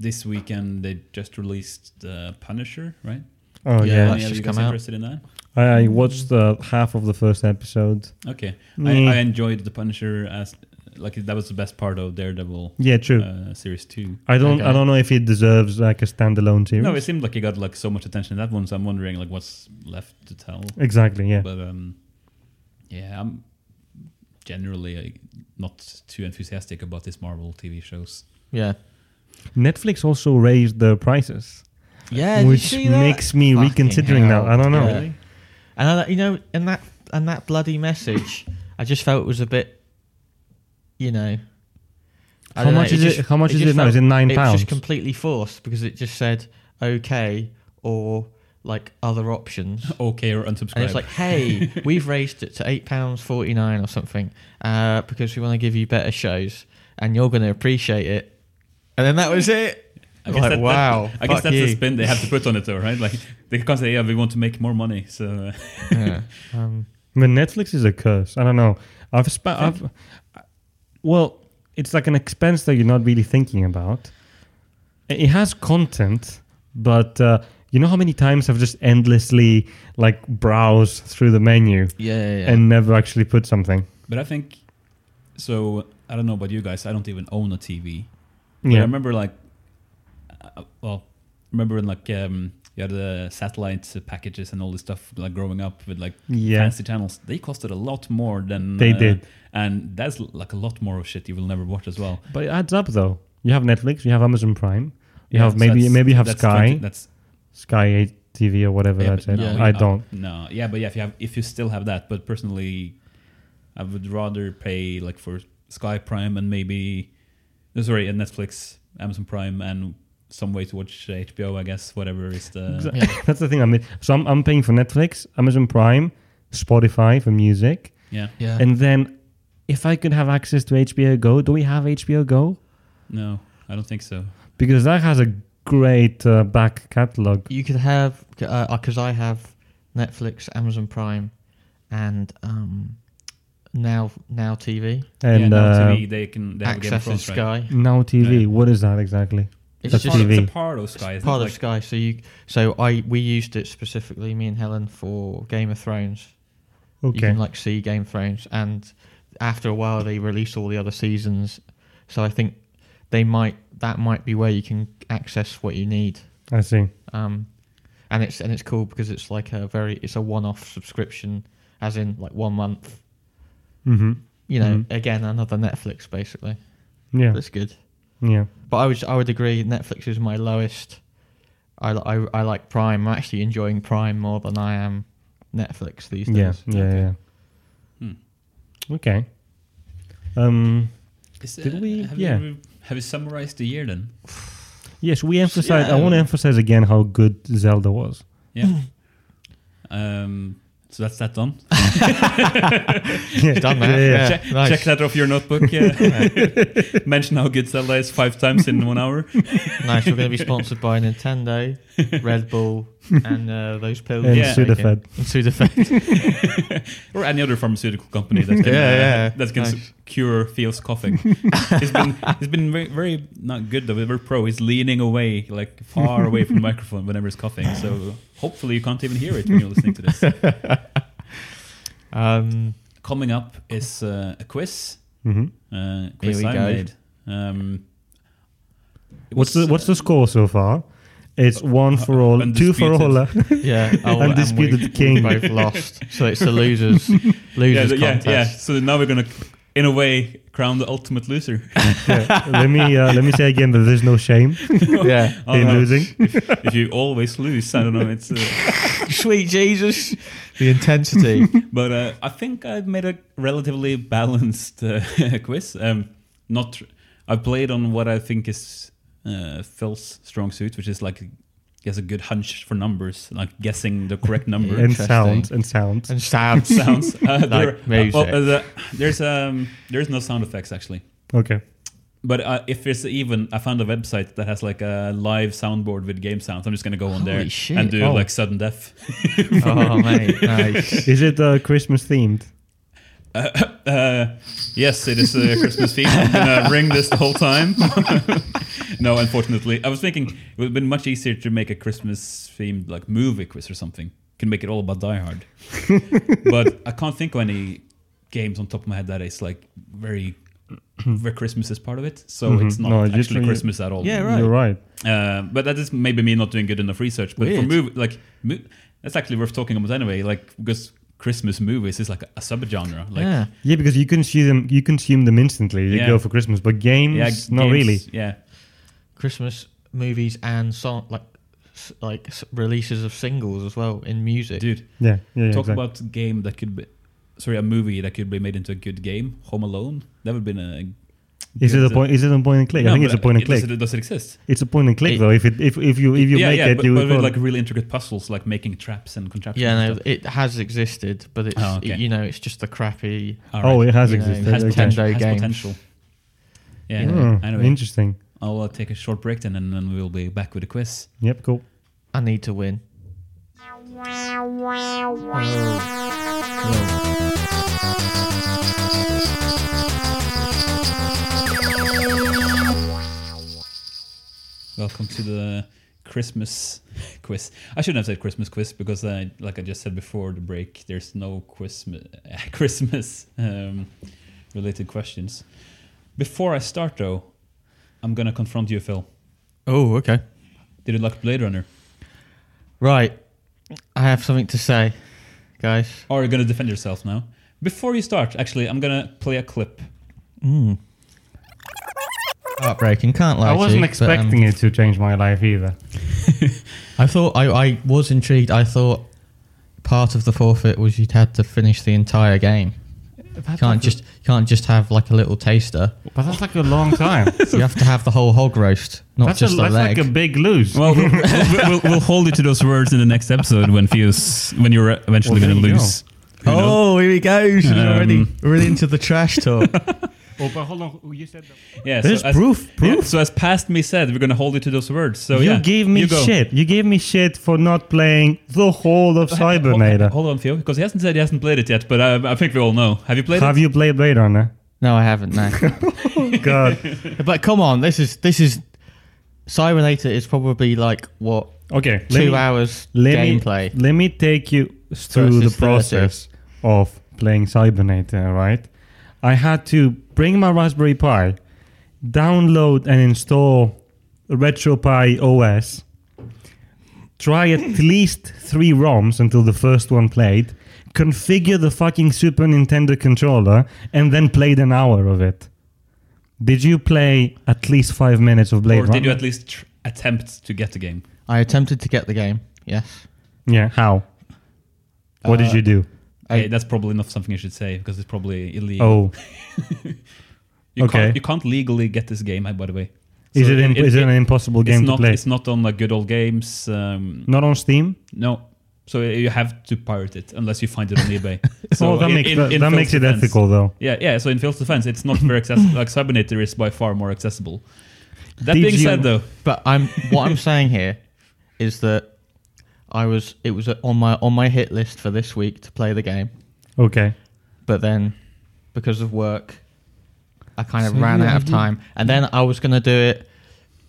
[SPEAKER 2] this weekend. They just released uh, Punisher, right?
[SPEAKER 3] Oh
[SPEAKER 1] Yeah,
[SPEAKER 3] yeah,
[SPEAKER 1] that's
[SPEAKER 2] Any of
[SPEAKER 1] just
[SPEAKER 2] you guys
[SPEAKER 1] come out.
[SPEAKER 2] interested in that?
[SPEAKER 3] I, I watched uh, half of the first episode.
[SPEAKER 2] Okay,
[SPEAKER 3] Mm.
[SPEAKER 2] I, I enjoyed the Punisher as like that was the best part of Daredevil
[SPEAKER 3] Yeah, true.
[SPEAKER 2] uh, series two.
[SPEAKER 3] I don't, I
[SPEAKER 1] okay.
[SPEAKER 3] don't know if it deserves like a standalone series.
[SPEAKER 2] No, it seemed like it got like so much attention in that one. So I'm wondering like what's left to tell.
[SPEAKER 3] exactly. Yeah,
[SPEAKER 2] But um, yeah, I'm generally like, not too enthusiastic about these Marvel TV shows.
[SPEAKER 1] Yeah.
[SPEAKER 3] Netflix also raised their prices,
[SPEAKER 1] Yeah. did you
[SPEAKER 3] which
[SPEAKER 1] see that?
[SPEAKER 3] makes me
[SPEAKER 1] Fucking
[SPEAKER 3] reconsidering
[SPEAKER 1] hell.
[SPEAKER 3] now. I don't know.
[SPEAKER 1] Yeah. And I, you know, and that and that bloody message, I just felt it was a bit, you know. I
[SPEAKER 3] How
[SPEAKER 1] don't
[SPEAKER 3] much
[SPEAKER 1] know,
[SPEAKER 3] is it?
[SPEAKER 1] just-
[SPEAKER 3] How much is
[SPEAKER 1] just
[SPEAKER 3] it now?
[SPEAKER 1] felt-
[SPEAKER 3] Is it nine
[SPEAKER 1] It was
[SPEAKER 3] pounds?
[SPEAKER 1] just completely forced because it just said okay or like other options,
[SPEAKER 2] Okay, or unsubscribe.
[SPEAKER 1] and it's like, hey,
[SPEAKER 3] <laughs>
[SPEAKER 1] we've raised it to eight pounds forty nine or something uh, because we want to give you better shows, and you're going to appreciate it. And then that was it.
[SPEAKER 2] I guess
[SPEAKER 1] like,
[SPEAKER 2] that- that-
[SPEAKER 1] wow.
[SPEAKER 2] I guess
[SPEAKER 1] fuck
[SPEAKER 2] that's
[SPEAKER 1] you.
[SPEAKER 2] the spin they have to put on it, though, right? Like they can't say, "Yeah, we want to make more money." So uh,
[SPEAKER 1] yeah. um,
[SPEAKER 3] But Netflix is a curse. I don't know. I've, spe- I've well, it's like an expense that you're not really thinking about. I- It has content, but uh, you know how many times I've just endlessly like browsed through the menu
[SPEAKER 1] yeah, yeah, yeah.
[SPEAKER 3] and never actually put something.
[SPEAKER 2] but I think so. I don't know about you guys. I don't even own a TV. But I
[SPEAKER 3] Yeah,
[SPEAKER 2] remember like, uh, well, remember when like um, you had the satellite packages and all this stuff like growing up with like
[SPEAKER 3] yeah,
[SPEAKER 2] fancy channels. They costed a lot more than uh,
[SPEAKER 3] They did.
[SPEAKER 2] and that's like a lot more of shit you will never watch as well.
[SPEAKER 3] but it adds up though. You have Netflix, you have Amazon Prime, you
[SPEAKER 2] Yeah,
[SPEAKER 3] have
[SPEAKER 2] so
[SPEAKER 3] maybe
[SPEAKER 2] that's-
[SPEAKER 3] maybe you have
[SPEAKER 2] that's
[SPEAKER 3] Sky,
[SPEAKER 2] 20 that's
[SPEAKER 3] Sky Eight TV or whatever that's
[SPEAKER 2] but
[SPEAKER 3] it.
[SPEAKER 2] no,
[SPEAKER 3] I
[SPEAKER 2] uh,
[SPEAKER 3] don't.
[SPEAKER 2] No, yeah, but yeah, if you have, if you still have that, but personally, I would rather pay like for Sky Prime and maybe, no, sorry, and Netflix, Amazon Prime, and some way to watch HBO. I guess whatever is the
[SPEAKER 1] yeah.
[SPEAKER 3] <laughs> That's the thing. I mean, so I'm, I'm paying for Netflix, Amazon Prime, Spotify for music.
[SPEAKER 2] yeah.
[SPEAKER 1] yeah.
[SPEAKER 3] And then if I could have access to HBO Go, do we have HBO Go?
[SPEAKER 2] No, I don't think so.
[SPEAKER 3] Because that has a great uh, back catalog.
[SPEAKER 1] You could have because I have Netflix, Amazon Prime, and um, now now TV
[SPEAKER 2] yeah,
[SPEAKER 3] And
[SPEAKER 2] no,
[SPEAKER 3] uh,
[SPEAKER 2] to
[SPEAKER 3] now
[SPEAKER 2] me
[SPEAKER 3] TV.
[SPEAKER 2] they can they have Game of
[SPEAKER 1] access and
[SPEAKER 2] Thrones, right?
[SPEAKER 1] Sky.
[SPEAKER 2] Yeah.
[SPEAKER 3] What is that exactly?
[SPEAKER 1] It's
[SPEAKER 2] It's,
[SPEAKER 3] That's
[SPEAKER 1] just
[SPEAKER 2] part, it's
[SPEAKER 3] TV.
[SPEAKER 2] a part of Sky. Isn't
[SPEAKER 1] part
[SPEAKER 2] it?
[SPEAKER 1] of
[SPEAKER 2] Like,
[SPEAKER 1] Sky. So you so I we used it specifically, me and Helen, for Game of Thrones. You
[SPEAKER 3] Okay.
[SPEAKER 1] can like see Game of Thrones, and after a while they release all the other seasons. So I think they might that might be where you can access what you need.
[SPEAKER 3] I see.
[SPEAKER 1] um, and it's and it's cool because it's like a very it's a one-off subscription, as in like one month.
[SPEAKER 3] hmm
[SPEAKER 1] You know,
[SPEAKER 3] Mhm.
[SPEAKER 1] again another Netflix basically.
[SPEAKER 3] Yeah.
[SPEAKER 1] That's good.
[SPEAKER 3] Yeah.
[SPEAKER 1] But I would I would agree Netflix is my lowest. I, li- I, I like Prime. I'm actually enjoying Prime more than I am Netflix these days. Hmm.
[SPEAKER 3] Yeah. Yeah. Yeah. Okay. Um,
[SPEAKER 2] is, uh,
[SPEAKER 3] Did we-
[SPEAKER 2] Have
[SPEAKER 3] yeah.
[SPEAKER 2] You, have you summarized the year then?
[SPEAKER 3] yes, we emphasize. I
[SPEAKER 2] yeah.
[SPEAKER 3] want to emphasize again how good Zelda was. <laughs>
[SPEAKER 2] Yeah. um. So that's that done.
[SPEAKER 1] It's
[SPEAKER 3] <laughs>
[SPEAKER 1] done that.
[SPEAKER 3] Yeah, yeah.
[SPEAKER 1] Yeah,
[SPEAKER 2] check,
[SPEAKER 1] nice.
[SPEAKER 2] check that off your notebook.
[SPEAKER 3] <laughs>
[SPEAKER 2] Yeah. <laughs> Mention how good Zelda is five times in one hour.
[SPEAKER 1] nice. We're
[SPEAKER 3] <laughs>
[SPEAKER 1] going to be sponsored by Nintendo, Red Bull, and uh, those pills.
[SPEAKER 3] And
[SPEAKER 1] you're taking.
[SPEAKER 3] Sudafed.
[SPEAKER 1] And Sudafed.
[SPEAKER 2] or any other pharmaceutical company that can, uh,
[SPEAKER 1] Yeah, yeah.
[SPEAKER 2] that can s-
[SPEAKER 1] Nice.
[SPEAKER 2] cure Theo's coughing. he's been he's been very, very not good though. Very pro. He's leaning away, like far away from the microphone whenever he's coughing. So hopefully you can't even hear it when you're listening to
[SPEAKER 3] <laughs>
[SPEAKER 2] this.
[SPEAKER 1] um,
[SPEAKER 2] Coming up is uh, a quiz.
[SPEAKER 3] hmm
[SPEAKER 2] Uh, quiz
[SPEAKER 1] we
[SPEAKER 2] I
[SPEAKER 1] go.
[SPEAKER 2] made. Um, it
[SPEAKER 3] What's
[SPEAKER 2] was,
[SPEAKER 3] the What's
[SPEAKER 2] uh,
[SPEAKER 3] the score so far? It's one for all, two for
[SPEAKER 2] Undisputed.
[SPEAKER 3] all.
[SPEAKER 1] Yeah, oh, and
[SPEAKER 3] Undisputed
[SPEAKER 1] we
[SPEAKER 3] king.
[SPEAKER 1] both lost. So it's the losers, losers
[SPEAKER 2] yeah, yeah,
[SPEAKER 1] contest.
[SPEAKER 2] yeah. <laughs> So now we're gonna, in a way, crown the ultimate loser.
[SPEAKER 3] Yeah, <laughs> let me uh, let me say again that there's no shame
[SPEAKER 1] Yeah.
[SPEAKER 2] <laughs> Oh,
[SPEAKER 3] in
[SPEAKER 2] no.
[SPEAKER 3] losing.
[SPEAKER 2] if you always lose, I don't know. It's uh,
[SPEAKER 1] Sweet Jesus, the intensity.
[SPEAKER 2] but uh, I think I've made a relatively balanced uh, <laughs> quiz. Um, not tr- I played on what I think is uh, Phil's strong suit, which is like he has a good hunch for numbers, like guessing the correct number.
[SPEAKER 3] <laughs> and
[SPEAKER 1] Interesting.
[SPEAKER 3] sound and sound.
[SPEAKER 1] and sounds.
[SPEAKER 2] <laughs> sounds. Uh, there-
[SPEAKER 1] Like music.
[SPEAKER 2] well, uh, the- there's um, there's no sound effects actually.
[SPEAKER 3] Okay.
[SPEAKER 2] But uh, if it's even, I found a website that has like a live soundboard with game sounds. I'm just gonna go on there
[SPEAKER 1] Holy shit.
[SPEAKER 2] and do
[SPEAKER 3] Oh.
[SPEAKER 2] like sudden death.
[SPEAKER 1] oh mate, nice.
[SPEAKER 3] Is it uh, Christmas themed?
[SPEAKER 2] Uh, yes, it is uh, Christmas theme.
[SPEAKER 1] <laughs>
[SPEAKER 2] I'm gonna ring this the whole time. <laughs> no, unfortunately, I was thinking it would have been much easier to make a Christmas themed like movie quiz or something. Can make it all about
[SPEAKER 1] <laughs>
[SPEAKER 2] Die Hard, but I can't think of any games on top of my head that is like very where Christmas is part of it. So
[SPEAKER 1] Mm-hmm.
[SPEAKER 3] Mhm.
[SPEAKER 2] it's not
[SPEAKER 3] No, just
[SPEAKER 2] actually
[SPEAKER 3] when you-
[SPEAKER 2] Christmas at all.
[SPEAKER 1] Yeah, right.
[SPEAKER 3] You're right.
[SPEAKER 2] Uh, but that is maybe me not doing good enough research. But
[SPEAKER 1] Weird.
[SPEAKER 2] for movie, like mo- that's actually worth talking about anyway. Like because Christmas movies is like a subgenre. Like
[SPEAKER 1] yeah.
[SPEAKER 3] Yeah, because you consume them. You consume them instantly. You
[SPEAKER 2] Yeah.
[SPEAKER 3] go for Christmas, but games,
[SPEAKER 2] yeah,
[SPEAKER 3] Mm, not
[SPEAKER 2] games,
[SPEAKER 3] really.
[SPEAKER 2] Yeah,
[SPEAKER 1] Christmas movies and song like s- like s- releases of singles as well in music.
[SPEAKER 2] dude.
[SPEAKER 3] Yeah, yeah, yeah
[SPEAKER 2] talk
[SPEAKER 3] exactly.
[SPEAKER 2] about game that could be, sorry, a movie that could be made into a good game. Home Alone. That would have been a.
[SPEAKER 3] Is it a
[SPEAKER 2] good-
[SPEAKER 3] point? Is it a point and click? I
[SPEAKER 2] No,
[SPEAKER 3] think it's a
[SPEAKER 2] but
[SPEAKER 3] point and
[SPEAKER 2] it-
[SPEAKER 3] click.
[SPEAKER 2] Does it, does it exist?
[SPEAKER 3] It's a point and click
[SPEAKER 1] It-
[SPEAKER 3] though. If it if if you if you
[SPEAKER 2] yeah,
[SPEAKER 3] make
[SPEAKER 2] yeah,
[SPEAKER 3] it,
[SPEAKER 2] but,
[SPEAKER 3] you
[SPEAKER 2] but
[SPEAKER 3] would
[SPEAKER 2] with
[SPEAKER 3] call
[SPEAKER 2] like
[SPEAKER 3] it-
[SPEAKER 2] really intricate puzzles, like making traps and contraptions.
[SPEAKER 1] Yeah,
[SPEAKER 2] and
[SPEAKER 1] no, it has existed, but it's
[SPEAKER 2] Oh, okay.
[SPEAKER 1] you know it's just the crappy.
[SPEAKER 2] stuff.
[SPEAKER 3] oh,
[SPEAKER 2] Alright.
[SPEAKER 3] it has
[SPEAKER 1] you know,
[SPEAKER 3] existed.
[SPEAKER 1] it has
[SPEAKER 3] okay.
[SPEAKER 1] potential.
[SPEAKER 2] Has
[SPEAKER 1] games.
[SPEAKER 2] potential. Yeah.
[SPEAKER 3] Hmm,
[SPEAKER 2] Anyway,
[SPEAKER 3] Interesting.
[SPEAKER 2] I'll uh, take a short break then, and then we'll be back with a quiz.
[SPEAKER 3] Yep. Cool.
[SPEAKER 1] I need to win.
[SPEAKER 2] Welcome to the Christmas <laughs> quiz. I shouldn't have said Christmas quiz because, I, like I just said before the break, there's no Christmas <laughs> Christmas um, related questions. Before I start, though, I'm gonna confront you, Phil.
[SPEAKER 1] Oh, okay.
[SPEAKER 2] Did you like Blade Runner?
[SPEAKER 1] Right, I have something to say, guys.
[SPEAKER 2] Or are you gonna defend yourself now? Before you start, actually, I'm gonna play a clip.
[SPEAKER 1] Heartbreaking, can't lie.
[SPEAKER 3] I
[SPEAKER 1] to you,
[SPEAKER 3] wasn't
[SPEAKER 1] but, um,
[SPEAKER 3] expecting it to change my life either.
[SPEAKER 1] I thought I, I was intrigued. I thought part of the forfeit was you'd had to finish the entire game. You can't just you can't just have like a little taster.
[SPEAKER 3] But that's like a long
[SPEAKER 2] <laughs>
[SPEAKER 3] time.
[SPEAKER 1] You have to have the whole hog roast, not
[SPEAKER 3] that's
[SPEAKER 1] just
[SPEAKER 3] a,
[SPEAKER 1] the
[SPEAKER 3] that's
[SPEAKER 1] leg.
[SPEAKER 3] like a big lose.
[SPEAKER 2] Well, <laughs> we'll, we'll, we'll hold you to those words in the next episode when Fuse, when you're eventually
[SPEAKER 3] Well, there
[SPEAKER 2] gonna
[SPEAKER 3] you
[SPEAKER 2] lose. Who knows?
[SPEAKER 1] oh, here he goes. He's already
[SPEAKER 2] Um,
[SPEAKER 1] already into the <laughs> trash talk.
[SPEAKER 3] oh, but hold on. You said that.
[SPEAKER 2] Yeah,
[SPEAKER 3] There's proof,
[SPEAKER 2] yeah,
[SPEAKER 3] proof.
[SPEAKER 2] so as past me said, we're gonna hold you to those words. So
[SPEAKER 3] you
[SPEAKER 2] Oh, yeah,
[SPEAKER 3] gave me
[SPEAKER 2] you go.
[SPEAKER 3] shit. You gave me shit for not playing the whole
[SPEAKER 2] <laughs>
[SPEAKER 3] of
[SPEAKER 2] Hold,
[SPEAKER 3] Cybernator.
[SPEAKER 2] hold on, Theo, because he hasn't said he hasn't played it yet, but um, I, I think we all know. Have you played
[SPEAKER 3] Have
[SPEAKER 2] it?
[SPEAKER 3] you played Blade
[SPEAKER 2] <laughs>
[SPEAKER 3] Runner?
[SPEAKER 1] no, I haven't. No, <laughs>
[SPEAKER 3] God.
[SPEAKER 1] but come on, this is this is Cybernator is probably like what
[SPEAKER 3] Okay. let
[SPEAKER 1] two
[SPEAKER 3] me-
[SPEAKER 1] hours
[SPEAKER 3] let
[SPEAKER 1] gameplay.
[SPEAKER 3] Me, let me take you through
[SPEAKER 1] Versus
[SPEAKER 3] the process of playing Cybernator, right? I had to bring my Raspberry Pi, download and install RetroPie OS, try at <laughs> least three ROMs until the first one played, configure the fucking Super Nintendo controller, and then played an hour of it. Did you play at least five minutes of Blade
[SPEAKER 2] or did you
[SPEAKER 3] Runner?
[SPEAKER 2] at least tr- attempt to get the game?
[SPEAKER 1] I attempted to get the game. Yes.
[SPEAKER 3] yeah, how? What did
[SPEAKER 2] Uh,
[SPEAKER 3] you do?
[SPEAKER 1] I-
[SPEAKER 2] Hey, that's probably not something you should say because it's probably illegal.
[SPEAKER 3] Oh.
[SPEAKER 2] you
[SPEAKER 3] okay.
[SPEAKER 2] Can't, you can't legally get this game, uh, by the way.
[SPEAKER 3] Is
[SPEAKER 2] So
[SPEAKER 3] it, in, is it an impossible
[SPEAKER 2] it's
[SPEAKER 3] game
[SPEAKER 2] not,
[SPEAKER 3] to play?
[SPEAKER 2] It's not on like good old games. Um,
[SPEAKER 3] Not on Steam.
[SPEAKER 2] no. So you have to pirate it unless you find it on
[SPEAKER 3] <laughs>
[SPEAKER 2] eBay. So
[SPEAKER 3] oh, that
[SPEAKER 2] in-
[SPEAKER 3] makes
[SPEAKER 2] in-
[SPEAKER 3] that,
[SPEAKER 2] in
[SPEAKER 3] that
[SPEAKER 2] Phil's
[SPEAKER 3] makes it
[SPEAKER 2] defense-
[SPEAKER 3] ethical though.
[SPEAKER 2] Yeah, yeah. So in Phil's defense, it's not very accessible. like Cybernator is by far more accessible. That
[SPEAKER 3] Did
[SPEAKER 2] being
[SPEAKER 3] you-
[SPEAKER 2] said, though,
[SPEAKER 1] But I'm what I'm saying here is that I was it was on my on my hit list for this week to play the game,
[SPEAKER 3] Okay.
[SPEAKER 1] but then because of work, I kind of
[SPEAKER 3] So
[SPEAKER 1] ran
[SPEAKER 3] you-
[SPEAKER 1] out of
[SPEAKER 3] you-
[SPEAKER 1] time, and then I was gonna do it.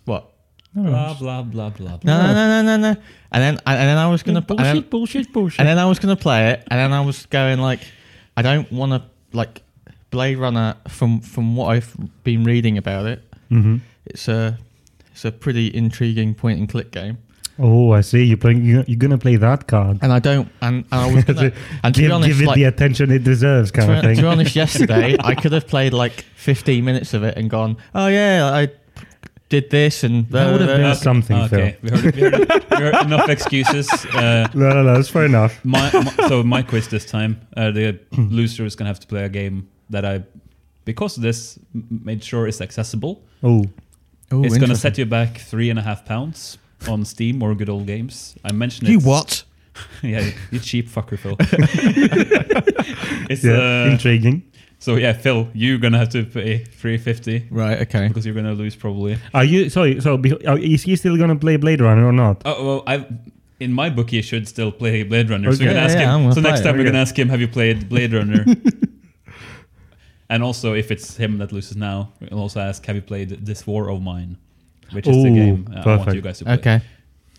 [SPEAKER 1] What?
[SPEAKER 2] blah blah blah blah. blah.
[SPEAKER 1] No, no, no, no, no, no. And then I- and then I was gonna and then,
[SPEAKER 3] bullshit, bullshit.
[SPEAKER 1] and then I was gonna play it, and then I was going like, I don't want to like Blade Runner from from what I've been reading about it.
[SPEAKER 3] hmm
[SPEAKER 1] It's a it's a pretty intriguing point and click game.
[SPEAKER 3] Oh, I see. You're playing. You're, you're gonna play that card.
[SPEAKER 1] And I don't. And, and I was. Gonna, and to be
[SPEAKER 3] <laughs> give,
[SPEAKER 1] honest,
[SPEAKER 3] give it
[SPEAKER 1] like,
[SPEAKER 3] the attention it deserves, kind
[SPEAKER 1] to,
[SPEAKER 3] of thing.
[SPEAKER 1] to be honest, yesterday
[SPEAKER 3] <laughs>
[SPEAKER 1] I could have played like 15 minutes of it and gone, oh yeah, I did this and
[SPEAKER 3] That would have been
[SPEAKER 2] Okay,
[SPEAKER 3] something,
[SPEAKER 2] Okay, we heard, we heard, we heard enough excuses. Uh,
[SPEAKER 3] no, no, no. That's fair enough.
[SPEAKER 2] my, my- so my quiz this time, uh, the loser is gonna have to play a game that I, because of this, m- made sure is accessible.
[SPEAKER 3] Oh,
[SPEAKER 1] Ooh,
[SPEAKER 2] it's gonna
[SPEAKER 1] interesting.
[SPEAKER 2] set you back three and a half pounds on Steam or Good Old Games. I mentioned
[SPEAKER 1] You
[SPEAKER 2] it's-
[SPEAKER 1] what?
[SPEAKER 2] <laughs> yeah, you cheap fucker, Phil. <laughs> it's
[SPEAKER 3] yeah.
[SPEAKER 2] uh,
[SPEAKER 3] Intriguing.
[SPEAKER 2] so yeah, Phil, you're gonna have to pay three fifty
[SPEAKER 1] Right. Okay.
[SPEAKER 2] because you're gonna lose probably.
[SPEAKER 3] Are you sorry? So be, are, is he still gonna play Blade Runner or not?
[SPEAKER 2] Oh well, I in my book you should still play Blade Runner. So we're
[SPEAKER 3] Okay.
[SPEAKER 2] gonna
[SPEAKER 1] Yeah,
[SPEAKER 2] ask
[SPEAKER 1] yeah, I'm
[SPEAKER 2] him.
[SPEAKER 1] gonna
[SPEAKER 2] So next
[SPEAKER 1] play it.
[SPEAKER 2] time we're
[SPEAKER 3] Okay.
[SPEAKER 2] gonna ask him, have you played Blade
[SPEAKER 3] <laughs>
[SPEAKER 2] Runner? and also, if it's him that loses now, we'll also ask, have you played This War of Mine, which is the
[SPEAKER 3] Ooh,
[SPEAKER 2] game uh, I want
[SPEAKER 3] perfect.
[SPEAKER 2] you guys to play.
[SPEAKER 1] Okay.
[SPEAKER 2] It's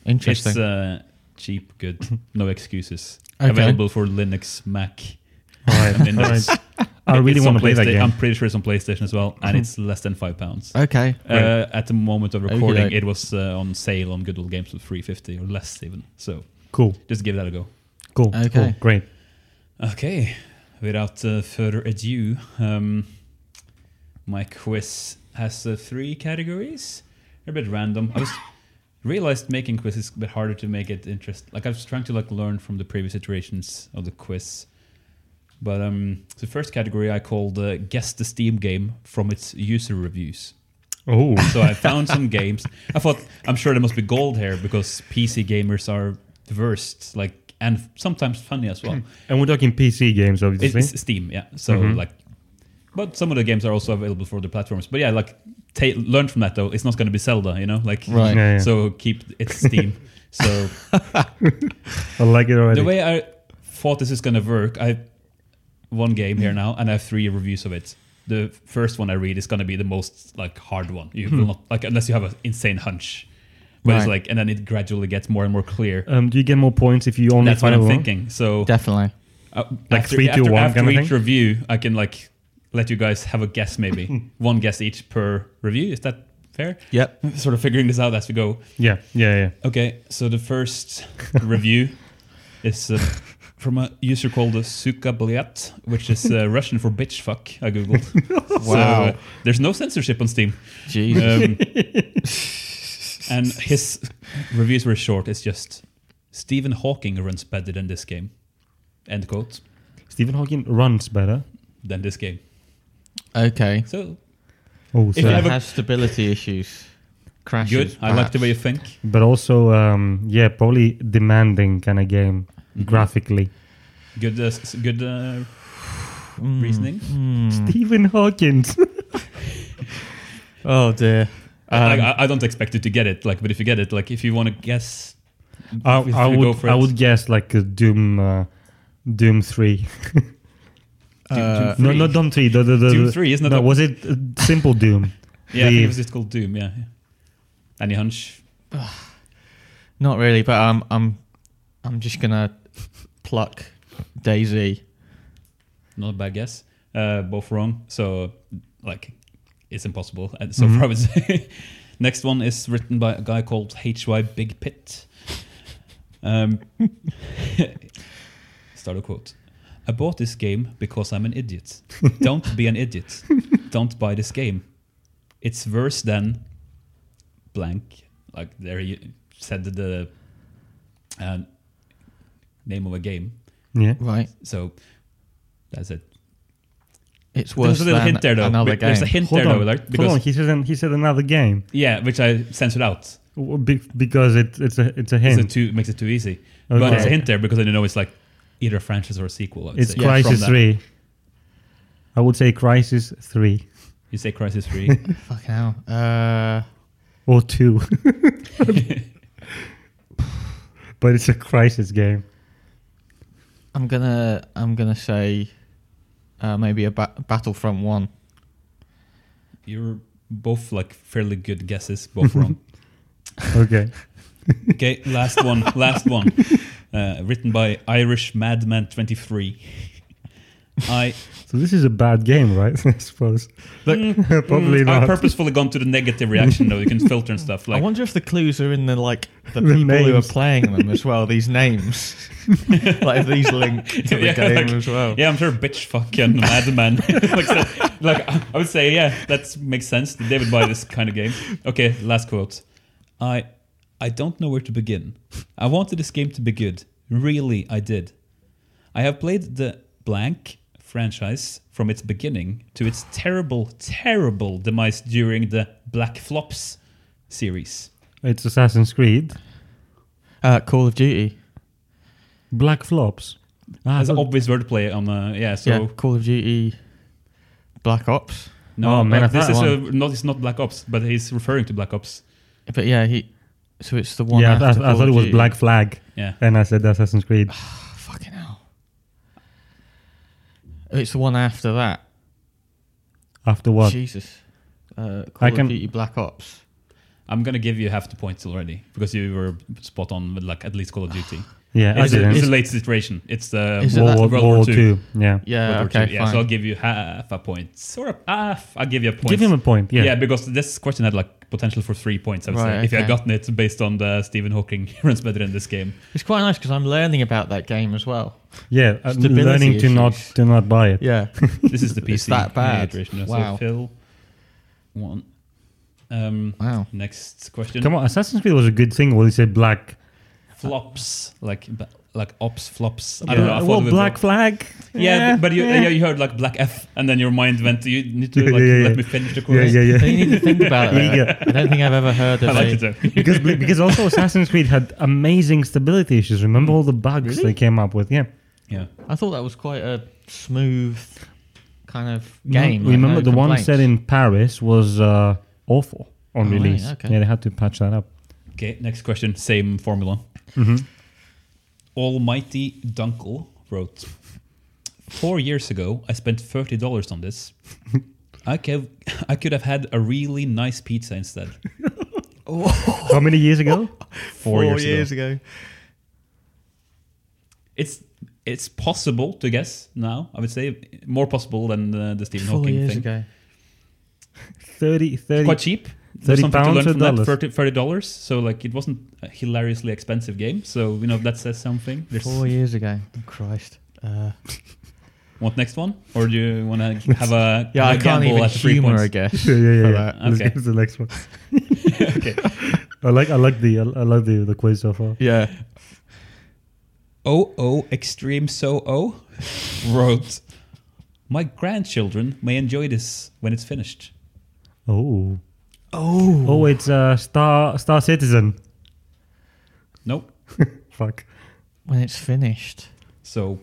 [SPEAKER 1] Interesting.
[SPEAKER 2] uh, cheap, good,
[SPEAKER 3] <laughs>
[SPEAKER 2] no excuses.
[SPEAKER 1] Okay.
[SPEAKER 2] Available for Linux, Mac.
[SPEAKER 3] All right.
[SPEAKER 2] and Windows.
[SPEAKER 3] <laughs> I really
[SPEAKER 2] It's on
[SPEAKER 3] want to play
[SPEAKER 2] PlayStation-
[SPEAKER 3] that
[SPEAKER 2] Um,
[SPEAKER 3] game.
[SPEAKER 2] I'm pretty sure it's on PlayStation as well,
[SPEAKER 3] <laughs>
[SPEAKER 2] and it's less than five pounds.
[SPEAKER 1] okay.
[SPEAKER 2] Uh, at the moment of recording,
[SPEAKER 1] Okey-doke.
[SPEAKER 2] it was uh, on sale on Good Old Games for three fifty or less even. So
[SPEAKER 3] cool.
[SPEAKER 2] just give that a go.
[SPEAKER 3] Cool.
[SPEAKER 1] Okay.
[SPEAKER 3] Cool. Great.
[SPEAKER 2] Okay, without uh, further ado, um, my quiz has uh, three categories. They're a bit random. <laughs> I was realized making quizzes is a bit harder to make it interest. Like I was trying to like learn from the previous iterations of the quiz. But um, the first category I called uh, guess the Steam game from its user reviews.
[SPEAKER 3] Oh,
[SPEAKER 2] So I found some games. I thought I'm sure there must be gold here because PC gamers are the worst, like and sometimes funny as well.
[SPEAKER 3] and we're talking PC games,
[SPEAKER 2] It-
[SPEAKER 3] obviously.
[SPEAKER 2] It's Steam, yeah. So like, but some of the games are also available for the platforms. But yeah, like, ta learn from that though. It's not going to be Zelda, you know. Like,
[SPEAKER 1] Right.
[SPEAKER 3] Yeah, yeah.
[SPEAKER 2] So keep it's Steam. so
[SPEAKER 3] I like it already.
[SPEAKER 2] the way I thought this is going to work, I have one game here now, and I have three reviews of it. The first one I read is going to be the most like hard one. You
[SPEAKER 3] Hmm.
[SPEAKER 2] will not like unless you have an insane hunch. But it's
[SPEAKER 1] Right.
[SPEAKER 2] like, and then it gradually gets more and more clear.
[SPEAKER 3] um, do you get more points if you only
[SPEAKER 2] That's what
[SPEAKER 3] find
[SPEAKER 2] I'm
[SPEAKER 3] one?
[SPEAKER 2] thinking. So
[SPEAKER 1] Definitely.
[SPEAKER 2] Uh,
[SPEAKER 3] Like
[SPEAKER 2] after,
[SPEAKER 3] three to
[SPEAKER 2] after,
[SPEAKER 3] one
[SPEAKER 2] after
[SPEAKER 3] kinda
[SPEAKER 2] each
[SPEAKER 3] thing?
[SPEAKER 2] review, I can like let you guys have a guess,
[SPEAKER 3] <laughs>
[SPEAKER 2] maybe one guess each per review. Is that fair?
[SPEAKER 1] Yep.
[SPEAKER 2] Sort of figuring this out as we go.
[SPEAKER 3] Yeah, yeah, yeah.
[SPEAKER 2] Okay, so the first
[SPEAKER 1] <laughs>
[SPEAKER 2] review is uh, from a user called uh, Suka Blyat, which is
[SPEAKER 1] <laughs>
[SPEAKER 2] uh, Russian for bitch fuck. I googled. So,
[SPEAKER 1] Wow.
[SPEAKER 2] uh, there's no censorship on Steam.
[SPEAKER 1] Jesus. <laughs>
[SPEAKER 2] Um, and his reviews were short. It's just Stephen Hawking runs better than this game. End quote.
[SPEAKER 3] Stephen Hawking runs better.
[SPEAKER 2] Than this game.
[SPEAKER 1] Okay.
[SPEAKER 2] So
[SPEAKER 3] Oh,
[SPEAKER 1] So
[SPEAKER 2] If Um, you
[SPEAKER 3] sorry.
[SPEAKER 1] it
[SPEAKER 2] have a-
[SPEAKER 1] has stability issues, crashes.
[SPEAKER 2] good. I like the way you
[SPEAKER 1] perhaps.
[SPEAKER 2] think.
[SPEAKER 3] but also, um, yeah, probably demanding kind of game
[SPEAKER 2] Mm-hmm.
[SPEAKER 3] graphically.
[SPEAKER 2] Good, uh, s- good uh,
[SPEAKER 1] Hmm.
[SPEAKER 2] reasoning. Mm.
[SPEAKER 3] Stephen
[SPEAKER 2] <laughs>
[SPEAKER 3] Hawking.
[SPEAKER 1] Oh dear.
[SPEAKER 2] I-
[SPEAKER 1] Um,
[SPEAKER 2] I, I don't expect you to get it. Like, but if you get it, like, if you want to guess,
[SPEAKER 3] I,
[SPEAKER 2] If
[SPEAKER 3] I
[SPEAKER 2] you go
[SPEAKER 3] would,
[SPEAKER 2] for
[SPEAKER 3] I
[SPEAKER 2] it.
[SPEAKER 3] would guess like a Doom, uh, Doom Three.
[SPEAKER 1] uh,
[SPEAKER 3] No,
[SPEAKER 2] Three.
[SPEAKER 3] not Doom Three. The, the, the,
[SPEAKER 2] Doom
[SPEAKER 3] the-
[SPEAKER 2] Three, isn't it?
[SPEAKER 3] No,
[SPEAKER 2] the-
[SPEAKER 3] was it uh, Simple Doom?
[SPEAKER 2] <laughs> yeah, I think
[SPEAKER 3] the-
[SPEAKER 2] it was just called Doom. Yeah. yeah. Any hunch?
[SPEAKER 1] Not really, but um, I'm I'm just gonna pluck Daisy.
[SPEAKER 2] Not a bad guess. Uh, both wrong. So, like, it's impossible. And so far, I would <laughs> say. Next one is written by a guy called H.Y. Big Pit. Um, <laughs> start a quote. I bought this game because I'm an idiot. Don't be an idiot. Don't buy this game. It's worse than blank. Like there he said the uh, name of a game.
[SPEAKER 3] Yeah.
[SPEAKER 1] Right.
[SPEAKER 2] So that's it.
[SPEAKER 1] It's
[SPEAKER 2] There
[SPEAKER 1] worse
[SPEAKER 2] was a little
[SPEAKER 1] than
[SPEAKER 2] hint there though.
[SPEAKER 1] another
[SPEAKER 2] But There's a
[SPEAKER 1] game.
[SPEAKER 2] hint
[SPEAKER 3] Hold
[SPEAKER 2] there
[SPEAKER 3] on.
[SPEAKER 2] though, like, because
[SPEAKER 3] Hold on. He said, an- he said another game
[SPEAKER 2] yeah, which I censored out.
[SPEAKER 3] W- be- because it, it's a
[SPEAKER 2] It's
[SPEAKER 3] it's a
[SPEAKER 2] a
[SPEAKER 3] hint.
[SPEAKER 2] too makes it too easy. But
[SPEAKER 3] Okay.
[SPEAKER 2] there's a hint there because I didn't know it's like either a franchise or a sequel. I would
[SPEAKER 3] It's
[SPEAKER 2] say.
[SPEAKER 3] Crisis
[SPEAKER 2] From that.
[SPEAKER 3] Three. I would say Crisis Three
[SPEAKER 2] You say Crisis Three.
[SPEAKER 3] <laughs>
[SPEAKER 1] Fucking hell. Uh,
[SPEAKER 3] or Two, <laughs> but it's a Crisis game.
[SPEAKER 1] I'm gonna I'm gonna say uh, maybe a ba- Battlefront one.
[SPEAKER 2] You're both like fairly good guesses, both
[SPEAKER 3] <laughs>
[SPEAKER 2] wrong.
[SPEAKER 3] Okay.
[SPEAKER 2] okay, last one,
[SPEAKER 3] <laughs>
[SPEAKER 2] last one. Uh, written by Irish Madman Twenty Three. I
[SPEAKER 3] <laughs> So this is a bad game, right? <laughs> I suppose.
[SPEAKER 2] <laughs>
[SPEAKER 3] <laughs> Probably
[SPEAKER 2] I've
[SPEAKER 3] not.
[SPEAKER 2] mm, purposefully gone to the negative reaction though. You can filter and
[SPEAKER 3] <laughs>
[SPEAKER 2] stuff
[SPEAKER 1] I
[SPEAKER 2] like
[SPEAKER 1] wonder if the clues are in the like the,
[SPEAKER 3] The
[SPEAKER 1] people who are
[SPEAKER 3] names.
[SPEAKER 1] playing them as well. These
[SPEAKER 3] <laughs>
[SPEAKER 1] names, <laughs> like if these link to the
[SPEAKER 2] <laughs> Yeah,
[SPEAKER 1] game
[SPEAKER 2] like-
[SPEAKER 1] as well.
[SPEAKER 2] Yeah, I'm sure bitch fucking madman. <laughs> like, so, like I I would say, yeah, that makes sense. They would buy this kind of game. Okay, last quote. I I don't know where to begin. I wanted this game to be good. Really, I did. I have played the blank franchise from its beginning to its terrible, terrible demise during the Black Flops series.
[SPEAKER 3] It's Assassin's Creed.
[SPEAKER 1] Uh, Call of Duty.
[SPEAKER 3] Black flops. Ah,
[SPEAKER 2] That's
[SPEAKER 3] so-
[SPEAKER 2] obvious wordplay on uh, yeah, so
[SPEAKER 1] yeah, Call of Duty. Black Ops.
[SPEAKER 2] no
[SPEAKER 3] Oh, man,
[SPEAKER 2] uh,
[SPEAKER 3] I
[SPEAKER 2] this
[SPEAKER 3] thought
[SPEAKER 2] is
[SPEAKER 3] that
[SPEAKER 2] a, not it's not Black Ops, but he's referring to Black Ops.
[SPEAKER 1] But yeah, he. So it's the one.
[SPEAKER 3] yeah, I,
[SPEAKER 1] after
[SPEAKER 3] I
[SPEAKER 1] Call of
[SPEAKER 3] thought it was
[SPEAKER 1] Duty. Oh,
[SPEAKER 3] Black Flag,
[SPEAKER 2] Yeah.
[SPEAKER 3] and I said Assassin's
[SPEAKER 2] <sighs>
[SPEAKER 3] Creed.
[SPEAKER 1] Fucking hell. It's the one after that.
[SPEAKER 3] After what?
[SPEAKER 1] Jesus. Uh, Call
[SPEAKER 3] I
[SPEAKER 1] of
[SPEAKER 3] can-
[SPEAKER 1] Duty Black Ops.
[SPEAKER 2] I'm gonna give you half the points already because you were spot on with like at least Call of Duty.
[SPEAKER 3] Yeah, I
[SPEAKER 2] it's, a,
[SPEAKER 3] didn't.
[SPEAKER 2] it's a late situation. It's the
[SPEAKER 1] Is it
[SPEAKER 3] World,
[SPEAKER 1] that-
[SPEAKER 3] War,
[SPEAKER 2] World
[SPEAKER 3] World
[SPEAKER 2] War
[SPEAKER 3] War
[SPEAKER 2] Two.
[SPEAKER 3] Two. Yeah.
[SPEAKER 1] Yeah.
[SPEAKER 2] World War
[SPEAKER 1] okay.
[SPEAKER 2] II. Yeah,
[SPEAKER 1] fine.
[SPEAKER 2] so I'll give you half a point. Or a half. I'll give you a point.
[SPEAKER 3] Give him a point. Yeah.
[SPEAKER 2] yeah. because this question had like potential for three points. I would
[SPEAKER 1] Right,
[SPEAKER 2] say if you had
[SPEAKER 1] okay.
[SPEAKER 2] gotten it based on the Stephen Hawking <laughs> runs better in this game.
[SPEAKER 1] it's quite nice because I'm learning about that game as well.
[SPEAKER 3] Yeah, I'm
[SPEAKER 1] Stability
[SPEAKER 3] learning to not
[SPEAKER 1] issues.
[SPEAKER 3] to not buy it.
[SPEAKER 1] Yeah.
[SPEAKER 2] This is the PC
[SPEAKER 1] It's that bad.
[SPEAKER 2] iteration.
[SPEAKER 1] Wow.
[SPEAKER 2] So Phil, one. Um,
[SPEAKER 1] <laughs>
[SPEAKER 2] <laughs>
[SPEAKER 1] wow.
[SPEAKER 2] Next question.
[SPEAKER 3] Come on, Assassin's Creed was a good thing. Well, he said black.
[SPEAKER 2] Flops like like ops flops. I
[SPEAKER 3] Yeah.
[SPEAKER 2] don't know. I thought
[SPEAKER 3] well,
[SPEAKER 2] it was
[SPEAKER 3] black flag.
[SPEAKER 2] Yeah, but you yeah. you heard like black F, and then your mind went. You need to
[SPEAKER 3] Yeah,
[SPEAKER 2] like
[SPEAKER 3] yeah, yeah.
[SPEAKER 2] let me finish the
[SPEAKER 3] yeah,
[SPEAKER 2] chorus.
[SPEAKER 3] yeah, yeah.
[SPEAKER 1] you <laughs> need to think about it.
[SPEAKER 3] Yeah.
[SPEAKER 1] I don't think I've ever heard of
[SPEAKER 2] <laughs> I
[SPEAKER 1] a-
[SPEAKER 2] liked it. though.
[SPEAKER 3] because because also Assassin's Creed had amazing stability issues. Remember all the bugs they came up with? Yeah.
[SPEAKER 2] <laughs> Yeah,
[SPEAKER 1] I thought that was quite a smooth kind of
[SPEAKER 3] No,
[SPEAKER 1] game. like,
[SPEAKER 3] Remember
[SPEAKER 1] no
[SPEAKER 3] the one
[SPEAKER 1] complaints.
[SPEAKER 3] set in Paris was uh, awful on
[SPEAKER 1] Oh, really?
[SPEAKER 3] release.
[SPEAKER 1] Okay.
[SPEAKER 3] Yeah, they had to patch that up.
[SPEAKER 2] Okay, next question. Same formula.
[SPEAKER 3] Mm-hmm.
[SPEAKER 2] Almighty Dunkel wrote Four years ago, I spent $30 on this. I could, I could have had a really nice pizza instead.
[SPEAKER 3] How many years
[SPEAKER 1] <laughs>
[SPEAKER 3] ago?
[SPEAKER 2] Four, years, ago.
[SPEAKER 1] ago.
[SPEAKER 2] It's it's possible to guess now. I would say more possible than uh, the Stephen
[SPEAKER 1] Four
[SPEAKER 2] Hawking
[SPEAKER 1] years
[SPEAKER 2] thing.
[SPEAKER 1] ago.
[SPEAKER 3] 30, 30
[SPEAKER 2] quite cheap.
[SPEAKER 3] 30
[SPEAKER 2] There's something to
[SPEAKER 3] pounds
[SPEAKER 2] learn
[SPEAKER 3] or
[SPEAKER 2] from that.
[SPEAKER 3] dollars?
[SPEAKER 2] Thirty thirty dollars. So like it wasn't a hilariously expensive game. So you know that says something. There's,
[SPEAKER 1] Four years ago. Oh, Christ. Uh,
[SPEAKER 2] want next one, or do you want
[SPEAKER 3] <laughs>
[SPEAKER 2] to have a
[SPEAKER 1] yeah,
[SPEAKER 2] have
[SPEAKER 1] I
[SPEAKER 2] a
[SPEAKER 1] can't
[SPEAKER 2] gamble
[SPEAKER 1] even
[SPEAKER 2] at three
[SPEAKER 1] humour
[SPEAKER 2] points?
[SPEAKER 1] a guess.
[SPEAKER 3] Yeah, yeah,
[SPEAKER 2] <laughs>
[SPEAKER 3] yeah.
[SPEAKER 1] for
[SPEAKER 3] yeah.
[SPEAKER 1] that.
[SPEAKER 3] Let's
[SPEAKER 2] Okay.
[SPEAKER 3] get to the
[SPEAKER 1] <laughs>
[SPEAKER 3] next one. <laughs>
[SPEAKER 2] okay.
[SPEAKER 3] I like, I like the, I love the, the quiz so far.
[SPEAKER 1] Yeah.
[SPEAKER 2] Oh oh, extreme so oh, <laughs> wrote. My grandchildren may enjoy this when it's finished.
[SPEAKER 3] Oh,
[SPEAKER 1] Oh.
[SPEAKER 3] oh, it's uh, Star, Star Citizen.
[SPEAKER 2] Nope.
[SPEAKER 3] Fuck.
[SPEAKER 1] When it's finished.
[SPEAKER 2] So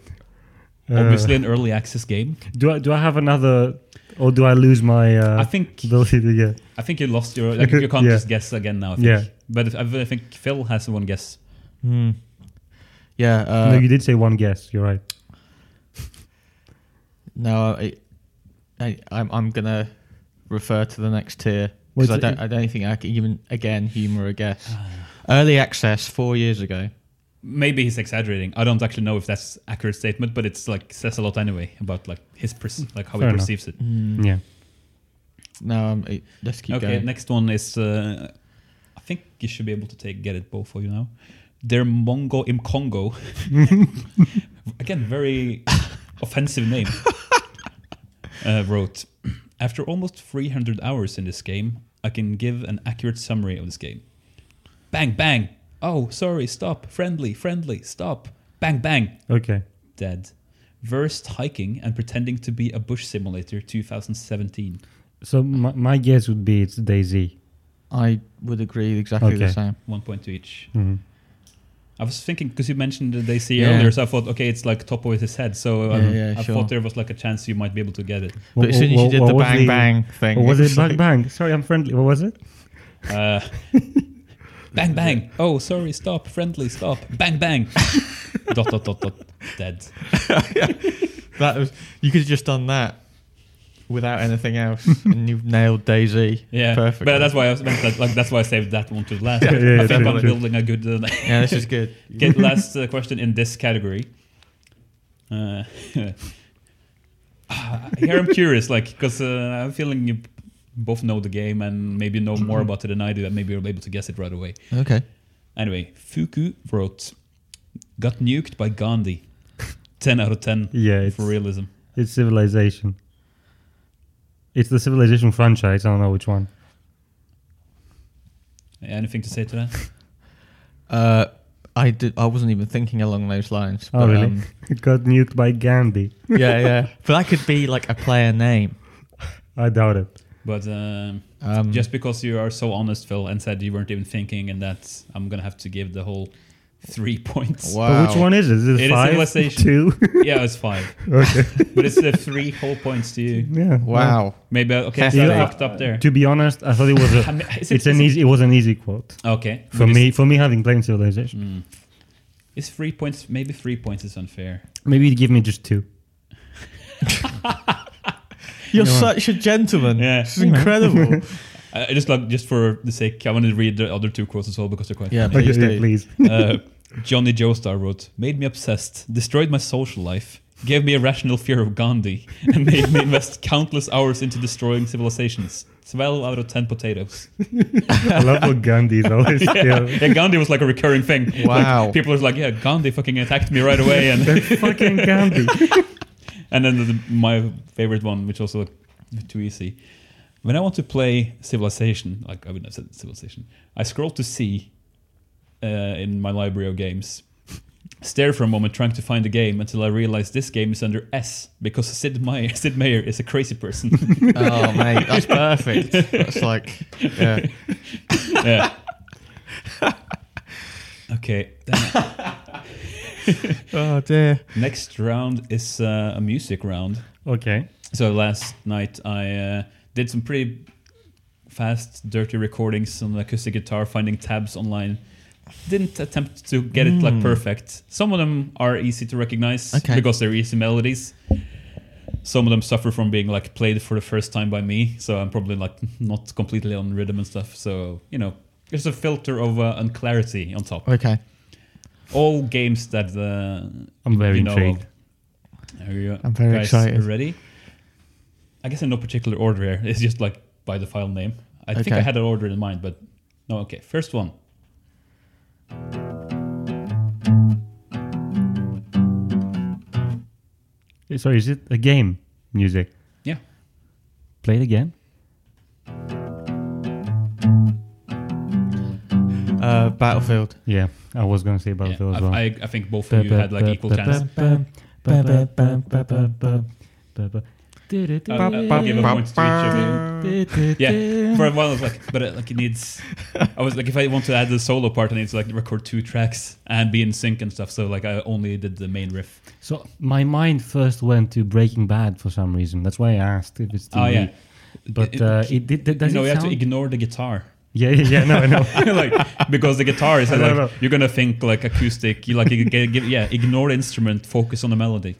[SPEAKER 3] Uh,
[SPEAKER 2] obviously an early access game.
[SPEAKER 3] do I, do I have another, or do I lose my uh,
[SPEAKER 2] I think
[SPEAKER 3] ability to yeah.
[SPEAKER 2] I think you lost your. Like, you can't
[SPEAKER 3] Yeah.
[SPEAKER 2] just guess again now. I think.
[SPEAKER 3] Yeah.
[SPEAKER 2] But if, I think Phil has one guess.
[SPEAKER 1] Hmm. Yeah. Uh,
[SPEAKER 3] no,
[SPEAKER 1] no,
[SPEAKER 3] you did say one guess. You're right.
[SPEAKER 1] I, I, I'm, I'm gonna refer to the next tier
[SPEAKER 3] What's
[SPEAKER 1] because I
[SPEAKER 3] it-
[SPEAKER 1] don't, I don't think I can even again humour a guess.
[SPEAKER 2] Ah.
[SPEAKER 1] Early access four years ago.
[SPEAKER 2] maybe he's exaggerating. I don't actually know if that's accurate statement, but it's like says a lot anyway about like his pers- like how
[SPEAKER 3] Fair
[SPEAKER 2] he
[SPEAKER 3] enough.
[SPEAKER 2] perceives it.
[SPEAKER 1] mm.
[SPEAKER 3] Yeah.
[SPEAKER 1] No, um, let's keep
[SPEAKER 2] okay,
[SPEAKER 1] going.
[SPEAKER 2] next one is uh, I think you should be able to take get it both for you now. They're Mongo im Congo. Again, very offensive name. Uh, wrote after almost 300 hours in this game, I can give an accurate summary of this game. Bang bang. Oh, sorry. Stop. Friendly. Friendly. Stop. Bang bang.
[SPEAKER 3] Okay.
[SPEAKER 2] dead. Versed hiking and pretending to be a bush simulator 2017.
[SPEAKER 3] So my, my guess would be it's Daisy.
[SPEAKER 1] I would agree exactly the
[SPEAKER 3] Okay.
[SPEAKER 1] same.
[SPEAKER 2] One point to each.
[SPEAKER 3] Mhm.
[SPEAKER 2] I was thinking because you mentioned the Daisy
[SPEAKER 1] Yeah.
[SPEAKER 2] earlier, so I thought, okay, it's like top of his head. So um,
[SPEAKER 1] Yeah, yeah,
[SPEAKER 2] I
[SPEAKER 1] sure.
[SPEAKER 2] thought there was like a chance you might be able to get it.
[SPEAKER 1] But as soon as you did the bang bang thing,
[SPEAKER 3] Or was
[SPEAKER 1] it's
[SPEAKER 3] it bang
[SPEAKER 1] like-
[SPEAKER 3] bang? Sorry, I'm friendly. What was it?
[SPEAKER 2] Uh, bang bang. Oh, sorry. Stop. Friendly. Stop. Bang bang. <laughs> dot dot dot dot. Dead.
[SPEAKER 1] That was you could have just done that without anything
[SPEAKER 3] <laughs>
[SPEAKER 1] else, and you've nailed Daisy.
[SPEAKER 2] Yeah.
[SPEAKER 1] perfect.
[SPEAKER 2] But that's why I was meant that, like that's why I saved that one to the last.
[SPEAKER 3] Yeah, yeah,
[SPEAKER 2] I
[SPEAKER 3] yeah,
[SPEAKER 2] think
[SPEAKER 3] true,
[SPEAKER 2] I'm
[SPEAKER 3] true.
[SPEAKER 2] building a good uh,
[SPEAKER 1] yeah, this is
[SPEAKER 2] <laughs>
[SPEAKER 1] good. <laughs>
[SPEAKER 2] <laughs> Okay, last uh, question in this category. Uh, here I'm curious, like, because uh, I'm feeling you both know the game and maybe know more about it than I do, and maybe you're able to guess it right away.
[SPEAKER 1] Okay.
[SPEAKER 2] Anyway, Fuku wrote, "Got nuked by Gandhi." ten out of ten
[SPEAKER 3] Yeah, it's,
[SPEAKER 2] for realism.
[SPEAKER 3] it's Civilization. It's the Civilization franchise. I don't know which one.
[SPEAKER 2] Anything to say to that?
[SPEAKER 1] Uh, I did. I wasn't even thinking along those lines.
[SPEAKER 3] Oh, really?
[SPEAKER 1] um,
[SPEAKER 3] It <laughs> got nuked by Gandhi.
[SPEAKER 1] yeah, yeah. <laughs> But that could be like a player name.
[SPEAKER 3] I doubt it.
[SPEAKER 2] But um,
[SPEAKER 1] Um,
[SPEAKER 2] just because you are so honest, Phil, and said you weren't even thinking, and that I'm gonna have to give the whole three <laughs> points.
[SPEAKER 1] wow.
[SPEAKER 3] But which one is it? Is it,
[SPEAKER 2] It is
[SPEAKER 3] five?
[SPEAKER 2] Civilization.
[SPEAKER 3] <laughs> Two?
[SPEAKER 2] Yeah, it's five,
[SPEAKER 3] <laughs> okay.
[SPEAKER 2] but it's the three whole points to you.
[SPEAKER 3] Yeah.
[SPEAKER 1] Wow.
[SPEAKER 2] Maybe I- okay, so
[SPEAKER 1] Yeah.
[SPEAKER 2] I fucked up there.
[SPEAKER 3] To be honest, I thought it was
[SPEAKER 2] I
[SPEAKER 3] a.
[SPEAKER 2] mean, is it-
[SPEAKER 3] it's an
[SPEAKER 2] is it-
[SPEAKER 3] easy. It was an easy quote
[SPEAKER 2] Okay,
[SPEAKER 3] for
[SPEAKER 2] but
[SPEAKER 3] me. For me, having played Civilization,
[SPEAKER 2] Mm. It's three points. Maybe three points is unfair.
[SPEAKER 3] maybe it'd give me just two.
[SPEAKER 1] You're
[SPEAKER 3] Yeah.
[SPEAKER 1] such a gentleman.
[SPEAKER 2] Yeah.
[SPEAKER 1] This is <laughs> incredible.
[SPEAKER 2] I I just like just for the sake, I wanted to read the other two quotes as well because they're quite
[SPEAKER 1] Yeah,
[SPEAKER 2] funny.
[SPEAKER 3] Okay,
[SPEAKER 1] Please
[SPEAKER 3] yeah,
[SPEAKER 1] do.
[SPEAKER 2] <laughs>
[SPEAKER 3] please.
[SPEAKER 2] Uh, Johnny Joestar wrote, "Made me obsessed, destroyed my social life, gave me a rational fear of Gandhi, <laughs> and made me invest countless hours into destroying civilizations." Twelve out of ten potatoes.
[SPEAKER 3] I love what Gandhi
[SPEAKER 2] <laughs>
[SPEAKER 3] is always
[SPEAKER 2] Yeah,
[SPEAKER 3] yeah.
[SPEAKER 2] yeah Gandhi was like a recurring thing. Like,
[SPEAKER 1] Wow.
[SPEAKER 2] people was like, "Yeah, Gandhi fucking attacked me right away," and
[SPEAKER 3] Fucking Gandhi.
[SPEAKER 2] and then the, my favorite one, which also too easy. When I want to play Civilization, like I wouldn't have said Civilization, I scroll to C uh, in my library of games, <laughs> stare for a moment trying to find a game until I realize this game is under S because Sid Meier, <laughs> Sid Meier is a crazy person. <laughs>
[SPEAKER 1] oh, mate, that's perfect. That's like, yeah.
[SPEAKER 2] yeah. Okay. then
[SPEAKER 1] Oh dear.
[SPEAKER 2] Next round is uh, a music round.
[SPEAKER 3] Okay.
[SPEAKER 2] So last night I uh, did some pretty fast, dirty recordings on acoustic guitar, finding tabs online. Didn't attempt to get it like perfect. Some of them are easy to recognize
[SPEAKER 1] Okay.
[SPEAKER 2] because they're easy melodies. Some of them suffer from being like played for the first time by me, so I'm probably like not completely on rhythm and stuff. So you know, there's a filter of uh, unclarity on top.
[SPEAKER 1] Okay.
[SPEAKER 2] All games that uh,
[SPEAKER 3] I'm very
[SPEAKER 2] you know
[SPEAKER 3] intrigued.
[SPEAKER 2] of. Are you
[SPEAKER 1] I'm very
[SPEAKER 2] guys
[SPEAKER 1] excited.
[SPEAKER 2] Ready? I guess in no particular order here. It's just like by the file name. I think I
[SPEAKER 1] Okay.
[SPEAKER 2] had an order in mind, but no. Okay, first one.
[SPEAKER 3] Sorry, is it a game music?
[SPEAKER 2] Yeah.
[SPEAKER 3] Play it again.
[SPEAKER 1] Uh, Battlefield.
[SPEAKER 3] Yeah, I was gonna say
[SPEAKER 2] Yeah,
[SPEAKER 3] Battlefield
[SPEAKER 2] I,
[SPEAKER 3] as well.
[SPEAKER 2] I, I think both of you had like equal chance. Uh, I'll give a point to each of you. Yeah, for a while I was like, but uh, like it needs. I was like, if I want to add the solo part, I need to like record two tracks and be in sync and stuff. So like, I only did the main riff.
[SPEAKER 3] So my mind first went to Breaking Bad for some reason. That's why I asked if it's TV.
[SPEAKER 2] Oh, yeah.
[SPEAKER 3] But
[SPEAKER 2] It-
[SPEAKER 3] uh, it did. did- Does
[SPEAKER 2] you know,
[SPEAKER 3] it
[SPEAKER 2] you have
[SPEAKER 3] sound?
[SPEAKER 2] to ignore the guitar.
[SPEAKER 3] yeah, yeah, yeah. No, I
[SPEAKER 2] <laughs>
[SPEAKER 3] know.
[SPEAKER 2] like because the guitar is
[SPEAKER 3] I
[SPEAKER 2] like
[SPEAKER 3] don't know.
[SPEAKER 2] you're gonna think like acoustic. You like you g- give, yeah, ignore the instrument, focus on the melody.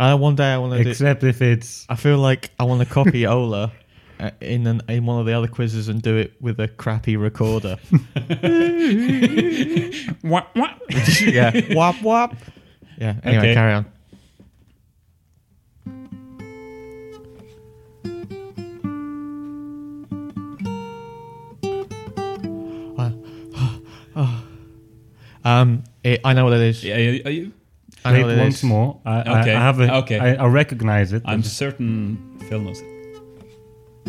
[SPEAKER 1] Uh, one day I want to do.
[SPEAKER 3] Except if it's
[SPEAKER 1] I feel like I want to copy Ola uh, in an, in one of the other quizzes and do it with a crappy recorder.
[SPEAKER 2] What what?
[SPEAKER 1] yeah. <laughs> Wop wop. Yeah. Anyway,
[SPEAKER 2] Okay.
[SPEAKER 1] carry on. <sighs> Uh, oh. Um, it, I know what it is.
[SPEAKER 2] <laughs> Yeah, you- are you-
[SPEAKER 1] I know
[SPEAKER 3] played
[SPEAKER 1] what it
[SPEAKER 3] once
[SPEAKER 1] is.
[SPEAKER 3] more. I, I-
[SPEAKER 2] Okay,
[SPEAKER 3] I, have a.
[SPEAKER 2] okay.
[SPEAKER 3] I, I recognize it.
[SPEAKER 2] I'm certain Phil knows it.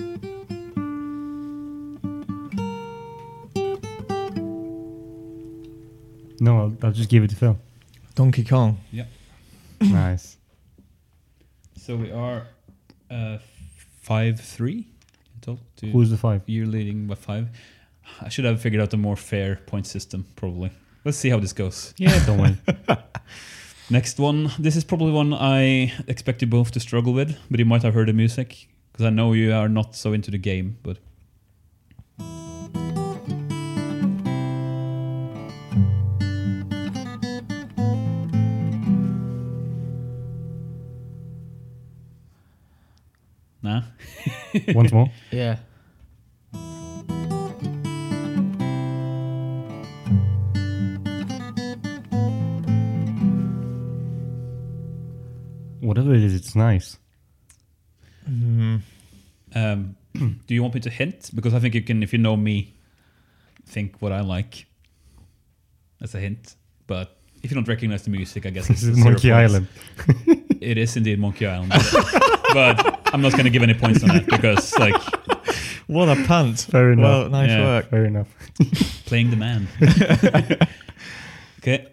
[SPEAKER 3] no, I'll, I'll just give it to Phil.
[SPEAKER 1] Donkey Kong.
[SPEAKER 3] nice.
[SPEAKER 2] So we are uh, five three in total. Two-
[SPEAKER 3] Who's the five?
[SPEAKER 2] You're leading by five. I should have figured out a more fair point system, probably. Let's see how this goes.
[SPEAKER 3] Yeah, don't worry.
[SPEAKER 2] Next one. This is probably one I expect you both to struggle with, but you might have heard the music because I know you are not so into the game. But nah,
[SPEAKER 3] <laughs> once more.
[SPEAKER 1] Yeah.
[SPEAKER 3] Whatever it is, it's nice.
[SPEAKER 2] Um, <clears throat> do you want me to hint? Because I think you can, if you know me, think what I like. That's a hint. But if you don't recognize the music, I guess
[SPEAKER 3] This
[SPEAKER 2] it's
[SPEAKER 3] is
[SPEAKER 2] zero
[SPEAKER 3] Monkey
[SPEAKER 2] points.
[SPEAKER 3] Island.
[SPEAKER 2] It is indeed Monkey Island. but <laughs> I'm not going to give any points on that because, like,
[SPEAKER 1] What a <laughs> pants.
[SPEAKER 3] Fair enough.
[SPEAKER 1] Well, nice
[SPEAKER 2] Yeah.
[SPEAKER 1] work.
[SPEAKER 3] Fair enough.
[SPEAKER 2] playing the man. <laughs> okay,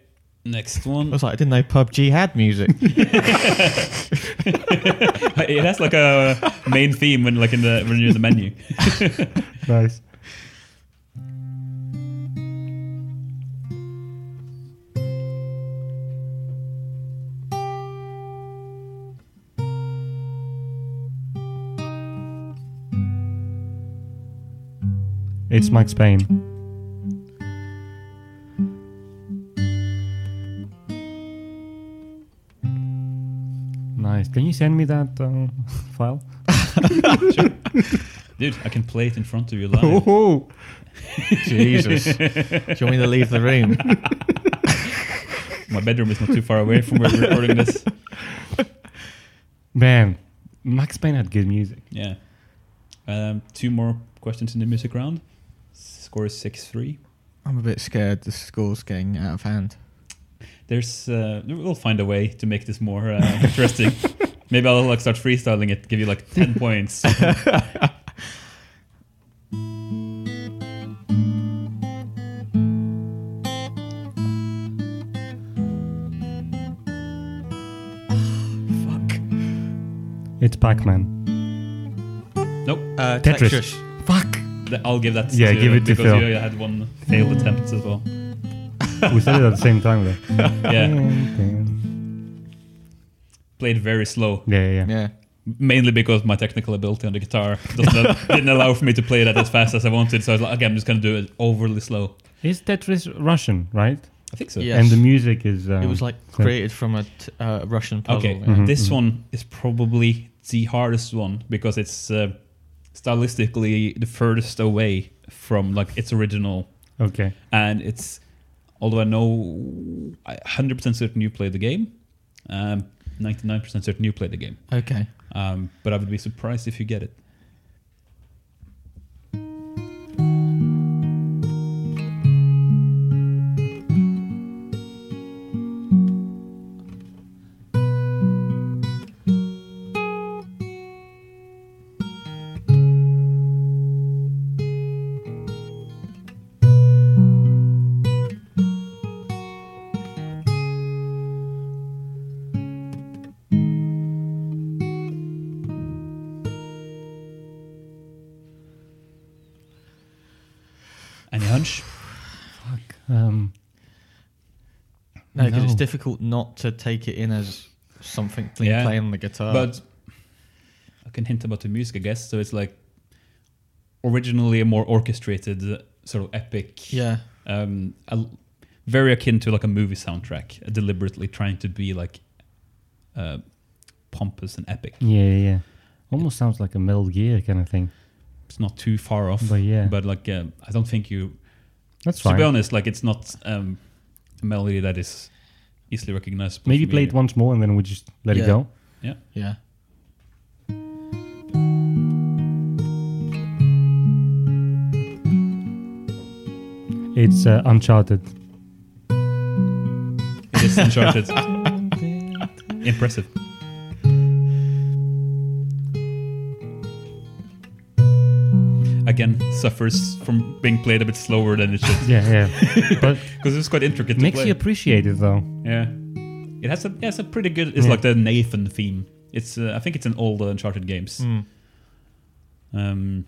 [SPEAKER 2] next
[SPEAKER 1] I
[SPEAKER 2] one.
[SPEAKER 1] was like, I didn't know PUBG had <laughs> music.
[SPEAKER 2] <laughs> It has like a main theme when, like, in the when you're in the menu.
[SPEAKER 3] Nice. It's Max Payne. Nice. Can you send me that uh, <laughs> file?
[SPEAKER 2] Dude, I can play it in front of you live.
[SPEAKER 3] <laughs> Oh,
[SPEAKER 2] <laughs>
[SPEAKER 1] Jesus. Do you want me to leave the room?
[SPEAKER 2] My bedroom is not too far away from where we're recording this.
[SPEAKER 3] man, Max Payne had good music.
[SPEAKER 2] Yeah. Um, two more questions in the music round. Score is six three.
[SPEAKER 1] I'm a bit scared the score's getting out of hand.
[SPEAKER 2] There's uh, we'll find a way to make this more uh,
[SPEAKER 3] <laughs>
[SPEAKER 2] interesting. Maybe I'll like start freestyling it, give you like
[SPEAKER 3] <laughs>
[SPEAKER 2] ten points.
[SPEAKER 1] Fuck.
[SPEAKER 3] It's Pac-Man.
[SPEAKER 2] nope,
[SPEAKER 1] Uh,
[SPEAKER 3] Tetris.
[SPEAKER 1] Tetris.
[SPEAKER 3] Fuck.
[SPEAKER 2] th- I'll give that.
[SPEAKER 3] Yeah,
[SPEAKER 2] to,
[SPEAKER 3] give it to
[SPEAKER 2] because
[SPEAKER 3] Phil.
[SPEAKER 2] you had one failed attempt as well.
[SPEAKER 3] We said it at the same time though. <laughs>
[SPEAKER 2] Yeah,
[SPEAKER 3] Yeah,
[SPEAKER 2] played very slow,
[SPEAKER 3] yeah, yeah.
[SPEAKER 1] Yeah.
[SPEAKER 2] mainly because my technical ability on the guitar
[SPEAKER 3] <laughs>
[SPEAKER 2] doesn't, didn't allow for me to play that as fast as I wanted. So I was like, okay, I'm just gonna do it overly slow.
[SPEAKER 3] Is Tetris Russian, right?
[SPEAKER 2] I think so.
[SPEAKER 1] Yeah. Yes.
[SPEAKER 3] And the music is. Um,
[SPEAKER 1] It was like created from a t- uh, Russian puzzle.
[SPEAKER 2] Okay,
[SPEAKER 1] yeah.
[SPEAKER 2] this one is probably the hardest one because it's uh, stylistically the furthest away from like its original,
[SPEAKER 3] okay.
[SPEAKER 2] and it's although I know I 100% certain you played the game, um, 99% certain you played the game,
[SPEAKER 1] Okay.
[SPEAKER 2] um, but I would be surprised if you get it. Any hunch?
[SPEAKER 3] Um,
[SPEAKER 1] No, because it's
[SPEAKER 3] No.
[SPEAKER 1] difficult not to take it in as something playing
[SPEAKER 2] Yeah.
[SPEAKER 1] playing on the guitar.
[SPEAKER 2] But I can hint about the music, I guess. So it's like originally a more orchestrated, uh, sort of epic.
[SPEAKER 1] yeah.
[SPEAKER 2] um, a, very akin to like a movie soundtrack, uh, deliberately trying to be like uh, pompous and epic.
[SPEAKER 3] yeah, yeah, yeah. Almost sounds like a Metal Gear kind of thing.
[SPEAKER 2] It's not too far off,
[SPEAKER 3] But yeah,
[SPEAKER 2] but like um, I don't think you.
[SPEAKER 3] that's
[SPEAKER 2] To be
[SPEAKER 3] fine.
[SPEAKER 2] honest, like it's not um, a melody that is easily recognizable.
[SPEAKER 3] Maybe
[SPEAKER 2] for me.
[SPEAKER 3] play it once more and then we just let
[SPEAKER 1] Yeah.
[SPEAKER 3] it go.
[SPEAKER 1] Yeah.
[SPEAKER 3] It's uh, Uncharted.
[SPEAKER 2] It is
[SPEAKER 3] <laughs>
[SPEAKER 2] Uncharted. Impressive. Again, suffers from being played a bit slower than it should
[SPEAKER 3] Yeah, yeah. but
[SPEAKER 2] because it's quite intricate. to
[SPEAKER 3] makes
[SPEAKER 2] play.
[SPEAKER 3] you appreciate it though.
[SPEAKER 2] Yeah, it has a it has a pretty good. It's
[SPEAKER 3] Yeah.
[SPEAKER 2] like the Nathan theme. It's uh, I think it's in all the Uncharted games.
[SPEAKER 3] Hmm.
[SPEAKER 1] Mm.
[SPEAKER 2] Um,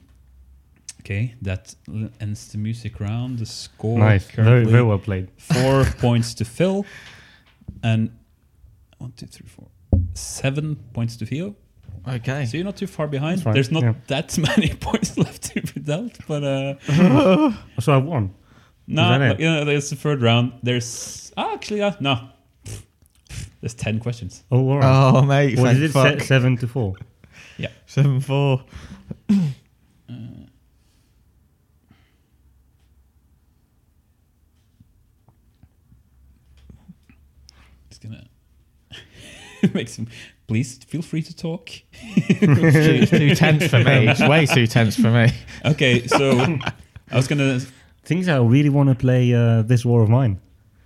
[SPEAKER 2] okay, that l- ends the music round. The score
[SPEAKER 3] Nice. Very,
[SPEAKER 2] currently
[SPEAKER 3] very well played. <laughs>
[SPEAKER 2] four points to Phil, and one, two, three, four, seven points to Theo.
[SPEAKER 1] Okay.
[SPEAKER 2] So you're not too far behind.
[SPEAKER 3] That's right,
[SPEAKER 2] There's not
[SPEAKER 3] yeah.
[SPEAKER 2] that <laughs> many points left to be dealt, but uh,
[SPEAKER 3] So I won.
[SPEAKER 2] no,
[SPEAKER 3] Is that it?
[SPEAKER 2] like, you know, there's the third round. There's ah, actually uh, no. There's ten questions.
[SPEAKER 3] Oh, all right.
[SPEAKER 1] Oh mate,
[SPEAKER 3] what
[SPEAKER 1] thank
[SPEAKER 3] is it?
[SPEAKER 1] fuck.
[SPEAKER 3] Se- seven to four.
[SPEAKER 1] Seven four.
[SPEAKER 2] Just gonna <laughs> make some please feel free to talk.
[SPEAKER 1] <laughs> it's too tense for me. It's way too tense for me.
[SPEAKER 2] Okay, so I was gonna,
[SPEAKER 3] Things I really want to play uh, this war of mine.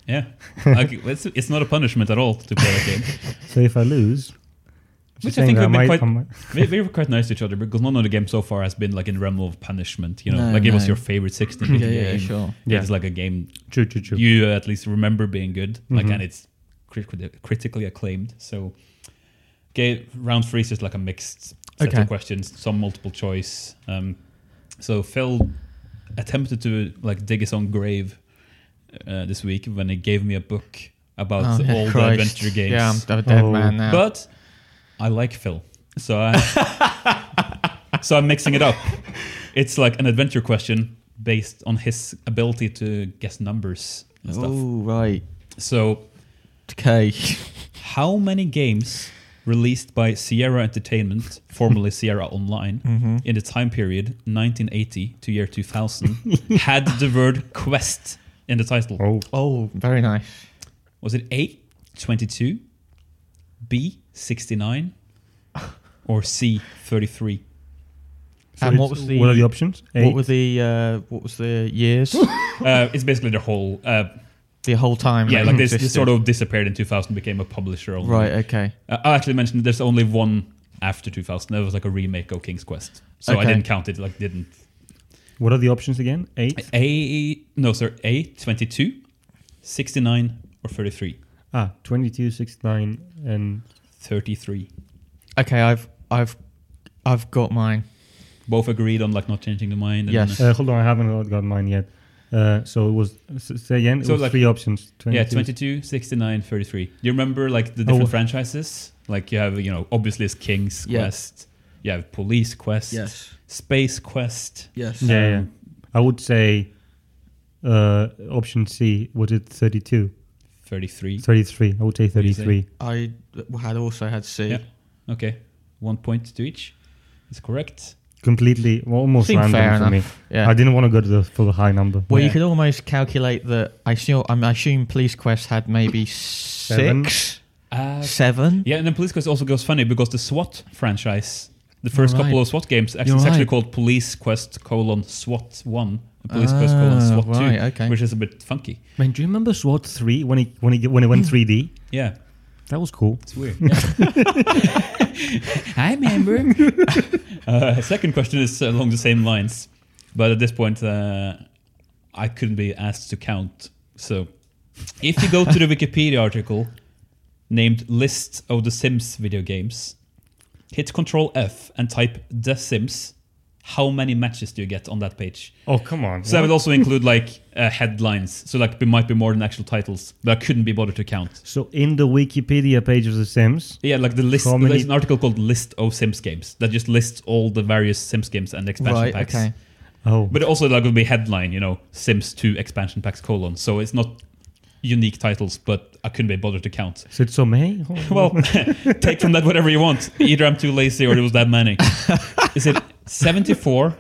[SPEAKER 2] yeah, like, it's, it's not a punishment at all to play that game.
[SPEAKER 3] So if I lose,
[SPEAKER 2] Which
[SPEAKER 3] you're
[SPEAKER 2] I think
[SPEAKER 3] saying
[SPEAKER 2] would be
[SPEAKER 3] might-
[SPEAKER 2] quite-
[SPEAKER 3] might-
[SPEAKER 2] We, we were quite nice to each other because none of the game so far has been like in the realm of punishment. You know,
[SPEAKER 1] No,
[SPEAKER 2] like it was
[SPEAKER 1] no.
[SPEAKER 2] your favorite
[SPEAKER 1] <laughs>
[SPEAKER 2] 16
[SPEAKER 1] yeah,
[SPEAKER 2] bit game.
[SPEAKER 1] yeah, sure.
[SPEAKER 3] Yeah.
[SPEAKER 2] It's like a game
[SPEAKER 3] true, true, true.
[SPEAKER 2] you at least remember being good. Like,
[SPEAKER 1] Mm-hmm.
[SPEAKER 3] Mhm.
[SPEAKER 2] and it's crit- critically acclaimed. So, okay, round three is just like a mixed set
[SPEAKER 1] Okay.
[SPEAKER 2] of questions, some multiple choice. Um, so Phil attempted to like dig his own grave uh, this week when he gave me a book about
[SPEAKER 1] Oh,
[SPEAKER 2] all the
[SPEAKER 1] Christ.
[SPEAKER 2] adventure games.
[SPEAKER 1] Yeah, I'm a dead
[SPEAKER 3] Oh.
[SPEAKER 1] man now.
[SPEAKER 2] But I like Phil, so
[SPEAKER 1] <laughs>
[SPEAKER 2] I, so I'm mixing it up. It's like an adventure question based on his ability to guess numbers and stuff.
[SPEAKER 1] oh right,
[SPEAKER 2] So,
[SPEAKER 1] <laughs> okay.
[SPEAKER 2] how many games released by Sierra Entertainment,
[SPEAKER 1] <laughs>
[SPEAKER 2] formerly Sierra Online,
[SPEAKER 1] Mm-hmm.
[SPEAKER 2] in the time period 1980 to
[SPEAKER 1] <laughs>
[SPEAKER 2] year 2000 had the word quest in the title?
[SPEAKER 3] Oh,
[SPEAKER 1] Oh, very nice.
[SPEAKER 2] Was it A, 22, B, 69, or C, 33?
[SPEAKER 1] and
[SPEAKER 3] So
[SPEAKER 1] what
[SPEAKER 3] it's-
[SPEAKER 1] was the
[SPEAKER 3] what are the options?
[SPEAKER 1] What were the uh, what was the <laughs> years?
[SPEAKER 2] Uh, it's basically the whole. Uh,
[SPEAKER 1] the whole time.
[SPEAKER 2] yeah,
[SPEAKER 1] that
[SPEAKER 2] like
[SPEAKER 1] it
[SPEAKER 2] this, this
[SPEAKER 1] existed?
[SPEAKER 2] sort of disappeared in 2000, became a publisher only.
[SPEAKER 1] right. Okay.
[SPEAKER 2] Uh, I actually mentioned there's only one after 2000. There was like a remake of King's Quest, so I
[SPEAKER 1] Okay.
[SPEAKER 2] didn't count it. Like didn't
[SPEAKER 3] What are the options again? Eight.
[SPEAKER 2] A no sir A 22, 69 or 33.
[SPEAKER 3] Ah, 22, 69, and
[SPEAKER 2] 33.
[SPEAKER 1] Okay. I've I've I've got mine.
[SPEAKER 2] Both agreed on like not changing the mind. And
[SPEAKER 1] Yes.
[SPEAKER 3] uh, hold on, I haven't got mine yet. Uh, so it was s- say again. It
[SPEAKER 2] So
[SPEAKER 3] was
[SPEAKER 2] like-
[SPEAKER 3] three options. 22.
[SPEAKER 2] yeah, 22, 69, 33. Do you remember like the different
[SPEAKER 3] Oh.
[SPEAKER 2] franchises? Like you have, you know, obviously it's King's
[SPEAKER 1] Yeah.
[SPEAKER 2] Quest. You have Police Quest. Space Quest.
[SPEAKER 1] Yes.
[SPEAKER 3] Yeah, yeah. I would say uh, option C. Was it 32?
[SPEAKER 2] 33.
[SPEAKER 3] 33. I would say
[SPEAKER 2] do you
[SPEAKER 3] 33.
[SPEAKER 1] I had also had C.
[SPEAKER 2] Yeah. Okay. One point to each. It's correct.
[SPEAKER 3] Completely, well, almost
[SPEAKER 1] Seemed
[SPEAKER 3] random
[SPEAKER 1] fair
[SPEAKER 3] for me.
[SPEAKER 1] Yeah.
[SPEAKER 3] I didn't want to go to the full high number.
[SPEAKER 1] well, you
[SPEAKER 2] Yeah.
[SPEAKER 1] could almost calculate that. I assume, I, mean, I assume Police Quest had maybe six,
[SPEAKER 2] Uh,
[SPEAKER 1] seven.
[SPEAKER 2] Yeah, and then Police Quest also goes funny because the SWAT franchise, the 1st
[SPEAKER 1] You're right.
[SPEAKER 2] couple of SWAT games, actually,
[SPEAKER 1] You're
[SPEAKER 2] it's actually
[SPEAKER 1] right.
[SPEAKER 2] called Police Quest colon SWAT one and Police Quest colon
[SPEAKER 1] Ah,
[SPEAKER 2] SWAT
[SPEAKER 1] right,
[SPEAKER 2] two,
[SPEAKER 1] okay.
[SPEAKER 2] which is a bit funky.
[SPEAKER 3] Man, do you remember SWAT 3 when it when it when it went 3D?
[SPEAKER 2] Yeah,
[SPEAKER 3] That was cool.
[SPEAKER 2] it's weird. I remember. <laughs> uh, second question is along the same lines, but at this point, uh, I couldn't be asked to count. So, if you go to the <laughs> Wikipedia article named "List of the Sims video games," hit Control F and type "The Sims." How many matches do you get on that page?
[SPEAKER 3] Oh come on!
[SPEAKER 2] So that would also include like uh, headlines. So like there might be more than actual titles, but I couldn't be bothered to count.
[SPEAKER 3] So in the Wikipedia page of The Sims,
[SPEAKER 2] Yeah, like the list.
[SPEAKER 3] How many-
[SPEAKER 2] There's an article called "List of Sims Games" that just lists all the various Sims games and expansion
[SPEAKER 1] Right.
[SPEAKER 2] packs.
[SPEAKER 1] Okay.
[SPEAKER 3] oh,
[SPEAKER 2] But also, like, would be headline, you know, Sims 2 expansion packs colon. So it's not unique titles, but I couldn't be bothered to count.
[SPEAKER 3] so it's so many. Oh, <laughs>
[SPEAKER 2] Well, <laughs> take from that whatever you want. Either I'm too lazy or it was that
[SPEAKER 3] <laughs>
[SPEAKER 2] many. Is it 74,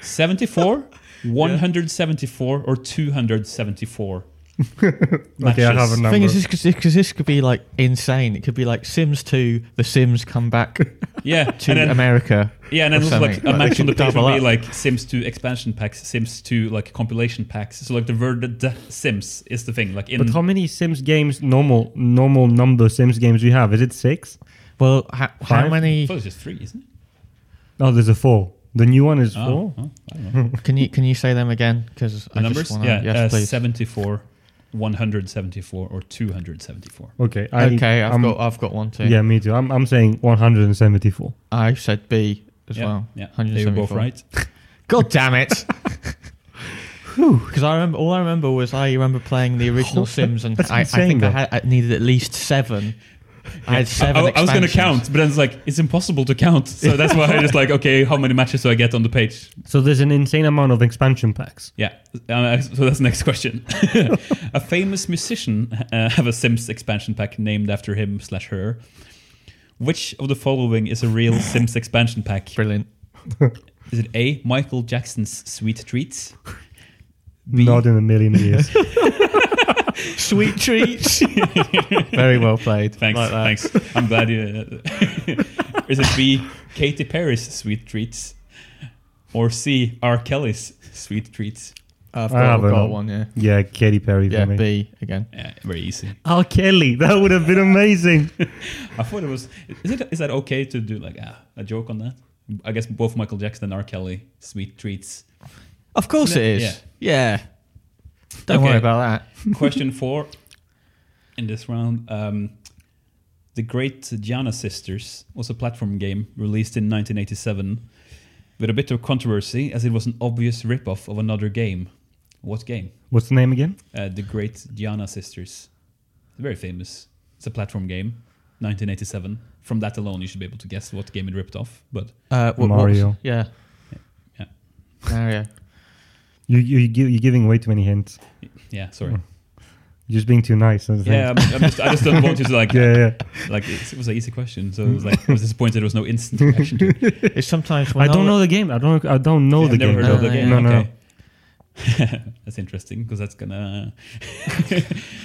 [SPEAKER 2] 74, 174, or 274?
[SPEAKER 3] <laughs> okay, I have
[SPEAKER 2] matches.
[SPEAKER 3] a
[SPEAKER 1] The
[SPEAKER 3] number.
[SPEAKER 1] thing is, because this, 'cause this could be like insane. It could be like Sims Two, The Sims come
[SPEAKER 2] <laughs>
[SPEAKER 1] back to
[SPEAKER 3] <laughs>
[SPEAKER 2] Yeah, and then,
[SPEAKER 1] America.
[SPEAKER 2] yeah, and then
[SPEAKER 1] or
[SPEAKER 2] also like
[SPEAKER 1] something.
[SPEAKER 2] a match
[SPEAKER 1] They
[SPEAKER 2] on the
[SPEAKER 1] can <laughs>
[SPEAKER 2] page
[SPEAKER 1] double
[SPEAKER 2] would be
[SPEAKER 1] up.
[SPEAKER 2] like Sims 2 expansion packs, Sims 2 like compilation packs. So like the word the Sims is the thing. Like in
[SPEAKER 3] but how many Sims games normal normal number Sims games do you have? Is it six?
[SPEAKER 1] Well, ha- how
[SPEAKER 3] Five?
[SPEAKER 2] I <laughs>
[SPEAKER 1] many?
[SPEAKER 2] thought it was just three, isn't it?
[SPEAKER 3] No, Oh, there's a four. The new one is
[SPEAKER 2] Oh,
[SPEAKER 3] four.
[SPEAKER 2] oh, I
[SPEAKER 1] <laughs>
[SPEAKER 2] don't know.
[SPEAKER 1] Can you can you say them again? Because
[SPEAKER 2] The numbers?
[SPEAKER 1] Wanna,
[SPEAKER 2] yeah,
[SPEAKER 1] Yes,
[SPEAKER 2] uh,
[SPEAKER 1] please.
[SPEAKER 2] 74, 174, or 274.
[SPEAKER 3] Okay, I,
[SPEAKER 1] Okay, I've
[SPEAKER 2] Um,
[SPEAKER 3] I'm-
[SPEAKER 1] got I've got one too.
[SPEAKER 3] Yeah, me too. I'm, I'm saying 174.
[SPEAKER 1] I said B as
[SPEAKER 2] yeah,
[SPEAKER 1] well.
[SPEAKER 2] Yeah, they were both
[SPEAKER 1] 174.
[SPEAKER 2] right.
[SPEAKER 1] God damn it! <laughs> Because I remember, all I remember was I remember playing the <laughs> original Sims, and
[SPEAKER 3] That's
[SPEAKER 1] I, I
[SPEAKER 3] insane,
[SPEAKER 1] think I,
[SPEAKER 3] though.
[SPEAKER 1] had, I needed at least seven. I had
[SPEAKER 2] I,
[SPEAKER 1] seven.
[SPEAKER 2] I- I was going to
[SPEAKER 1] expansions.
[SPEAKER 2] count, but then it's like, it's impossible to count. So that's why I just like, okay, how many matches do I get on the page?
[SPEAKER 3] So there's an insane amount of expansion packs.
[SPEAKER 2] Yeah, uh, so that's the next question. <laughs> a famous musician uh, <laughs> have a Sims expansion pack named after him slash her. Which of the following is
[SPEAKER 1] <laughs>
[SPEAKER 2] a real Sims expansion pack?
[SPEAKER 1] Brilliant.
[SPEAKER 2] Is it A, Michael Jackson's Sweet Treats?
[SPEAKER 3] Not in a million years.
[SPEAKER 2] <laughs>
[SPEAKER 1] Sweet treats. Very well played.
[SPEAKER 2] Thanks,
[SPEAKER 1] Like that.
[SPEAKER 2] thanks. I'm glad you. uh, <laughs> is it B, Katy Perry's sweet treats, or C, R. Kelly's sweet treats?
[SPEAKER 1] I've
[SPEAKER 3] I
[SPEAKER 1] got,
[SPEAKER 3] have
[SPEAKER 1] I've got
[SPEAKER 3] another.
[SPEAKER 1] one. Yeah.
[SPEAKER 3] Yeah, Katy Perry for
[SPEAKER 1] Yeah.
[SPEAKER 3] me.
[SPEAKER 1] B again.
[SPEAKER 2] Yeah, very easy.
[SPEAKER 3] Al Kelly, that would have been amazing.
[SPEAKER 2] <laughs> I thought it was. Is it is that okay to do like ah, a joke on that? I guess both Michael Jackson and R. Kelly sweet treats.
[SPEAKER 1] Of course
[SPEAKER 2] No,
[SPEAKER 1] it is. Yeah. Don't
[SPEAKER 2] Okay.
[SPEAKER 1] worry about that.
[SPEAKER 2] Question four in this round. Um, the Great Gianna Sisters was a platform game released in 1987 with a bit of controversy as it was an obvious ripoff of another game. What game?
[SPEAKER 3] What's the name again?
[SPEAKER 2] Uh, the Great Gianna Sisters. Very famous. It's a platform game, 1987. From that alone, you should be able to guess what game it ripped off. But
[SPEAKER 1] Uh, what- what was-
[SPEAKER 3] Mario.
[SPEAKER 1] yeah.
[SPEAKER 2] Yeah.
[SPEAKER 1] <laughs> Mario.
[SPEAKER 3] You, you, you give, you're giving way too many hints.
[SPEAKER 2] yeah, sorry.
[SPEAKER 3] You're just being too nice. that's the
[SPEAKER 2] Yeah,
[SPEAKER 3] thing.
[SPEAKER 2] I'm, I'm just, I just don't want you to like,
[SPEAKER 3] <laughs> yeah, yeah.
[SPEAKER 2] like it was an easy question. So it was like, I was disappointed there was no
[SPEAKER 3] <laughs>
[SPEAKER 2] instant reaction to it.
[SPEAKER 1] It's sometimes
[SPEAKER 3] I
[SPEAKER 1] when
[SPEAKER 3] don't know the game. I don't. I don't know
[SPEAKER 2] Yeah,
[SPEAKER 3] the
[SPEAKER 2] I've
[SPEAKER 3] game.
[SPEAKER 2] never heard of
[SPEAKER 1] no.
[SPEAKER 2] the game.
[SPEAKER 3] No, no, no.
[SPEAKER 2] okay. <laughs> that's interesting because that's gonna. <laughs>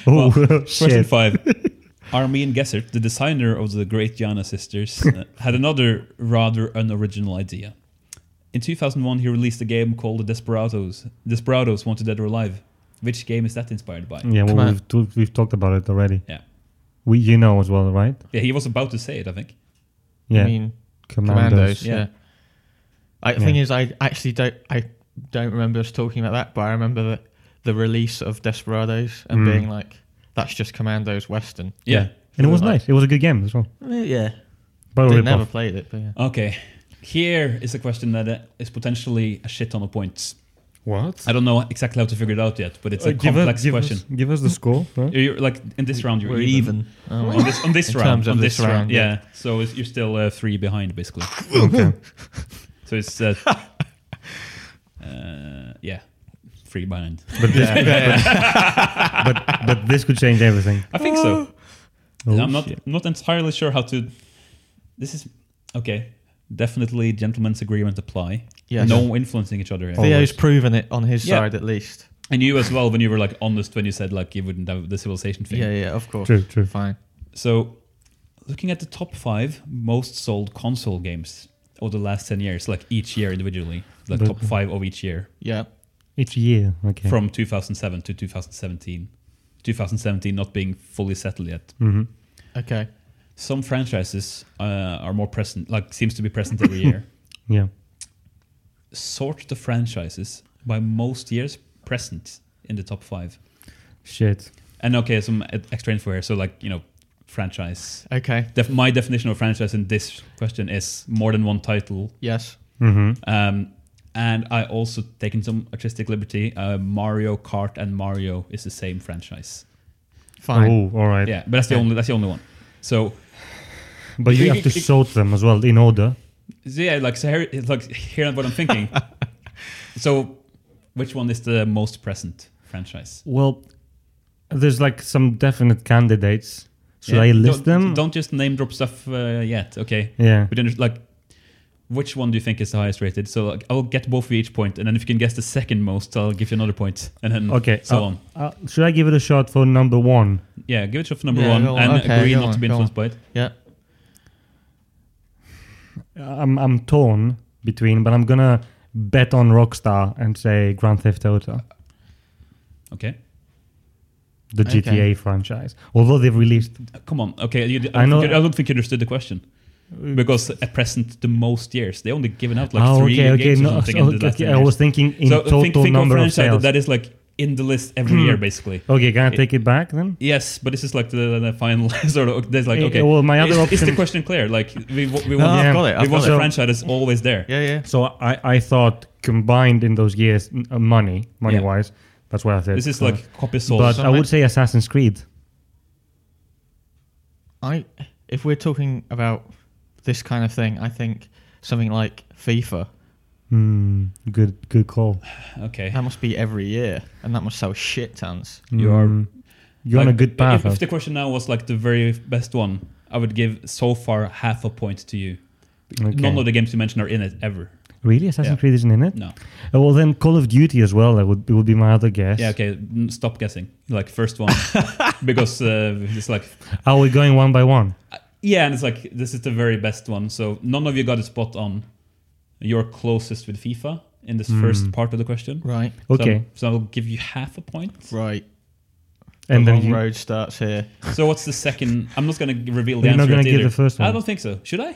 [SPEAKER 3] Oh
[SPEAKER 2] Question
[SPEAKER 3] <laughs> shit!
[SPEAKER 2] five. Armin Gessert, the designer of the Great Gianna Sisters, uh, had another rather unoriginal idea. In 2001, he released a game called The Desperados. Desperados Wanted Dead or Alive. Which game is that inspired by?
[SPEAKER 3] Yeah,
[SPEAKER 1] Come
[SPEAKER 3] well,
[SPEAKER 1] on.
[SPEAKER 3] we've t- we've talked about it already.
[SPEAKER 2] Yeah.
[SPEAKER 3] We you know as well, right?
[SPEAKER 2] Yeah, he was about to say it, I think.
[SPEAKER 3] Yeah,
[SPEAKER 1] I mean,
[SPEAKER 3] Commandos.
[SPEAKER 1] commandos. yeah.
[SPEAKER 2] Yeah.
[SPEAKER 1] I, the
[SPEAKER 3] Yeah.
[SPEAKER 1] thing is, I actually don't. I don't remember us talking about that, but I remember the, the release of Desperados and
[SPEAKER 3] Mm.
[SPEAKER 1] being like, "That's just Commandos Western."
[SPEAKER 2] Yeah.
[SPEAKER 3] and it was
[SPEAKER 1] Like-
[SPEAKER 3] nice. It was a good game as well.
[SPEAKER 1] Yeah.
[SPEAKER 3] But
[SPEAKER 1] They
[SPEAKER 3] a
[SPEAKER 1] never
[SPEAKER 3] ripoff.
[SPEAKER 1] played it, but yeah.
[SPEAKER 2] Okay. Here is a question that uh, is potentially a shit ton of points.
[SPEAKER 3] What?
[SPEAKER 2] I don't know exactly how to figure it out yet, but it's a
[SPEAKER 3] Uh, give
[SPEAKER 2] complex
[SPEAKER 3] us, give
[SPEAKER 2] question.
[SPEAKER 3] Us, give us the score.
[SPEAKER 2] <laughs>
[SPEAKER 3] huh?
[SPEAKER 2] You're, like in this round, you're
[SPEAKER 1] We're
[SPEAKER 2] even.
[SPEAKER 1] even. Oh,
[SPEAKER 2] on
[SPEAKER 1] well.
[SPEAKER 2] this, on this
[SPEAKER 1] In
[SPEAKER 2] round.
[SPEAKER 1] terms of
[SPEAKER 2] on
[SPEAKER 1] this round,
[SPEAKER 2] yeah.
[SPEAKER 1] yeah.
[SPEAKER 2] So it's, you're still uh, three behind, basically.
[SPEAKER 3] okay.
[SPEAKER 2] So it's uh, uh, yeah, three behind.
[SPEAKER 3] But this, but, but, but this could change everything.
[SPEAKER 2] I think so.
[SPEAKER 3] Oh,
[SPEAKER 2] I'm not
[SPEAKER 3] shit.
[SPEAKER 2] not entirely sure how to. This is okay. Definitely, gentlemen's agreement apply.
[SPEAKER 1] Yes.
[SPEAKER 2] No influencing each other. Here.
[SPEAKER 3] Oh.
[SPEAKER 1] Theo's proven it on his
[SPEAKER 2] Yeah.
[SPEAKER 1] side at least.
[SPEAKER 2] And you as well, when you were like honest, when you said like you wouldn't have the civilization thing.
[SPEAKER 1] Yeah, yeah, of course.
[SPEAKER 3] True, true.
[SPEAKER 1] Fine.
[SPEAKER 2] So, looking at the top five most sold console games over the last ten years, like each year individually, the
[SPEAKER 3] But-
[SPEAKER 2] top five of each year.
[SPEAKER 1] Yeah.
[SPEAKER 3] It's a year. Okay.
[SPEAKER 2] from 2007 to 2017. 2017 not being fully settled yet.
[SPEAKER 3] Mhm.
[SPEAKER 1] Okay.
[SPEAKER 2] Some franchises uh, are more present, like seems to be present every year.
[SPEAKER 3] Yeah.
[SPEAKER 2] Sort the franchises by most years present in the top five.
[SPEAKER 3] Shit.
[SPEAKER 2] And okay, some e- extra info here. So like you know, franchise.
[SPEAKER 1] Okay.
[SPEAKER 2] Def- my definition of franchise in this question is more than one title.
[SPEAKER 1] Yes.
[SPEAKER 3] Mm-hmm.
[SPEAKER 2] Um, and I also taken some artistic liberty. Uh, Mario Kart and Mario is the same franchise.
[SPEAKER 1] Fine.
[SPEAKER 3] Oh, all right.
[SPEAKER 2] Yeah, but that's the
[SPEAKER 1] Yeah.
[SPEAKER 2] only that's the only one. So
[SPEAKER 3] But
[SPEAKER 2] <laughs>
[SPEAKER 3] you have to sort them as well in order.
[SPEAKER 2] So yeah, like so here, it's like here's what I'm
[SPEAKER 3] <laughs>
[SPEAKER 2] thinking. so, which one is the most present franchise?
[SPEAKER 3] Well, there's like some definite candidates. Should
[SPEAKER 2] Yeah.
[SPEAKER 3] I list
[SPEAKER 2] Don't-
[SPEAKER 3] them?
[SPEAKER 2] Don't just name drop stuff uh, yet. Okay,
[SPEAKER 3] Yeah.
[SPEAKER 2] but then like, which one do you think is the highest rated? So like, I'll get both of each point, and then if you can guess the second most, I'll give you another point, and then
[SPEAKER 3] Okay.
[SPEAKER 2] so
[SPEAKER 3] uh,
[SPEAKER 2] on.
[SPEAKER 3] uh, should I give it a shot for number one?
[SPEAKER 2] Yeah, give it shot for number
[SPEAKER 1] Yeah,
[SPEAKER 2] one,
[SPEAKER 1] go on.
[SPEAKER 2] and
[SPEAKER 1] Okay,
[SPEAKER 2] agree
[SPEAKER 1] go
[SPEAKER 2] not to
[SPEAKER 1] on,
[SPEAKER 2] be
[SPEAKER 1] go on.
[SPEAKER 2] influenced by it.
[SPEAKER 1] Yeah.
[SPEAKER 3] Uh, I'm I'm torn between, but I'm gonna bet on Rockstar and say Grand Theft Auto,
[SPEAKER 2] Okay,
[SPEAKER 3] the
[SPEAKER 1] Okay.
[SPEAKER 3] GTA franchise. Although they've released,
[SPEAKER 2] Uh, come on. Okay, you, I,
[SPEAKER 3] I know-
[SPEAKER 2] know, I don't think you understood the question. Because at present, the most years they only given out like
[SPEAKER 3] oh,
[SPEAKER 2] three
[SPEAKER 3] okay, okay,
[SPEAKER 2] games or
[SPEAKER 3] no,
[SPEAKER 2] something.
[SPEAKER 3] okay,
[SPEAKER 2] in the last
[SPEAKER 3] okay,
[SPEAKER 2] 10
[SPEAKER 3] I
[SPEAKER 2] years.
[SPEAKER 3] was thinking in
[SPEAKER 2] so uh,
[SPEAKER 3] total
[SPEAKER 2] think, think
[SPEAKER 3] number
[SPEAKER 2] of
[SPEAKER 3] of
[SPEAKER 2] franchise that-
[SPEAKER 3] sales. Hmm.
[SPEAKER 2] that is like in the list every year basically
[SPEAKER 3] okay, can I take it back then?
[SPEAKER 2] yes but this is like the, the final <laughs> sort of there's like
[SPEAKER 3] Eh,
[SPEAKER 2] okay
[SPEAKER 3] well, my
[SPEAKER 2] is,
[SPEAKER 3] other
[SPEAKER 2] is the
[SPEAKER 3] option-
[SPEAKER 2] question clear like we, wa- we
[SPEAKER 1] No,
[SPEAKER 2] want,
[SPEAKER 1] I've
[SPEAKER 3] Yeah.
[SPEAKER 1] got it.
[SPEAKER 2] we
[SPEAKER 1] I've
[SPEAKER 2] want
[SPEAKER 1] got
[SPEAKER 2] the
[SPEAKER 1] it.
[SPEAKER 2] franchise is always there
[SPEAKER 1] Yeah, yeah.
[SPEAKER 3] So I, I thought combined in those years, n- uh, money, money wise, that's what I said.
[SPEAKER 2] this is
[SPEAKER 3] Uh,
[SPEAKER 2] like copy sold
[SPEAKER 3] but
[SPEAKER 1] so
[SPEAKER 3] I would
[SPEAKER 1] much-
[SPEAKER 3] say Assassin's Creed.
[SPEAKER 1] I if we're talking about this kind of thing, I think something like FIFA.
[SPEAKER 3] Hmm, good, good call.
[SPEAKER 2] okay
[SPEAKER 1] That must be every year, and that must sell shit tons.
[SPEAKER 2] You are-
[SPEAKER 3] Hmm. you're on a
[SPEAKER 2] Like,
[SPEAKER 3] good path.
[SPEAKER 2] if, if
[SPEAKER 3] Alf.
[SPEAKER 2] the question now was like the very best one I would give so far half a point to you
[SPEAKER 3] Okay.
[SPEAKER 2] none of the games you mentioned are in it ever
[SPEAKER 3] Really, Assassin's
[SPEAKER 2] Yeah.
[SPEAKER 3] Creed isn't in it.
[SPEAKER 2] No.
[SPEAKER 3] Uh, well, then Call of Duty as well. That would it would be my other guess.
[SPEAKER 2] Yeah. Okay. mm, Stop guessing. Like first
[SPEAKER 3] <laughs>
[SPEAKER 2] one, because uh, it's like
[SPEAKER 3] Are we going one by one?
[SPEAKER 2] yeah, and it's like this is the very best one. So none of you got a spot on. You're closest with FIFA in
[SPEAKER 3] Hmm.
[SPEAKER 2] this first part of the question.
[SPEAKER 1] Right.
[SPEAKER 2] So-
[SPEAKER 3] Okay.
[SPEAKER 2] So, I'll give you half a point.
[SPEAKER 1] Right.
[SPEAKER 3] and
[SPEAKER 1] the
[SPEAKER 3] then
[SPEAKER 1] long
[SPEAKER 3] you,
[SPEAKER 1] road starts here.
[SPEAKER 2] So what's the second? I'm not going to reveal the
[SPEAKER 3] You're not
[SPEAKER 2] answer.
[SPEAKER 3] gonna
[SPEAKER 2] yet
[SPEAKER 3] give
[SPEAKER 2] either.
[SPEAKER 3] the first one?
[SPEAKER 2] I don't think so. Should I?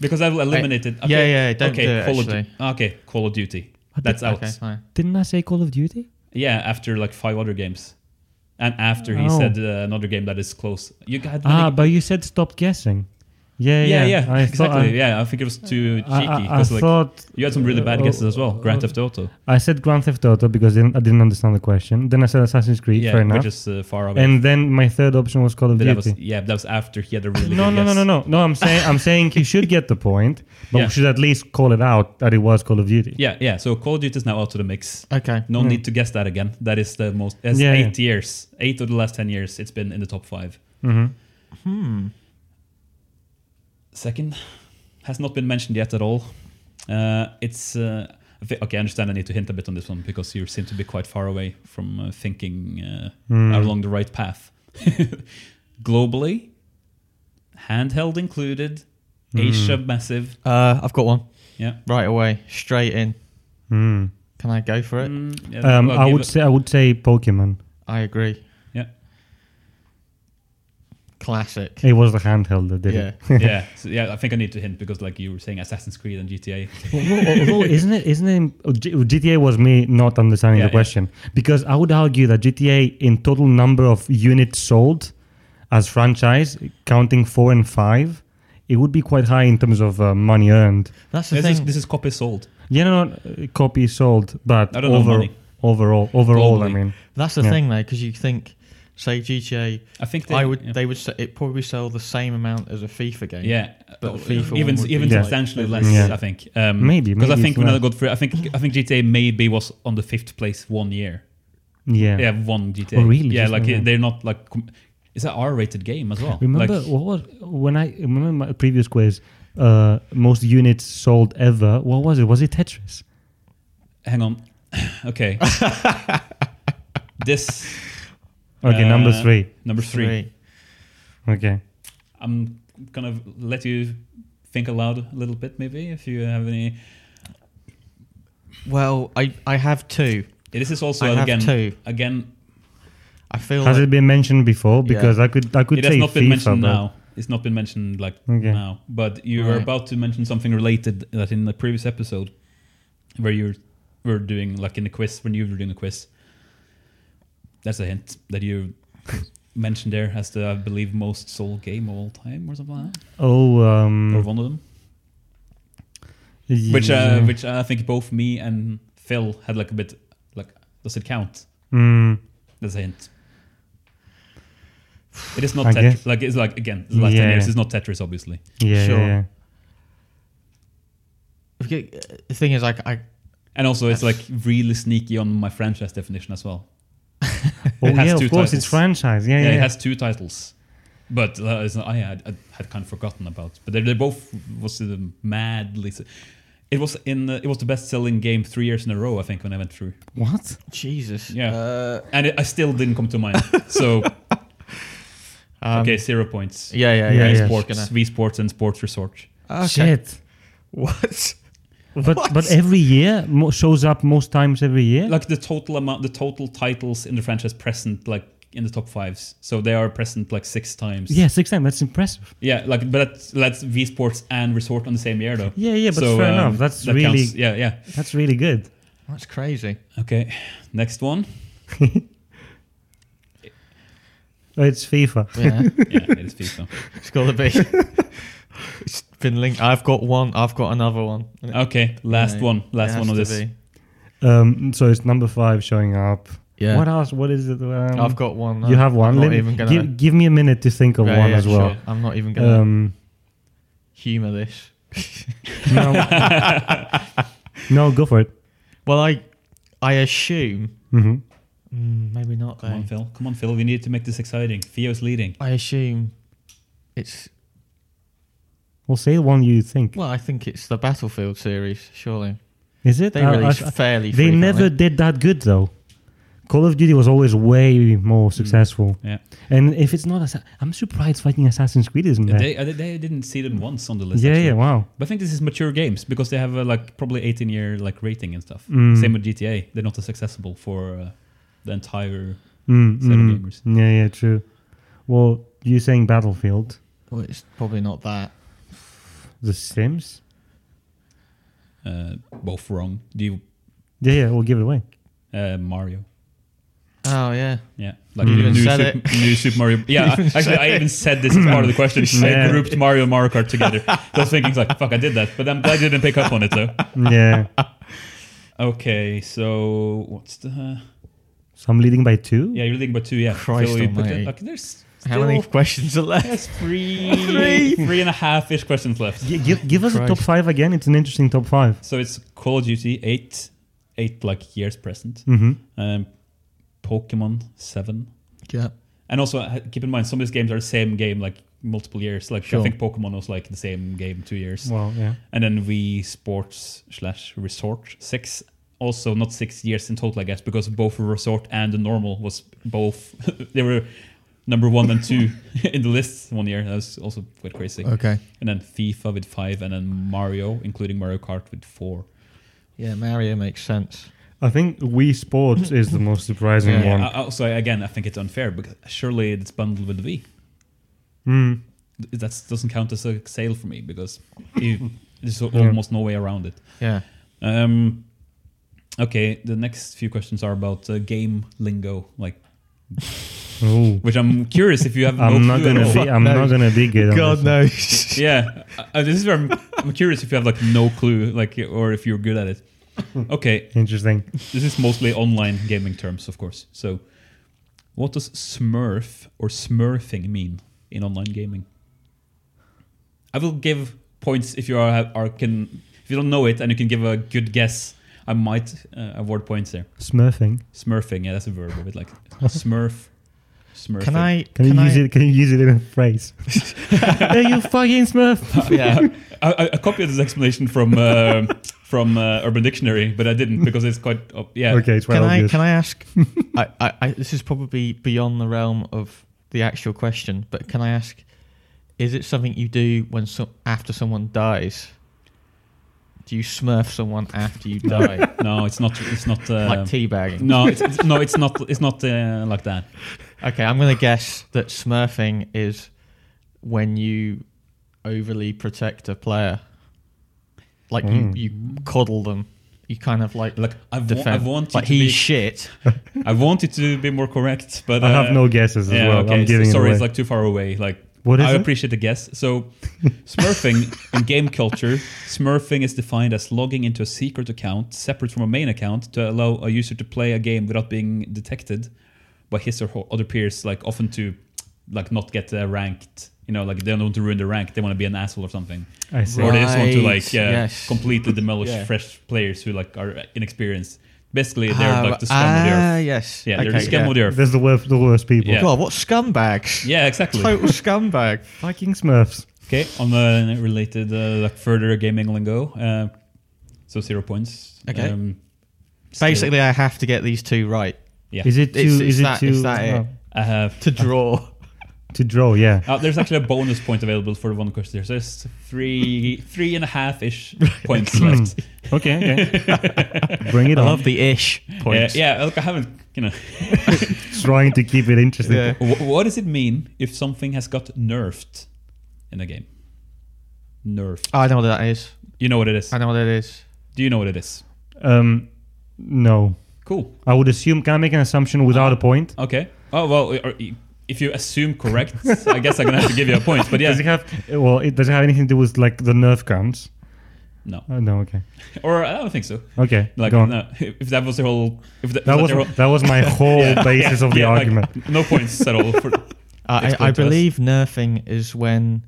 [SPEAKER 2] Because I've eliminated.
[SPEAKER 1] yeah, yeah, don't do it,
[SPEAKER 2] Call of
[SPEAKER 1] actually.
[SPEAKER 2] Du- okay, Call of Duty. That's out.
[SPEAKER 1] Okay, fine.
[SPEAKER 3] didn't I say Call of Duty?
[SPEAKER 2] Yeah, after like five other games, and after he
[SPEAKER 3] Oh.
[SPEAKER 2] said uh, another game that is close. You had many-
[SPEAKER 3] Ah, but you said stop guessing. Yeah,
[SPEAKER 2] yeah,
[SPEAKER 3] yeah,
[SPEAKER 2] yeah,
[SPEAKER 3] I
[SPEAKER 2] exactly.
[SPEAKER 3] thought I,
[SPEAKER 2] yeah, I think it was too cheeky.
[SPEAKER 3] I, I, I
[SPEAKER 2] 'cause, like,
[SPEAKER 3] thought
[SPEAKER 2] you had some really bad
[SPEAKER 3] uh,
[SPEAKER 2] guesses as well. Grand Theft Auto.
[SPEAKER 3] I said Grand Theft Auto because I didn't, I didn't understand the question. Then I said Assassin's Creed.
[SPEAKER 2] Yeah,
[SPEAKER 3] fair
[SPEAKER 2] which
[SPEAKER 3] enough.
[SPEAKER 2] is uh, far away.
[SPEAKER 3] And then my third option was Call of
[SPEAKER 2] But
[SPEAKER 3] Duty.
[SPEAKER 2] that was, yeah, that was after he had a really
[SPEAKER 3] no,
[SPEAKER 2] good
[SPEAKER 3] no, no,
[SPEAKER 2] guess.
[SPEAKER 3] no, no, no. I'm saying I'm saying he should get the point, but
[SPEAKER 2] Yeah.
[SPEAKER 3] we should at least call it out that it was Call of Duty.
[SPEAKER 2] Yeah, yeah. So Call of Duty is now out of the mix.
[SPEAKER 1] Okay. Hmm.
[SPEAKER 2] No need to guess that again. That is the most. That's
[SPEAKER 3] Hmm. Yeah,
[SPEAKER 2] eight years, eight of the last ten years. It's been in the top five.
[SPEAKER 3] Mhm.
[SPEAKER 2] Second, has not been mentioned yet at all. Uh, it's uh, I thi- okay. I understand. I need to hint a bit on this one because you seem to be quite far away from uh, thinking uh,
[SPEAKER 3] Hmm.
[SPEAKER 2] along the right path. <laughs> Globally, handheld included,
[SPEAKER 3] Hmm.
[SPEAKER 2] Asia massive.
[SPEAKER 1] Uh, I've got one
[SPEAKER 2] Yeah.
[SPEAKER 1] right away, straight in.
[SPEAKER 3] Hmm.
[SPEAKER 1] Can I go for it?
[SPEAKER 2] Mm, yeah,
[SPEAKER 3] Um,
[SPEAKER 2] well,
[SPEAKER 3] I
[SPEAKER 2] give
[SPEAKER 3] would
[SPEAKER 2] it-
[SPEAKER 3] say I would say Pokemon.
[SPEAKER 1] I agree.
[SPEAKER 3] <laughs>
[SPEAKER 2] Yeah.
[SPEAKER 1] Classic.
[SPEAKER 3] It was the handheld that did <laughs>
[SPEAKER 1] Yeah.
[SPEAKER 3] it.
[SPEAKER 2] yeah, so, yeah. I think I need to hint because, like you were saying, Assassin's Creed and GTA.
[SPEAKER 3] Although, isn't it? Isn't it? oh, G- GTA was me not understanding
[SPEAKER 2] Yeah,
[SPEAKER 3] the question because I would argue that GTA in total number of units sold as franchise, counting four and five, it would be quite high in terms of uh, money earned.
[SPEAKER 1] That's the
[SPEAKER 2] This
[SPEAKER 1] thing.
[SPEAKER 2] is, this is copy sold.
[SPEAKER 3] Yeah, no, no, uh, copy sold, but
[SPEAKER 2] I don't know
[SPEAKER 3] over-
[SPEAKER 2] money.
[SPEAKER 3] overall, overall, I
[SPEAKER 2] Globally.
[SPEAKER 3] mean,
[SPEAKER 1] That's the
[SPEAKER 3] Yeah.
[SPEAKER 1] thing though, because you think, say GTA,
[SPEAKER 2] I think they,
[SPEAKER 1] I would.
[SPEAKER 2] Yeah,
[SPEAKER 1] They would. se- It probably sell the same amount as a FIFA game.
[SPEAKER 2] yeah.
[SPEAKER 1] But
[SPEAKER 2] Uh,
[SPEAKER 1] FIFA one
[SPEAKER 2] even
[SPEAKER 1] would
[SPEAKER 2] even
[SPEAKER 1] be like-
[SPEAKER 2] substantially less.
[SPEAKER 3] Yeah.
[SPEAKER 2] I think um,
[SPEAKER 3] Maybe,
[SPEAKER 2] because I
[SPEAKER 3] maybe
[SPEAKER 2] think
[SPEAKER 3] it's
[SPEAKER 2] when I
[SPEAKER 3] less.
[SPEAKER 2] got through, I think I think GTA maybe was on the fifth place one year.
[SPEAKER 3] yeah.
[SPEAKER 2] Yeah, one GTA.
[SPEAKER 3] Oh, really?
[SPEAKER 2] Yeah,
[SPEAKER 3] Just
[SPEAKER 2] like
[SPEAKER 3] like that.
[SPEAKER 2] they're not like. Com- it's an R-rated game as well.
[SPEAKER 3] Remember
[SPEAKER 2] Like,
[SPEAKER 3] what was when I remember my previous quiz? Uh, most units sold ever. What was it? Was it Tetris?
[SPEAKER 2] hang on. <laughs> okay. this
[SPEAKER 3] Okay, number
[SPEAKER 2] Uh,
[SPEAKER 3] three.
[SPEAKER 2] number three.
[SPEAKER 1] Three.
[SPEAKER 3] Okay.
[SPEAKER 2] I'm gonna let you think aloud a little bit, maybe if you have any.
[SPEAKER 1] Well, I I have two.
[SPEAKER 2] This is also
[SPEAKER 1] I have
[SPEAKER 2] again
[SPEAKER 1] two.
[SPEAKER 2] again
[SPEAKER 1] I feel.
[SPEAKER 3] Has
[SPEAKER 1] like-
[SPEAKER 3] it been mentioned before?
[SPEAKER 1] Yeah.
[SPEAKER 3] Because I could I could
[SPEAKER 2] it
[SPEAKER 3] say
[SPEAKER 2] has not been
[SPEAKER 3] FIFA,
[SPEAKER 2] mentioned
[SPEAKER 3] but-
[SPEAKER 2] now. It's not been mentioned like
[SPEAKER 3] Okay.
[SPEAKER 2] now. But you were
[SPEAKER 1] Right.
[SPEAKER 2] about to mention something related that in the previous episode, where you were doing like in the quiz when you were doing the quiz. That's a hint that you <laughs> mentioned there as the I believe most sold game of all time or something like that,
[SPEAKER 3] Oh, um,
[SPEAKER 2] or one of them. Which uh,
[SPEAKER 3] yeah.
[SPEAKER 2] which I think both me and Phil had like a bit like does it count?
[SPEAKER 3] Mm,
[SPEAKER 2] That's a hint. It is not
[SPEAKER 3] I
[SPEAKER 2] Tetris.
[SPEAKER 3] guess.
[SPEAKER 2] Like it's like again, the last ten
[SPEAKER 3] Yeah.
[SPEAKER 2] years. It's not Tetris, obviously.
[SPEAKER 3] yeah,
[SPEAKER 1] Sure.
[SPEAKER 3] yeah,
[SPEAKER 2] <laughs>
[SPEAKER 3] yeah.
[SPEAKER 1] The thing is, like, I
[SPEAKER 2] And also, it's like really sneaky on my franchise definition as well.
[SPEAKER 3] Oh,
[SPEAKER 2] has
[SPEAKER 3] yeah, of
[SPEAKER 2] two
[SPEAKER 3] course,
[SPEAKER 2] titles.
[SPEAKER 3] it's franchise. Yeah,
[SPEAKER 2] Yeah,
[SPEAKER 3] yeah.
[SPEAKER 2] it
[SPEAKER 3] yeah.
[SPEAKER 2] has two titles, but uh, it's not, I, had, I had kind of forgotten about. But they they both was uh, madly. s- It was in the, it was the best selling game three years in a row. I think when I went through,
[SPEAKER 3] What?
[SPEAKER 1] Jesus.
[SPEAKER 2] Yeah.
[SPEAKER 1] Uh,
[SPEAKER 2] and it, I still didn't come to mind. So
[SPEAKER 1] um,
[SPEAKER 2] okay, zero points.
[SPEAKER 1] Yeah, yeah,
[SPEAKER 3] Yeah,
[SPEAKER 1] yeah.
[SPEAKER 3] yeah.
[SPEAKER 1] it's
[SPEAKER 2] Sports,
[SPEAKER 1] gonna-
[SPEAKER 2] V Sports, and Sports Resort.
[SPEAKER 1] Okay.
[SPEAKER 3] Shit.
[SPEAKER 1] What?
[SPEAKER 3] But
[SPEAKER 1] What?
[SPEAKER 3] but every year mo- shows up most times every year.
[SPEAKER 2] Like the total amount, the total titles in the franchise present, like in the top fives. So they are present like six times.
[SPEAKER 3] yeah, six times. That's impressive.
[SPEAKER 2] Yeah, like but that's, that's V Sports and Resort on the same year though.
[SPEAKER 3] Yeah, yeah. But fair
[SPEAKER 2] um,
[SPEAKER 3] enough. That's
[SPEAKER 2] that
[SPEAKER 3] really
[SPEAKER 2] counts. yeah, yeah.
[SPEAKER 3] that's really good.
[SPEAKER 1] That's crazy.
[SPEAKER 2] Okay, next
[SPEAKER 1] <laughs>
[SPEAKER 2] one.
[SPEAKER 3] Oh, It's FIFA.
[SPEAKER 1] Yeah.
[SPEAKER 2] Yeah, it is FIFA.
[SPEAKER 1] <laughs> it's got to
[SPEAKER 3] <laughs>
[SPEAKER 1] be. it's been linked. I've got one. I've got another one.
[SPEAKER 2] Okay, last
[SPEAKER 1] Yeah,
[SPEAKER 2] one,
[SPEAKER 1] it
[SPEAKER 2] last
[SPEAKER 1] has
[SPEAKER 2] one of
[SPEAKER 1] to
[SPEAKER 2] this.
[SPEAKER 1] be.
[SPEAKER 3] Um, so it's number five showing up.
[SPEAKER 1] Yeah.
[SPEAKER 3] What else? What is it? Um,
[SPEAKER 1] I've got one.
[SPEAKER 3] You have one.
[SPEAKER 1] I'm
[SPEAKER 3] Let
[SPEAKER 1] not
[SPEAKER 3] me-
[SPEAKER 1] even gonna.
[SPEAKER 3] give, give me a minute to think of
[SPEAKER 1] Yeah,
[SPEAKER 3] one
[SPEAKER 1] yeah,
[SPEAKER 3] as well.
[SPEAKER 1] sure. I'm not even gonna
[SPEAKER 3] Um,
[SPEAKER 1] humor this.
[SPEAKER 3] no, no, go for it.
[SPEAKER 1] Well, I, I assume.
[SPEAKER 3] hmm
[SPEAKER 1] Mm, maybe not.
[SPEAKER 2] Come
[SPEAKER 1] though.
[SPEAKER 2] on, Phil. Come on, Phil. We need to make this exciting. Theo's leading.
[SPEAKER 1] I assume it's
[SPEAKER 3] Well, say the one you think.
[SPEAKER 1] Well, I think it's the Battlefield series, surely.
[SPEAKER 3] Is it?
[SPEAKER 1] They
[SPEAKER 3] I- I-
[SPEAKER 1] release
[SPEAKER 3] Uh, I-
[SPEAKER 1] fairly
[SPEAKER 3] They
[SPEAKER 1] frequently.
[SPEAKER 3] never did that good though. Call of Duty was always way more
[SPEAKER 1] Mm.
[SPEAKER 3] successful.
[SPEAKER 2] Yeah.
[SPEAKER 3] And if it's not, Assa- I'm surprised fighting Assassin's Creed isn't there.
[SPEAKER 2] They, I- they didn't see them once on the list.
[SPEAKER 3] yeah,
[SPEAKER 2] actually.
[SPEAKER 3] yeah, wow.
[SPEAKER 2] But I think this is mature games because they have uh, like probably 18 year like rating and stuff.
[SPEAKER 3] Mm.
[SPEAKER 2] Same with GTA. They're not as accessible for uh, the entire.
[SPEAKER 3] Mm,
[SPEAKER 2] Set of
[SPEAKER 3] mm.
[SPEAKER 2] gamers.
[SPEAKER 3] Yeah, yeah, true. Well, you saying Battlefield,
[SPEAKER 1] Well, it's probably not that.
[SPEAKER 3] The Sims?
[SPEAKER 2] Uh, both wrong. Do you
[SPEAKER 3] Yeah, yeah, we'll give
[SPEAKER 1] <laughs>
[SPEAKER 3] it away.
[SPEAKER 2] uh, Mario?
[SPEAKER 1] Oh yeah.
[SPEAKER 2] Yeah, like
[SPEAKER 1] You even
[SPEAKER 2] Mm. new,
[SPEAKER 1] said
[SPEAKER 2] Sup- new Super Mario. <laughs> Yeah, I- actually, I even said this as part of the <laughs> question. I
[SPEAKER 3] Yeah.
[SPEAKER 2] grouped Mario and Mario Kart together. So I was thinking, like, fuck, I did that, but I'm glad you didn't pick up on it though.
[SPEAKER 3] yeah.
[SPEAKER 2] Okay, so what's the?
[SPEAKER 3] So I'm leading by two?
[SPEAKER 2] Yeah, you're leading by two. Yeah,
[SPEAKER 1] Christ
[SPEAKER 2] so you put
[SPEAKER 1] almighty.
[SPEAKER 2] in- okay, there's
[SPEAKER 1] How many <laughs>
[SPEAKER 2] still-
[SPEAKER 1] questions are left?
[SPEAKER 2] <laughs> There's three, three and a half ish questions left.
[SPEAKER 3] Gi- give, give us a top
[SPEAKER 1] Christ.
[SPEAKER 3] five again. It's an interesting top 5
[SPEAKER 2] So it's Call of Duty eight, eight like years present.
[SPEAKER 3] Mm-hmm.
[SPEAKER 2] Um, Pokemon seven.
[SPEAKER 1] Yeah.
[SPEAKER 2] And also uh, keep in mind some of these games are the same game like multiple years. Like I
[SPEAKER 1] Sure.
[SPEAKER 2] think Pokemon was like the same game two years.
[SPEAKER 3] Well, yeah.
[SPEAKER 2] And then we sports slash resort six. Also not six years in total, I guess, because both resort and the normal was both <laughs> they were number one and two <laughs> in the list one year. That was also quite crazy.
[SPEAKER 1] Okay.
[SPEAKER 2] And then FIFA with five and then Mario, including Mario Kart with four.
[SPEAKER 1] Yeah, Mario makes sense.
[SPEAKER 3] I think Wii Sports is the most surprising
[SPEAKER 1] Yeah.
[SPEAKER 3] one.
[SPEAKER 2] I- I- also Uh, oh, again I think it's unfair because surely it's bundled with V.
[SPEAKER 3] Mm.
[SPEAKER 2] that doesn't count as a sale for me because
[SPEAKER 3] <laughs>
[SPEAKER 2] you, there's al-
[SPEAKER 3] Yeah.
[SPEAKER 2] almost no way around it.
[SPEAKER 1] Yeah.
[SPEAKER 2] Um, okay, the next few questions are about uh, game lingo, like
[SPEAKER 3] Oh.
[SPEAKER 2] which I'm curious if you
[SPEAKER 3] <laughs>
[SPEAKER 2] have.
[SPEAKER 3] I'm
[SPEAKER 2] no
[SPEAKER 3] not
[SPEAKER 2] clue at
[SPEAKER 3] gonna
[SPEAKER 2] all.
[SPEAKER 3] be. I'm
[SPEAKER 1] No.
[SPEAKER 3] not gonna be good. on this
[SPEAKER 1] God
[SPEAKER 3] one.
[SPEAKER 1] knows.
[SPEAKER 2] <laughs> Yeah, uh, this is where I'm, I'm curious if you have like no clue, like or if you're good at
[SPEAKER 3] <laughs>
[SPEAKER 2] it. Okay,
[SPEAKER 3] Interesting.
[SPEAKER 2] this is mostly online gaming terms, of course. So, what does Smurf or Smurfing mean in online gaming? I will give points if you are, are can if you don't know it and you can give a good guess. I might uh, award points there.
[SPEAKER 3] Smurfing.
[SPEAKER 2] Smurfing, yeah, that's a verb
[SPEAKER 1] <laughs>
[SPEAKER 2] of it, like Smurf. Smurfing.
[SPEAKER 1] Can I?
[SPEAKER 3] Can, you use it? Can you use it in a phrase? Are you fucking Smurf? <laughs>
[SPEAKER 1] Yeah.
[SPEAKER 2] I, I- I copied this explanation from uh, <laughs> from uh, Urban Dictionary, but I didn't because it's quite ob- yeah.
[SPEAKER 3] Okay, it's well
[SPEAKER 1] Can I?
[SPEAKER 3] obvious.
[SPEAKER 1] Can I
[SPEAKER 3] <laughs>
[SPEAKER 1] ask? I, I, I, this is probably beyond the realm of the actual question, but can I ask? Is it something you do when so, after someone dies? Do you smurf someone after
[SPEAKER 3] <laughs>
[SPEAKER 1] you die,
[SPEAKER 2] No, it's not. It's not. Uh,
[SPEAKER 3] Um,
[SPEAKER 1] like teabagging?
[SPEAKER 2] no, it's, it's- no, it's not. It's not uh, like that.
[SPEAKER 1] Okay, I'm gonna guess that smurfing is when you overly protect a player, like
[SPEAKER 3] Mm.
[SPEAKER 1] you, you coddle them. You kind of like
[SPEAKER 2] Like I, wa- I
[SPEAKER 1] defend.
[SPEAKER 2] want you
[SPEAKER 1] like
[SPEAKER 2] to
[SPEAKER 1] he's
[SPEAKER 2] be,
[SPEAKER 1] shit.
[SPEAKER 2] <laughs> I want it to be more correct, but
[SPEAKER 3] I
[SPEAKER 2] uh,
[SPEAKER 3] have no guesses as
[SPEAKER 2] Yeah,
[SPEAKER 3] well.
[SPEAKER 2] okay.
[SPEAKER 3] I'm giving
[SPEAKER 2] so, sorry,
[SPEAKER 3] it away.
[SPEAKER 2] it's like too far away. Like
[SPEAKER 3] What is
[SPEAKER 2] I
[SPEAKER 3] it?
[SPEAKER 2] appreciate the guess.
[SPEAKER 3] <laughs>
[SPEAKER 2] So, smurfing in game culture, smurfing is defined as logging into a secret account separate from a main account to allow a user to play a game without being detected by his or her other peers. Like often to, like not get uh, ranked. You know, like they don't want to ruin the rank. They want to be an asshole or something,
[SPEAKER 3] I see.
[SPEAKER 2] or they just want to like uh,
[SPEAKER 1] Right, yes.
[SPEAKER 2] completely demolish
[SPEAKER 1] Yeah.
[SPEAKER 2] fresh players who like are inexperienced. Basically, they're
[SPEAKER 1] Ah,
[SPEAKER 2] like the scum of the
[SPEAKER 1] ah,
[SPEAKER 2] earth.
[SPEAKER 1] yes.
[SPEAKER 2] Yeah, they're the scum of the earth.
[SPEAKER 3] There's the worst, the worst people.
[SPEAKER 2] Yeah.
[SPEAKER 1] God, what scumbags?
[SPEAKER 2] Yeah, exactly.
[SPEAKER 1] Total scumbag.
[SPEAKER 3] Fucking Smurfs.
[SPEAKER 2] Okay, on the related uh, like further gaming lingo, uh, so zero points.
[SPEAKER 1] Okay.
[SPEAKER 2] Um, still-
[SPEAKER 1] Basically, I have to get these two right
[SPEAKER 2] yeah.
[SPEAKER 3] Is it too?
[SPEAKER 1] It's- it's
[SPEAKER 3] is
[SPEAKER 1] that-
[SPEAKER 3] it
[SPEAKER 1] it's
[SPEAKER 3] too?
[SPEAKER 1] that it.
[SPEAKER 3] oh,
[SPEAKER 2] I have.
[SPEAKER 1] to draw.
[SPEAKER 3] to draw, yeah.
[SPEAKER 2] Oh, there's actually a bonus point available for the one question there. So it's three, three and a half ish points left.
[SPEAKER 3] Okay, okay. Bring
[SPEAKER 1] <laughs>
[SPEAKER 3] it
[SPEAKER 1] I
[SPEAKER 3] on.
[SPEAKER 1] love <laughs> the ish
[SPEAKER 2] Yeah,
[SPEAKER 1] points.
[SPEAKER 2] Uh, yeah. Look, I haven't. You know,
[SPEAKER 3] Trying to keep it interesting.
[SPEAKER 1] Yeah.
[SPEAKER 2] Wh- what does it mean if something has got nerfed in a game? Nerfed.
[SPEAKER 1] I know what that is.
[SPEAKER 2] You know what it is.
[SPEAKER 1] I know what it is.
[SPEAKER 2] Do you know what it is?
[SPEAKER 3] Um, no.
[SPEAKER 2] Cool.
[SPEAKER 3] I would assume. Can I make an assumption without a point?
[SPEAKER 2] Okay. Oh well. uh, If you assume
[SPEAKER 3] <laughs>
[SPEAKER 2] correct, I guess I'm gonna have to give you a point. But
[SPEAKER 3] Does it <laughs>
[SPEAKER 2] yeah.
[SPEAKER 3] have? Well, it does it have anything to do with like the nerf guns?
[SPEAKER 2] No.
[SPEAKER 3] Oh, no. Okay.
[SPEAKER 2] Or I don't think so.
[SPEAKER 3] Okay.
[SPEAKER 2] Like
[SPEAKER 3] go on.
[SPEAKER 2] no, if that was the whole, if that,
[SPEAKER 3] that
[SPEAKER 2] was
[SPEAKER 3] was
[SPEAKER 2] their whole,
[SPEAKER 3] that
[SPEAKER 2] <laughs>
[SPEAKER 3] was my whole basis of the
[SPEAKER 2] yeah, like,
[SPEAKER 3] argument.
[SPEAKER 2] no points at all.
[SPEAKER 3] <laughs>
[SPEAKER 2] For,
[SPEAKER 1] Uh, I,
[SPEAKER 2] Explain
[SPEAKER 1] I
[SPEAKER 2] to us.
[SPEAKER 1] believe nerfing is when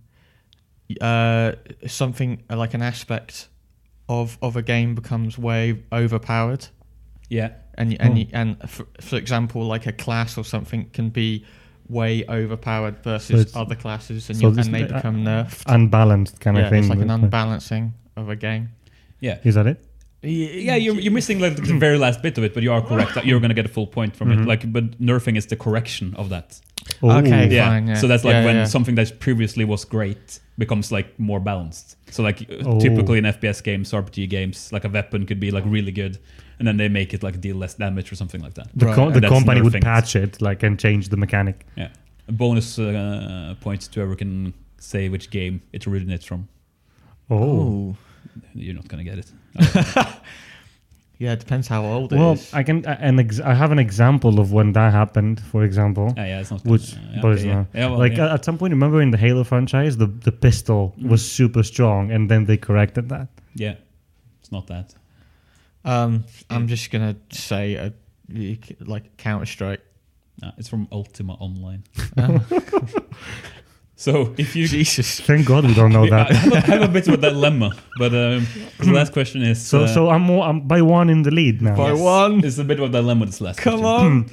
[SPEAKER 1] uh, something uh, like an aspect of of a game becomes way overpowered,
[SPEAKER 2] yeah,
[SPEAKER 1] and you- and
[SPEAKER 3] Hmm.
[SPEAKER 1] you- and for, for example, like a class or something can be way overpowered
[SPEAKER 3] So
[SPEAKER 1] versus
[SPEAKER 3] it's-
[SPEAKER 1] other classes, and,
[SPEAKER 3] so
[SPEAKER 1] you,
[SPEAKER 3] this-
[SPEAKER 1] and they
[SPEAKER 3] uh,
[SPEAKER 1] become nerfed.
[SPEAKER 3] unbalanced kind
[SPEAKER 1] yeah,
[SPEAKER 3] of thing.
[SPEAKER 1] it's like an
[SPEAKER 3] Uh,
[SPEAKER 1] unbalancing of a game.
[SPEAKER 2] Yeah.
[SPEAKER 3] Is that it?
[SPEAKER 2] Yeah, you're, you're missing like the very last bit of it, but you are correct. that You're gonna get a full point from
[SPEAKER 3] Mm-hmm.
[SPEAKER 2] it. Like, but nerfing is the correction of that.
[SPEAKER 1] Okay.
[SPEAKER 2] Yeah.
[SPEAKER 1] Fine, yeah.
[SPEAKER 2] So that's like
[SPEAKER 1] Yeah,
[SPEAKER 2] when
[SPEAKER 1] yeah.
[SPEAKER 2] something that previously was great becomes like more balanced. So like uh,
[SPEAKER 3] Oh.
[SPEAKER 2] typically in FPS games, RPG games, like a weapon could be like really good, and then they make it like deal less damage or something like that.
[SPEAKER 3] The,
[SPEAKER 1] Right.
[SPEAKER 3] co-
[SPEAKER 2] And
[SPEAKER 3] the
[SPEAKER 2] that's
[SPEAKER 3] company would
[SPEAKER 2] nerfing.
[SPEAKER 3] patch it like and change the mechanic.
[SPEAKER 2] Yeah. Bonus uh, points to whoever can say which game it originates from.
[SPEAKER 3] Oh.
[SPEAKER 1] Ooh.
[SPEAKER 2] You're not gonna get it.
[SPEAKER 1] Yeah, it depends how old it is.
[SPEAKER 3] Well, I can I- an ex- I have an example of when that happened, for example.
[SPEAKER 2] Ah, yeah, it's not.
[SPEAKER 3] Which,
[SPEAKER 2] uh, yeah,
[SPEAKER 3] but
[SPEAKER 2] okay,
[SPEAKER 3] it's
[SPEAKER 2] yeah.
[SPEAKER 3] not.
[SPEAKER 2] Yeah, well,
[SPEAKER 3] like uh,
[SPEAKER 2] yeah. Mm.
[SPEAKER 3] a- at some point, remember in the Halo franchise, the, the pistol was super strong, and then they corrected that.
[SPEAKER 2] yeah, it's not that.
[SPEAKER 1] Um, I'm just gonna say a, like Counter Strike.
[SPEAKER 2] No, Ah, it's from Ultima
[SPEAKER 3] <laughs>
[SPEAKER 2] Online. <laughs> so if
[SPEAKER 1] <laughs>
[SPEAKER 2] you
[SPEAKER 1] Jesus.
[SPEAKER 3] Thank God we
[SPEAKER 2] <laughs>
[SPEAKER 3] don't know
[SPEAKER 2] I
[SPEAKER 3] Oh, that.
[SPEAKER 2] have a- I have a bit of a dilemma, but um, the last question is
[SPEAKER 3] So
[SPEAKER 2] uh,
[SPEAKER 3] so I'm more I'm by one in the lead now.
[SPEAKER 1] By one.
[SPEAKER 2] It's a bit of a dilemma. This last
[SPEAKER 1] Come
[SPEAKER 2] question.
[SPEAKER 1] on. Hmm.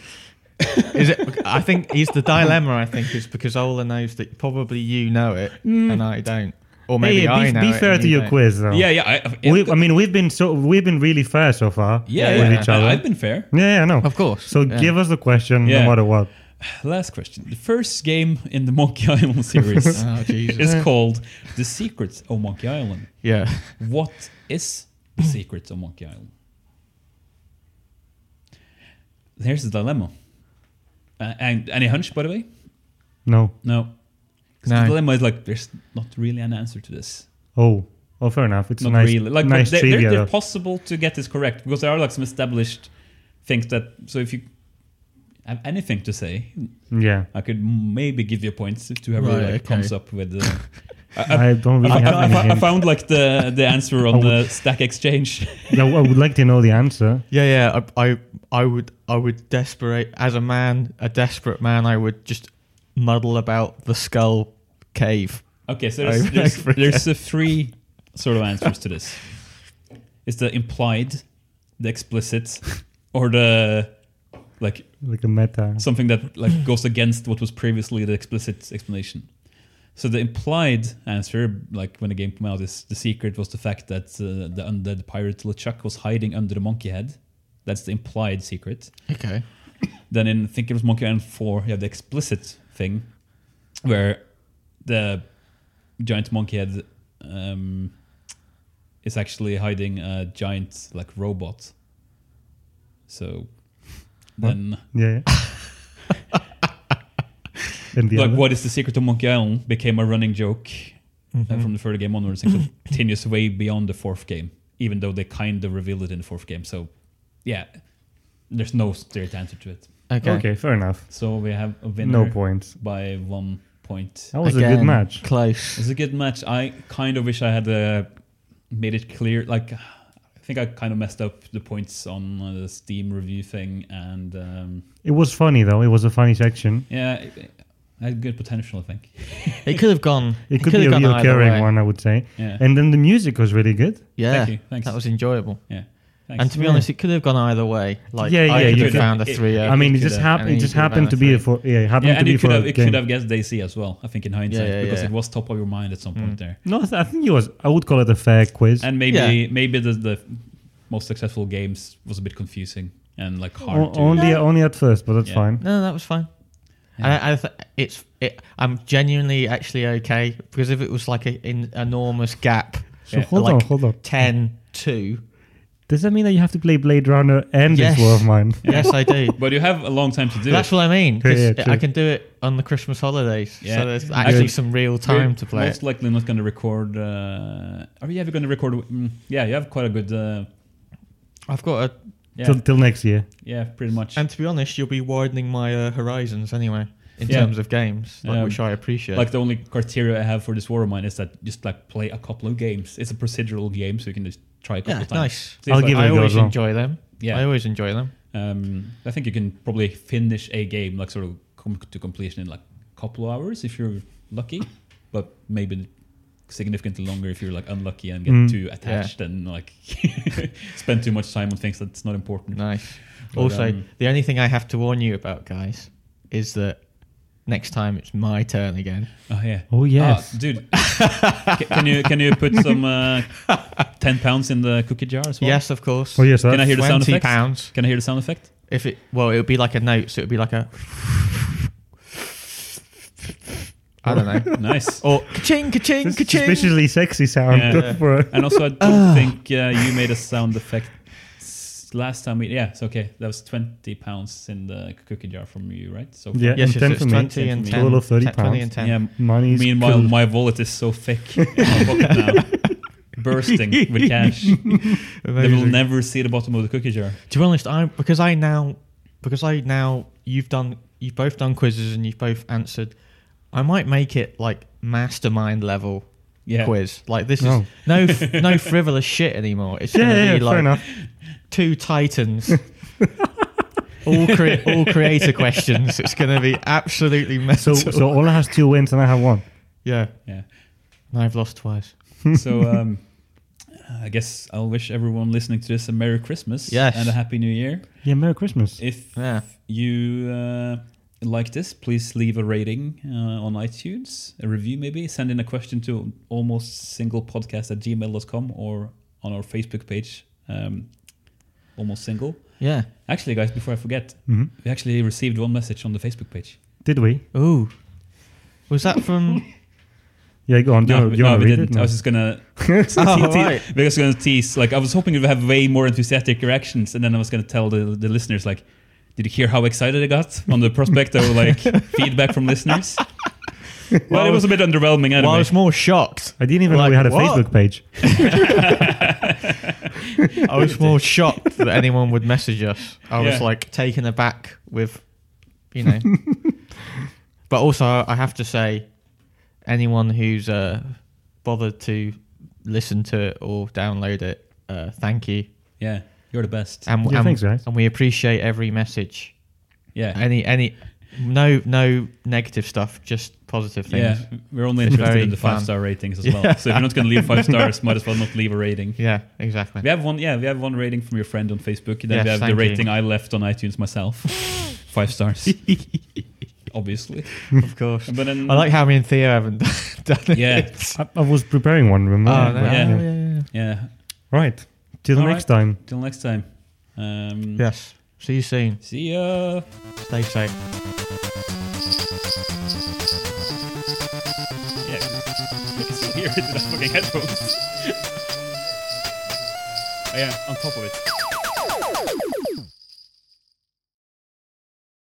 [SPEAKER 1] <laughs> is it? I think he's the dilemma. I think is because Ola knows that probably you know it and I don't, or maybe
[SPEAKER 3] Hmm. hey,
[SPEAKER 1] I
[SPEAKER 3] be,
[SPEAKER 1] know.
[SPEAKER 3] be
[SPEAKER 1] it
[SPEAKER 3] fair
[SPEAKER 1] and
[SPEAKER 3] to
[SPEAKER 1] you
[SPEAKER 3] your
[SPEAKER 1] don't.
[SPEAKER 3] quiz though.
[SPEAKER 2] Yeah, yeah. I, I-
[SPEAKER 3] we, I mean, we've been so we've been really fair so far.
[SPEAKER 2] yeah,
[SPEAKER 3] with
[SPEAKER 2] yeah.
[SPEAKER 3] each other.
[SPEAKER 2] I, have been fair.
[SPEAKER 3] yeah, yeah, I know.
[SPEAKER 1] Of course.
[SPEAKER 3] So
[SPEAKER 1] yeah.
[SPEAKER 3] give us the question,
[SPEAKER 2] Yeah.
[SPEAKER 3] no matter what.
[SPEAKER 2] Last question. The first game in the Monkey <laughs> Island
[SPEAKER 3] <laughs>
[SPEAKER 2] series
[SPEAKER 1] Oh Jesus.
[SPEAKER 2] is called "The Secrets of Monkey Island."
[SPEAKER 1] yeah.
[SPEAKER 2] What is the secret of Monkey Island? There's the dilemma. Uh, and any hunch, by the way?
[SPEAKER 3] No.
[SPEAKER 2] No. 'Cause
[SPEAKER 1] No.
[SPEAKER 2] The dilemma is like there's not really an answer to this.
[SPEAKER 3] Oh. Oh, fair enough. It's a
[SPEAKER 2] not
[SPEAKER 3] nice,
[SPEAKER 2] really. Like
[SPEAKER 3] nice
[SPEAKER 2] but they're,
[SPEAKER 3] trivia.
[SPEAKER 2] they're, they're
[SPEAKER 3] though.
[SPEAKER 2] possible to get this correct because there are like some established things that. So if you have anything to say,
[SPEAKER 3] yeah.
[SPEAKER 2] I could maybe give you points to whoever
[SPEAKER 1] Right,
[SPEAKER 2] like,
[SPEAKER 1] okay.
[SPEAKER 2] comes up with.
[SPEAKER 3] <laughs>
[SPEAKER 2] Uh, I, I,
[SPEAKER 3] I don't
[SPEAKER 2] I,
[SPEAKER 3] really have
[SPEAKER 2] I-
[SPEAKER 3] any
[SPEAKER 2] I
[SPEAKER 3] hints.
[SPEAKER 2] found like the
[SPEAKER 3] <laughs>
[SPEAKER 2] the answer on the Stack Exchange. <laughs>
[SPEAKER 3] No, I would like to know the answer.
[SPEAKER 1] Yeah, yeah. I, I, I would, I would desperate as a man, a desperate man. I would just muddle about the skull cave.
[SPEAKER 2] Okay, so
[SPEAKER 1] I
[SPEAKER 2] there's, there's,
[SPEAKER 1] forget.
[SPEAKER 2] there's uh, three sort of answers to this. It's the implied, the explicit, or the like
[SPEAKER 3] Like a meta.
[SPEAKER 2] something that like goes against what was previously the explicit explanation. So the implied answer, like when the game came out, is the secret was the fact that uh, the undead pirate LeChuck was hiding under the monkey head. That's the implied secret.
[SPEAKER 1] Okay.
[SPEAKER 2] Then in I think it was Monkey Island 4, you have the explicit thing where the giant monkey head um, is actually hiding a giant like robot. So then
[SPEAKER 3] Yeah.
[SPEAKER 2] <laughs>
[SPEAKER 3] yeah. and the
[SPEAKER 2] like
[SPEAKER 3] other?
[SPEAKER 2] what is the secret of Monkey Island became a running joke uh, from the third game onwards and continues way beyond the fourth game, even though they kind of revealed it in the fourth game. So yeah, there's no straight answer to it.
[SPEAKER 1] Okay.
[SPEAKER 3] Okay, fair enough.
[SPEAKER 2] So we have a winner.
[SPEAKER 3] No points.
[SPEAKER 2] by one point.
[SPEAKER 3] That was a good
[SPEAKER 1] Again,
[SPEAKER 3] match.
[SPEAKER 1] Close.
[SPEAKER 2] It's a good match. I kind of wish I had uh, made it clear. Like, I think I kind of messed up the points on uh, the Steam review thing, and um,
[SPEAKER 3] It was funny though. It was a funny section.
[SPEAKER 2] yeah, it, it had good potential. I think.
[SPEAKER 1] It could have gone.
[SPEAKER 3] It could
[SPEAKER 1] have
[SPEAKER 3] be a
[SPEAKER 1] gone either way.
[SPEAKER 3] reoccurring one, I would say.
[SPEAKER 2] Yeah.
[SPEAKER 3] And then the music was really good.
[SPEAKER 1] Yeah.
[SPEAKER 2] Thank you. Thanks.
[SPEAKER 1] That was enjoyable.
[SPEAKER 2] yeah.
[SPEAKER 1] And to be
[SPEAKER 3] Yeah.
[SPEAKER 1] honest, it could have gone either way. Like
[SPEAKER 3] Yeah,
[SPEAKER 1] I
[SPEAKER 3] yeah,
[SPEAKER 1] could
[SPEAKER 3] you
[SPEAKER 1] have
[SPEAKER 3] could-
[SPEAKER 1] found a
[SPEAKER 2] it-
[SPEAKER 1] three.
[SPEAKER 2] it-
[SPEAKER 1] uh,
[SPEAKER 3] I mean,
[SPEAKER 2] you
[SPEAKER 3] it
[SPEAKER 2] could
[SPEAKER 3] just
[SPEAKER 2] have-
[SPEAKER 1] I
[SPEAKER 3] happened.
[SPEAKER 1] mean,
[SPEAKER 3] It
[SPEAKER 1] you
[SPEAKER 3] just
[SPEAKER 1] could have
[SPEAKER 3] happened to be a
[SPEAKER 1] managed
[SPEAKER 3] for. Yeah, it happened
[SPEAKER 2] yeah,
[SPEAKER 3] to
[SPEAKER 2] and
[SPEAKER 3] be
[SPEAKER 2] you
[SPEAKER 3] for
[SPEAKER 2] could have
[SPEAKER 3] a
[SPEAKER 2] you could
[SPEAKER 3] game.
[SPEAKER 2] have guessed Daisy as well. I think in hindsight
[SPEAKER 1] yeah,
[SPEAKER 2] because
[SPEAKER 1] yeah.
[SPEAKER 2] it was top of your mind at some point there.
[SPEAKER 3] No, I th- I think it was. I would call it a fair quiz.
[SPEAKER 2] And maybe
[SPEAKER 1] Yeah.
[SPEAKER 2] maybe the, the most successful games was a bit confusing and like hard.
[SPEAKER 3] O-
[SPEAKER 2] to,
[SPEAKER 3] only, only at first, but that's
[SPEAKER 2] Yeah.
[SPEAKER 3] fine.
[SPEAKER 1] no, that was fine. And I, I th- it's it, I'm genuinely actually okay because if it was like an in, enormous gap,
[SPEAKER 3] So
[SPEAKER 2] Yeah,
[SPEAKER 3] hold
[SPEAKER 1] like
[SPEAKER 3] on, hold on.
[SPEAKER 1] 10, 2.
[SPEAKER 3] Does that mean that you have to play Blade Runner and
[SPEAKER 1] Yes.
[SPEAKER 3] this War of Mine?
[SPEAKER 1] Yes, I
[SPEAKER 3] <laughs>
[SPEAKER 1] do.
[SPEAKER 2] But you have a long time to do it.
[SPEAKER 1] That's what I mean. 'cause
[SPEAKER 3] Yeah, yeah,
[SPEAKER 1] I
[SPEAKER 3] true.
[SPEAKER 1] can do it on the Christmas holidays,
[SPEAKER 2] Yeah.
[SPEAKER 1] so there's
[SPEAKER 2] Good.
[SPEAKER 1] actually some real time
[SPEAKER 2] We're
[SPEAKER 1] to play.
[SPEAKER 2] Most
[SPEAKER 1] it.
[SPEAKER 2] likely not going to record. Uh, are you ever going to record? Mm, yeah, you have quite a good. Uh,
[SPEAKER 1] I've got a,
[SPEAKER 2] yeah,
[SPEAKER 3] Till, till next year.
[SPEAKER 2] yeah, pretty much.
[SPEAKER 1] and to be honest, you'll be widening my uh, horizons anyway in
[SPEAKER 2] Yeah.
[SPEAKER 1] terms of games, like,
[SPEAKER 2] Um,
[SPEAKER 1] which I appreciate.
[SPEAKER 2] like the only criteria I have for this war of mine is that just like play a couple of games. It's a procedural game, so you can just try a couple
[SPEAKER 1] yeah,
[SPEAKER 2] of times.
[SPEAKER 1] nice.
[SPEAKER 2] So it's
[SPEAKER 3] I'll
[SPEAKER 2] like-
[SPEAKER 3] give it
[SPEAKER 1] I
[SPEAKER 3] a go
[SPEAKER 1] always
[SPEAKER 3] as well.
[SPEAKER 1] enjoy them.
[SPEAKER 2] Yeah.
[SPEAKER 1] I always enjoy them.
[SPEAKER 2] Um, I think you can probably finish a game like sort of come to completion in like a couple of hours if you're lucky, but maybe significantly longer if you're like unlucky and get
[SPEAKER 3] Mm.
[SPEAKER 2] too attached and like <laughs> spend too much time on things that's not important.
[SPEAKER 1] Nice.
[SPEAKER 2] But,
[SPEAKER 1] also,
[SPEAKER 2] um,
[SPEAKER 1] the only thing I have to warn you about, guys, is that next time it's my turn again.
[SPEAKER 2] Oh yeah.
[SPEAKER 3] Oh, yes.
[SPEAKER 2] Ah, dude. C- can you can you put some
[SPEAKER 3] <laughs>
[SPEAKER 2] uh, ten pounds in the cookie jar as well?
[SPEAKER 1] Yes, of course.
[SPEAKER 3] Oh, yes,
[SPEAKER 2] Can I
[SPEAKER 3] that's
[SPEAKER 2] hear the sound
[SPEAKER 1] Twenty
[SPEAKER 2] effect?
[SPEAKER 1] pounds.
[SPEAKER 2] Can I hear the sound effect?
[SPEAKER 1] If it well, it would be like a note, so it would be like a. <laughs> I don't
[SPEAKER 2] <laughs>
[SPEAKER 1] know.
[SPEAKER 2] Nice.
[SPEAKER 1] Or ka-ching, ka-ching,
[SPEAKER 3] this
[SPEAKER 1] ka-ching.
[SPEAKER 3] suspiciously sexy sound.
[SPEAKER 2] Yeah.
[SPEAKER 3] for a-
[SPEAKER 2] And also, I
[SPEAKER 3] Ah.
[SPEAKER 2] don't think uh, you made a sound effect s- last time. We, yeah, it's okay. That was twenty pounds in the cookie jar from you, right? So far.
[SPEAKER 3] Yeah.
[SPEAKER 1] Yes, yes,
[SPEAKER 3] Ten
[SPEAKER 1] it's
[SPEAKER 3] for me.
[SPEAKER 1] 20 and 10.
[SPEAKER 3] Total of 30
[SPEAKER 1] 10, 20 and 10.
[SPEAKER 3] pounds.
[SPEAKER 2] Yeah.
[SPEAKER 3] Money's
[SPEAKER 2] Meanwhile,
[SPEAKER 3] cool.
[SPEAKER 2] my wallet is so thick in my pocket
[SPEAKER 3] <laughs>
[SPEAKER 2] now, bursting with cash. They will
[SPEAKER 1] Amazing.
[SPEAKER 2] never see the bottom of the cookie jar.
[SPEAKER 1] To be honest, I because I now because I now you've done you've both done quizzes and you've both answered. I might make it like mastermind level
[SPEAKER 2] Yeah.
[SPEAKER 1] quiz. Like this
[SPEAKER 3] No.
[SPEAKER 1] is no f-
[SPEAKER 3] <laughs>
[SPEAKER 1] no frivolous shit anymore. It's
[SPEAKER 3] Oh. yeah,
[SPEAKER 1] gonna
[SPEAKER 3] yeah, yeah,
[SPEAKER 1] be
[SPEAKER 3] fair
[SPEAKER 1] like
[SPEAKER 3] enough.
[SPEAKER 1] two
[SPEAKER 3] <laughs>
[SPEAKER 1] titans. all, crea- all creator questions. It's going to be absolutely
[SPEAKER 3] So,
[SPEAKER 1] <laughs> mental.
[SPEAKER 3] so Ola has two wins and I have one.
[SPEAKER 1] yeah,
[SPEAKER 2] Yeah.
[SPEAKER 3] <laughs>
[SPEAKER 1] and I've lost twice.
[SPEAKER 2] So um, I guess I'll wish everyone listening to this a Merry Christmas
[SPEAKER 1] Yes.
[SPEAKER 2] and a Happy New Year.
[SPEAKER 3] Yeah, Merry Christmas.
[SPEAKER 2] If
[SPEAKER 1] Yeah.
[SPEAKER 2] you uh, like this, please leave a rating uh, on iTunes, a review maybe, send in a question to almost single podcast at gmail.com or on our Facebook page, um, almost single.
[SPEAKER 1] Yeah.
[SPEAKER 2] Actually, guys, before I forget,
[SPEAKER 3] Mhm.
[SPEAKER 2] we actually received one message on the Facebook page.
[SPEAKER 3] Did we?
[SPEAKER 1] Ooh. Was that from?
[SPEAKER 3] Yeah, go on. Do you
[SPEAKER 2] no,
[SPEAKER 3] wanna- do
[SPEAKER 2] we-
[SPEAKER 3] you
[SPEAKER 2] no,
[SPEAKER 3] want
[SPEAKER 2] we
[SPEAKER 3] to read
[SPEAKER 2] didn't.
[SPEAKER 3] it?
[SPEAKER 2] I was just <laughs> gonna,
[SPEAKER 1] <laughs> oh,
[SPEAKER 2] te-
[SPEAKER 1] right.
[SPEAKER 2] we were just gonna tease. Like, I was hoping to have way more enthusiastic reactions, and then I was gonna tell the, the listeners, like, did you hear how excited I got on the prospect of
[SPEAKER 1] <laughs>
[SPEAKER 2] like feedback from listeners? Well, it was a bit underwhelming
[SPEAKER 1] Well, I
[SPEAKER 2] anyway.
[SPEAKER 1] was more shocked.
[SPEAKER 3] <laughs> I didn't even know
[SPEAKER 1] Like,
[SPEAKER 3] we had a
[SPEAKER 1] what?
[SPEAKER 3] Facebook page.
[SPEAKER 1] I was more shocked that anyone would message us. I was
[SPEAKER 2] Yeah.
[SPEAKER 1] like taken aback with, you know. but also, I have to say, anyone who's uh, bothered to listen to it or download it, uh, thank you.
[SPEAKER 2] Yeah, you're the best.
[SPEAKER 1] And,
[SPEAKER 3] Yeah,
[SPEAKER 1] and-
[SPEAKER 3] thanks, guys.
[SPEAKER 1] and we appreciate every message.
[SPEAKER 2] Yeah,
[SPEAKER 1] Any, any, no, no negative stuff, just positive
[SPEAKER 2] yeah.
[SPEAKER 1] things.
[SPEAKER 2] We're only
[SPEAKER 1] It's
[SPEAKER 2] interested
[SPEAKER 1] very
[SPEAKER 2] in the five
[SPEAKER 1] fun.
[SPEAKER 2] star ratings as well. So if you're not gonna
[SPEAKER 1] <laughs>
[SPEAKER 2] leave five stars, might as well not leave a rating.
[SPEAKER 1] Yeah, exactly.
[SPEAKER 2] We have one. Yeah, we have one rating from your friend on Facebook. Then
[SPEAKER 1] Yes,
[SPEAKER 2] we have the
[SPEAKER 1] thank you.
[SPEAKER 2] rating I left on iTunes
[SPEAKER 1] <laughs>
[SPEAKER 2] myself, five stars. Obviously,
[SPEAKER 1] Of course.
[SPEAKER 2] but then
[SPEAKER 1] I like how me and Theo haven't <laughs> done it.
[SPEAKER 2] Yeah.
[SPEAKER 3] I, I was preparing one, remember?
[SPEAKER 1] Oh, no,
[SPEAKER 3] Right.
[SPEAKER 2] Ah, Yeah.
[SPEAKER 1] yeah, yeah, yeah.
[SPEAKER 2] Yeah.
[SPEAKER 3] Right. Till
[SPEAKER 2] All
[SPEAKER 3] next
[SPEAKER 2] right.
[SPEAKER 3] time.
[SPEAKER 2] Till next time. Um,
[SPEAKER 1] Yes. See you soon.
[SPEAKER 2] See ya. <laughs>
[SPEAKER 1] Stay safe.
[SPEAKER 2] Yeah. I can still hear it in my fucking headphones. <laughs> oh, yeah, on top of it.